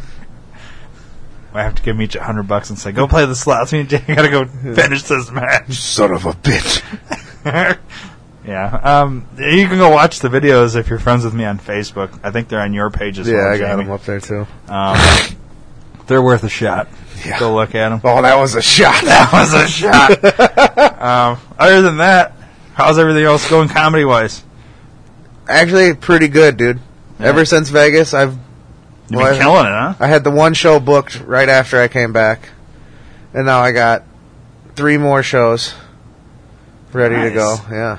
Speaker 5: have to give them each a hundred bucks and say, "Go play the slots." Me and Jay gotta go finish this match.
Speaker 6: Son of a bitch.
Speaker 5: yeah. Um. You can go watch the videos if you're friends with me on Facebook. I think they're on your page as
Speaker 6: Yeah,
Speaker 5: well.
Speaker 6: I got
Speaker 5: Jamie.
Speaker 6: him up there too.
Speaker 5: Um, they're worth a shot.
Speaker 6: Yeah.
Speaker 5: Go look at them.
Speaker 6: Oh, that was a shot.
Speaker 5: That was a shot. um, other than that, how's everything else going comedy wise?
Speaker 6: Actually, pretty good, dude. Ever since Vegas, I've
Speaker 5: You've
Speaker 6: well,
Speaker 5: been
Speaker 6: I-
Speaker 5: killing it, huh?
Speaker 6: I had the one show booked right after I came back, and now I got three more shows ready to go.
Speaker 5: Nice.
Speaker 6: Yeah,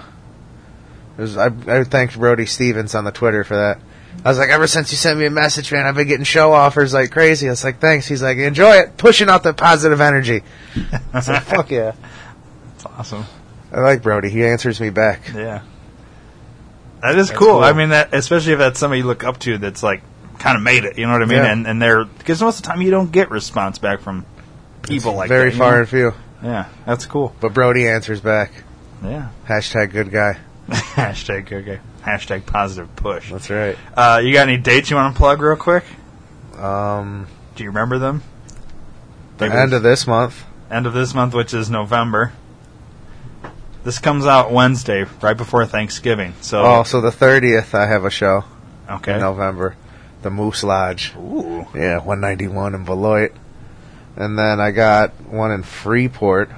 Speaker 6: it was, I, I thanked Brody Stevens on the Twitter for that. I was like, ever since you sent me a message, man, I've been getting show offers like crazy. I was like, thanks. He's like, enjoy it, pushing out the positive energy. I was like, fuck yeah.
Speaker 5: It's awesome.
Speaker 6: I like Brody. He answers me back.
Speaker 5: Yeah. That is cool.
Speaker 6: cool.
Speaker 5: I mean, that especially if that's somebody you look up to that's like kind of made it. You know what I mean?
Speaker 6: Yeah.
Speaker 5: And and they're because most of the time you don't get response back from people like
Speaker 6: Very
Speaker 5: that, you
Speaker 6: far
Speaker 5: know?
Speaker 6: and few,
Speaker 5: Yeah, that's cool.
Speaker 6: but Brody answers back.
Speaker 5: Yeah.
Speaker 6: Hashtag good guy.
Speaker 5: Hashtag okay. Hashtag positive push.
Speaker 6: That's right.
Speaker 5: Uh, you got any dates you want to plug real quick?
Speaker 6: Um,
Speaker 5: Do you remember them?
Speaker 6: the
Speaker 5: Maybe-
Speaker 6: end of this month.
Speaker 5: end of this month, which is November. This comes out Wednesday, right before Thanksgiving. So
Speaker 6: Oh, so the thirtieth, I have a show
Speaker 5: okay.
Speaker 6: in November, the Moose Lodge.
Speaker 5: Ooh.
Speaker 6: Yeah, one ninety one in Beloit, and then I got one in Freeport.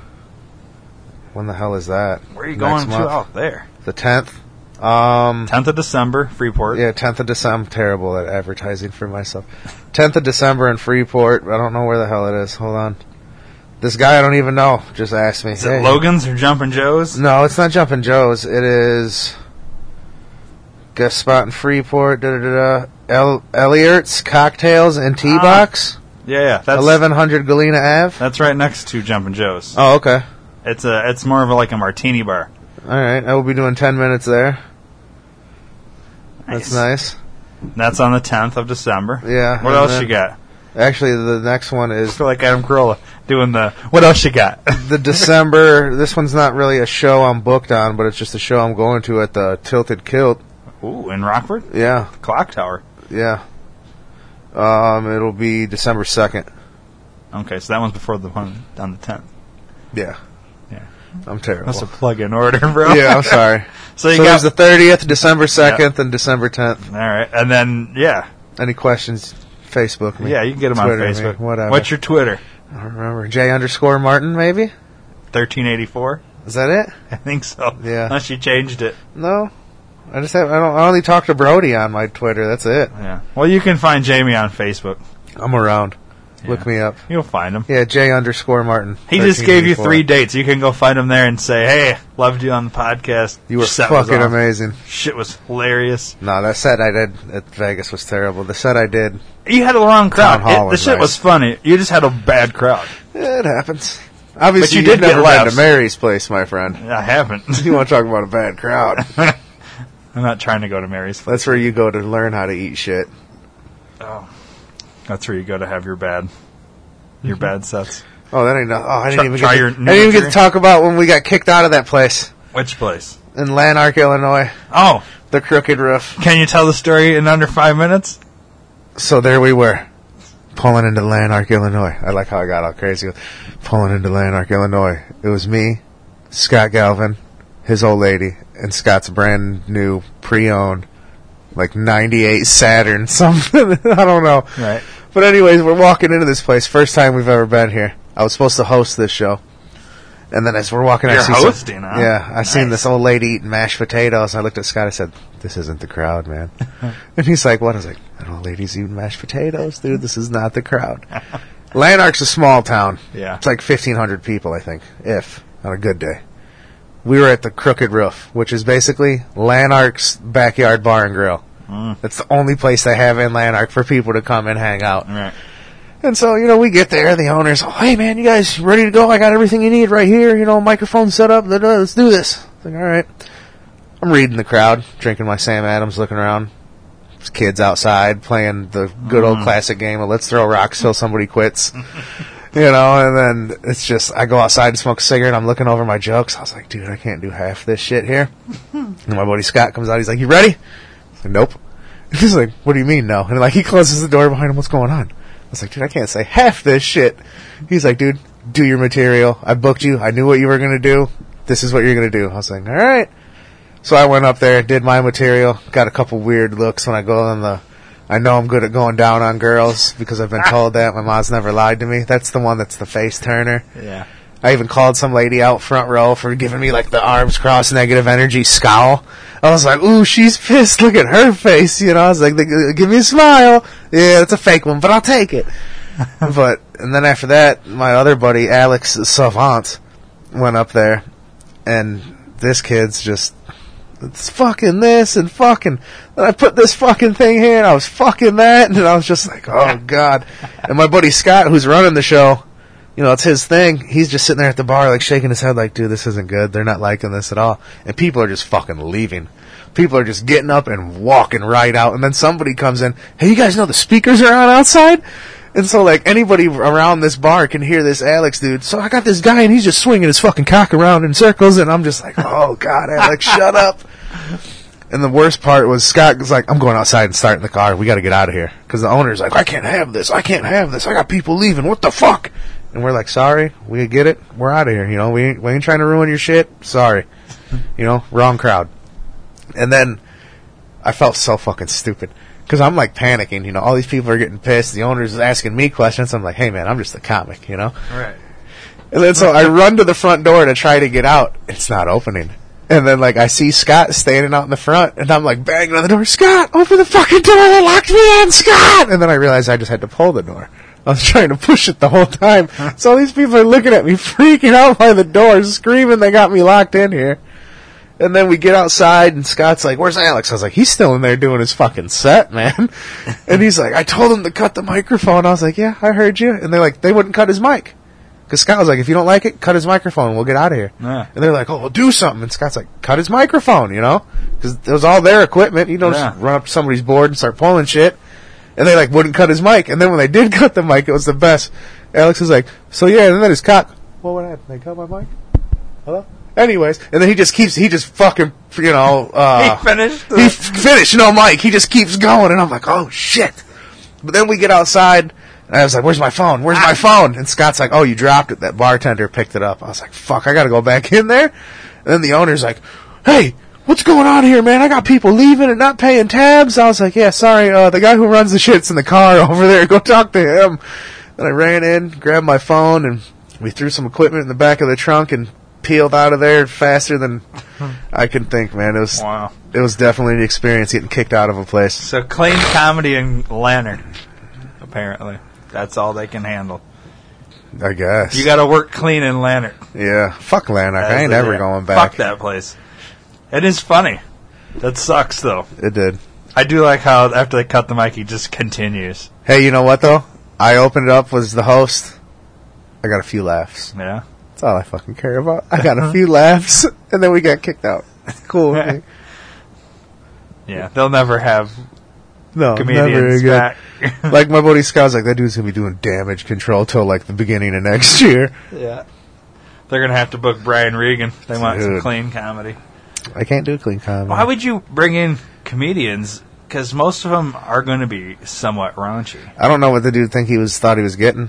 Speaker 6: When the hell is that?
Speaker 5: Where are you
Speaker 6: Next
Speaker 5: going to
Speaker 6: month.
Speaker 5: out there?
Speaker 6: The tenth. Um,
Speaker 5: 10th of December, Freeport.
Speaker 6: yeah, tenth of December. I'm terrible at advertising for myself. Tenth of December in Freeport. I don't know where the hell it is. Hold on. This guy I don't even know just asked me.
Speaker 5: Is it
Speaker 6: "Hey,
Speaker 5: Logan's or Jumpin' Joe's?
Speaker 6: No, it's not Jumpin' Joe's. It is guest spot in Freeport. Da da da. da. El- Elliott's Cocktails and Tea
Speaker 5: Ah,
Speaker 6: Box,
Speaker 5: Yeah, yeah. That's,
Speaker 6: Mm-hmm. eleven hundred Galena Ave.
Speaker 5: that's right next to Jumpin' Joe's.
Speaker 6: Oh, okay.
Speaker 5: It's a, it's more of a, like a martini bar.
Speaker 6: All right, I will be doing ten minutes there. That's nice.
Speaker 5: That's on the 10th of December.
Speaker 6: Yeah,
Speaker 5: What
Speaker 6: and
Speaker 5: else
Speaker 6: then-
Speaker 5: you got?
Speaker 6: Actually, the next one
Speaker 5: I
Speaker 6: is
Speaker 5: feel like Adam Carolla doing the, what else you got?
Speaker 6: the December. This one's not really a show I'm booked on, but it's just a show I'm going to at the Tilted Kilt.
Speaker 5: Ooh, in Rockford?
Speaker 6: Yeah,
Speaker 5: Clock Tower.
Speaker 6: yeah. Um, it'll be December second.
Speaker 5: Okay, so that one's before the one on the 10th.
Speaker 6: Yeah,
Speaker 5: Yeah.
Speaker 6: I'm terrible.
Speaker 5: That's a plug in order, bro.
Speaker 6: yeah, I'm sorry.
Speaker 5: So you
Speaker 6: so
Speaker 5: got
Speaker 6: there's the 30th, December 2nd, and December 10th.
Speaker 5: all right, and then yeah,
Speaker 6: Any questions? Facebook me.
Speaker 5: yeah, you can get them
Speaker 6: Twitter
Speaker 5: on
Speaker 6: me,
Speaker 5: Facebook.
Speaker 6: whatever.
Speaker 5: What's your Twitter?
Speaker 6: I don't remember. J underscore Martin, maybe?
Speaker 5: Thirteen eighty four.
Speaker 6: Is that it?
Speaker 5: I think so.
Speaker 6: Yeah.
Speaker 5: Unless you changed it.
Speaker 6: No. I just have, I don't, I only talk to Brody on my Twitter. That's it.
Speaker 5: Yeah. Well, you can find Jamie on Facebook.
Speaker 6: I'm around. Look me up.
Speaker 5: You'll find him.
Speaker 6: Yeah, J underscore Martin.
Speaker 5: He just gave you
Speaker 6: 1384.
Speaker 5: three dates. You can go find him there and say, "Hey, loved you on the podcast.
Speaker 6: You were
Speaker 5: Your set was
Speaker 6: fucking
Speaker 5: awesome.
Speaker 6: amazing.
Speaker 5: Shit was hilarious.
Speaker 6: No, that set I did at Vegas was terrible. The set I did,
Speaker 5: You had the wrong crowd.
Speaker 6: Town Hall
Speaker 5: It- the
Speaker 6: was
Speaker 5: shit
Speaker 6: nice.
Speaker 5: was funny. You just had a bad crowd.
Speaker 6: it happens.
Speaker 5: you
Speaker 6: Obviously, you've
Speaker 5: did get
Speaker 6: never been
Speaker 5: laughs.
Speaker 6: to Mary's place, my friend.
Speaker 5: I haven't.
Speaker 6: You want to talk about a bad crowd?
Speaker 5: I'm not trying to go to Mary's. Place.
Speaker 6: That's where you go to learn how to eat shit.
Speaker 5: That's where you go to have your bad, your bad sets.
Speaker 6: Oh, that ain't. no- Oh, I didn't
Speaker 5: Try-
Speaker 6: even.
Speaker 5: try
Speaker 6: get
Speaker 5: your
Speaker 6: to, I didn't even get
Speaker 5: nutri-
Speaker 6: to talk about when we got kicked out of that place
Speaker 5: Which place?
Speaker 6: in Lanark, Illinois.
Speaker 5: Oh,
Speaker 6: The crooked roof.
Speaker 5: Can you tell the story in under five minutes?
Speaker 6: So there we were, pulling into Lanark, Illinois. I like how I got all crazy. Pulling into Lanark, Illinois. It was me, Scott Galvin, his old lady, and Scott's brand new pre-owned, like '98 Saturn, something. I don't know.
Speaker 5: Right.
Speaker 6: But anyways, we're walking into this place. First time we've ever been here. I was supposed to host this show, and then as we're walking, I
Speaker 5: You're
Speaker 6: see
Speaker 5: hosting,
Speaker 6: some,
Speaker 5: huh?
Speaker 6: Yeah, I seen this old lady eating mashed potatoes. I looked at Scott. I said, "This isn't the crowd, man." and he's like, "What?" I was like, "I don't know, ladies eating mashed potatoes, dude. This is not the crowd." Lanark's a small town.
Speaker 5: Yeah.
Speaker 6: It's like 1,500 people, I think, if, on a good day. We were at the Crooked Roof, which is basically Lanark's backyard bar and grill.
Speaker 5: Mm.
Speaker 6: That's the only place they have in Lanark for people to come and hang out.
Speaker 5: Right.
Speaker 6: And so, you know, we get there, the owner's, oh, hey man, you guys ready to go? I got everything you need right here, you know, microphone set up, da, da, let's do this. It's like, alright. I'm reading the crowd, drinking my Sam Adams, looking around. There's kids outside playing the good
Speaker 5: Mm.
Speaker 6: old classic game of let's throw rocks till somebody quits. you know, and then it's just, I go outside and smoke a cigarette, I'm looking over my jokes. I was like, dude, I can't do half this shit here. and my buddy Scott comes out, he's like, you ready? I said, nope. He's like, what do you mean no? And like, he closes the door behind him, what's going on? I was like, dude, I can't say half this shit. He's like, dude, do your material. I booked you. I knew what you were going to do. This is what you're going to do. I was like, all right. So I went up there, did my material, got a couple weird looks when I go on the. I know I'm good at going down on girls because I've been told that. My mom's never lied to me. That's the one that's the face turner.
Speaker 5: Yeah.
Speaker 6: I even called some lady out front row for giving me like the arms crossed negative energy scowl. I was like, ooh, she's pissed. Look at her face. You know, I was like, give me a smile. Yeah, it's a fake one, but I'll take it. but, and then after that, my other buddy, Alex Savant, went up there and this kid's just, it's fucking this and fucking, and I put this fucking thing here and I was fucking that and I was just like, oh god. And my buddy Scott, who's running the show, you know, it's his thing. He's just sitting there at the bar, like shaking his head, like, dude, this isn't good. They're not liking this at all. And people are just fucking leaving. People are just getting up and walking right out. And then somebody comes in, hey, you guys know the speakers are on outside? And so, like, anybody around this bar can hear this Alex dude. So I got this guy and he's just swinging his fucking cock around in circles. And I'm just like, oh God, Alex, shut up. And the worst part was Scott was like, I'm going outside and starting the car. We got to get out of here. Because the owner's like, I can't have this. I can't have this. I got people leaving. What the fuck? And we're like, sorry. We get it. We're out of here. You know, we ain't, we ain't trying to ruin your shit. Sorry. You know, wrong crowd. And then I felt so fucking stupid. Because I'm like panicking. You know, all these people are getting pissed. The owner's asking me questions. I'm like, hey man, I'm just a comic, you know?
Speaker 5: Right.
Speaker 6: And then so I run to the front door to try to get out. It's not opening. And then like I see Scott standing out in the front, and I'm like banging on the door. Scott, open the fucking door! They locked me in, Scott. And then I realized I just had to pull the door. I was trying to push it the whole time. So all these people are looking at me, freaking out by the door, screaming they got me locked in here. And then we get outside, and Scott's like, "Where's Alex?" I was like, "He's still in there doing his fucking set, man." and he's like, "I told him to cut the microphone." I was like, "Yeah, I heard you." And they're like, "They wouldn't cut his mic." Because Scott was like, if you don't like it, cut his microphone. We'll get out of here.
Speaker 5: Yeah.
Speaker 6: And they're like, oh, well, do something. And Scott's like, cut his microphone, you know? Because it was all their equipment. You don't just
Speaker 5: Yeah.
Speaker 6: run up to somebody's board and start pulling shit. And they like wouldn't cut his mic. And then when they did cut the mic, it was the best. Alex was like, so yeah, and then his cock. What would happen? They cut my mic? Hello? Anyways, and then he just keeps, he just fucking, you know, uh,
Speaker 5: he finished.
Speaker 6: he f- finished no mic. He just keeps going, and I'm like, oh shit. But then we get outside, and I was like, where's my phone? Where's my phone? And Scott's like, oh, you dropped it. That bartender picked it up. I was like, fuck, I gotta go back in there. And then the owner's like, hey, what's going on here, man? I got people leaving and not paying tabs. I was like, yeah, sorry, uh, the guy who runs the shit's in the car over there. Go talk to him. Then I ran in, grabbed my phone, and we threw some equipment in the back of the trunk and peeled out of there faster than I can think, man. It was
Speaker 5: wow.
Speaker 6: it was definitely an experience getting kicked out of a place.
Speaker 5: So clean comedy and Leonard. Apparently, that's all they can handle.
Speaker 6: I guess.
Speaker 5: You got to work clean in Leonard.
Speaker 6: yeah. Fuck Lanark. I
Speaker 5: That's
Speaker 6: ain't
Speaker 5: the
Speaker 6: ever
Speaker 5: thing.
Speaker 6: going back.
Speaker 5: Fuck that place. It is funny. That sucks though.
Speaker 6: It did.
Speaker 5: I do like how after they cut the mic, he just continues.
Speaker 6: Hey, you know what though? I opened it up was the host. I got a few laughs.
Speaker 5: Yeah.
Speaker 6: That's all I fucking care about. I
Speaker 5: Uh-huh.
Speaker 6: got a few laughs, and then we got kicked out. Cool. no,
Speaker 5: Yeah. They'll never have
Speaker 6: never
Speaker 5: comedians
Speaker 6: again.
Speaker 5: back.
Speaker 6: like my buddy Scott's like that dude's gonna be doing damage control till like the beginning of next year.
Speaker 5: yeah. They're gonna have to book Brian Regan. They want some
Speaker 6: Dude.
Speaker 5: clean comedy.
Speaker 6: I can't do clean comedy.
Speaker 5: Why would you bring in comedians? Because most of them are going to be somewhat raunchy.
Speaker 6: I don't know what the dude think he was thought he was getting.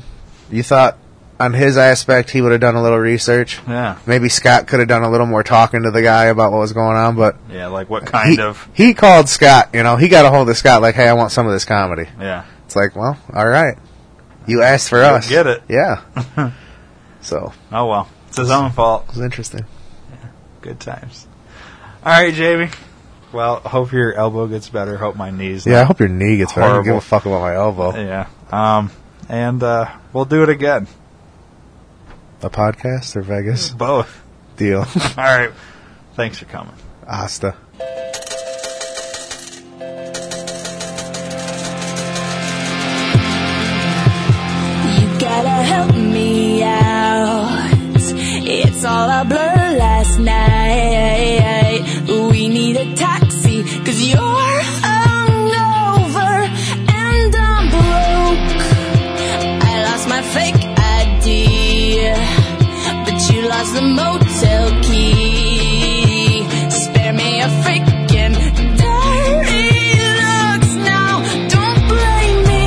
Speaker 6: You thought on his aspect, he would have done a little research.
Speaker 5: Yeah.
Speaker 6: Maybe Scott could have done a little more talking to the guy about what was going on, but
Speaker 5: Yeah, like what kind
Speaker 6: he,
Speaker 5: of?
Speaker 6: he called Scott. You know, he got a hold of Scott like, "Hey, I want some of this comedy."
Speaker 5: Yeah.
Speaker 6: It's like, well, all right, you asked for us.
Speaker 5: get it.
Speaker 6: Yeah. so
Speaker 5: Oh well, it's his own fault.
Speaker 6: it was interesting.
Speaker 5: Good times. All right, Jamie. Well, hope your elbow gets better. Hope my knees.
Speaker 6: Yeah, I hope your knee gets better. I don't give a
Speaker 5: Horrible.
Speaker 6: fuck about my elbow.
Speaker 5: Yeah. Um, and uh, we'll do it again.
Speaker 6: A podcast or Vegas
Speaker 5: Both.
Speaker 6: deal.
Speaker 5: All right. Thanks for coming.
Speaker 6: Asta.
Speaker 9: You gotta help me out. It's all a blur last night. We need a taxi, cause you're hungover and I'm broke. I lost my fake ID, but you lost the motel key. Spare me a freaking dirty looks now. Don't blame me.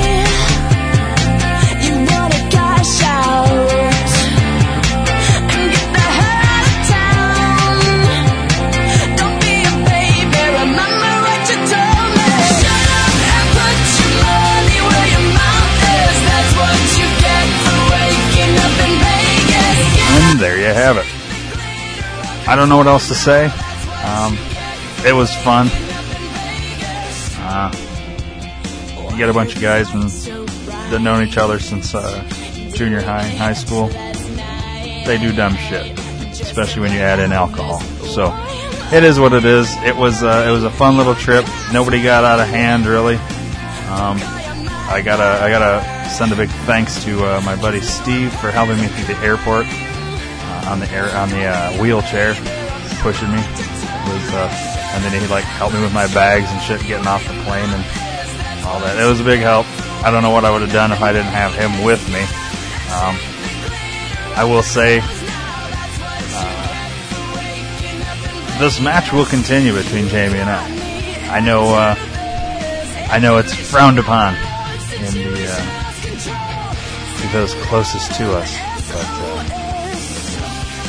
Speaker 9: You wanna cash out and get the hell out of town. Don't be a baby. Remember what you told me. Shut up and put your money where your mouth is. That's what you get for waking up in Vegas.
Speaker 5: And there you have it. I don't know what else to say. Um, it was fun. Uh, you got a bunch of guys from that known each other since uh, junior high and high school. They do dumb shit, especially when you add in alcohol. So it is what it is. It was uh, it was a fun little trip. Nobody got out of hand really. Um, I gotta I gotta send a big thanks to uh, my buddy Steve for helping me through the airport uh, on the air on the uh, wheelchair, pushing me. It was, uh, and then he like helped me with my bags and shit getting off the plane and all that. It was a big help. I don't know what I would have done if I didn't have him with me. Um, I will say. Uh, this match will continue between Jamie and I. I know uh, I know it's frowned upon in the uh, to those closest to us, but uh,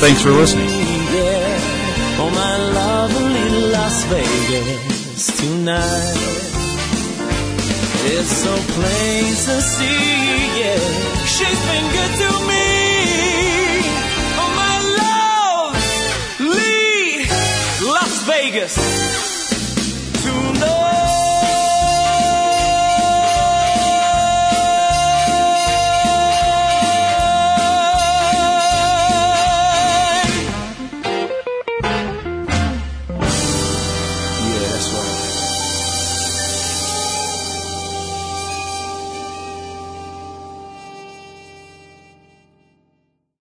Speaker 4: Thanks for listening.
Speaker 9: Yeah, oh my lovely Las Vegas tonight. It's so plain to see, yeah. She's been good to me. Oh my lovely Las Vegas.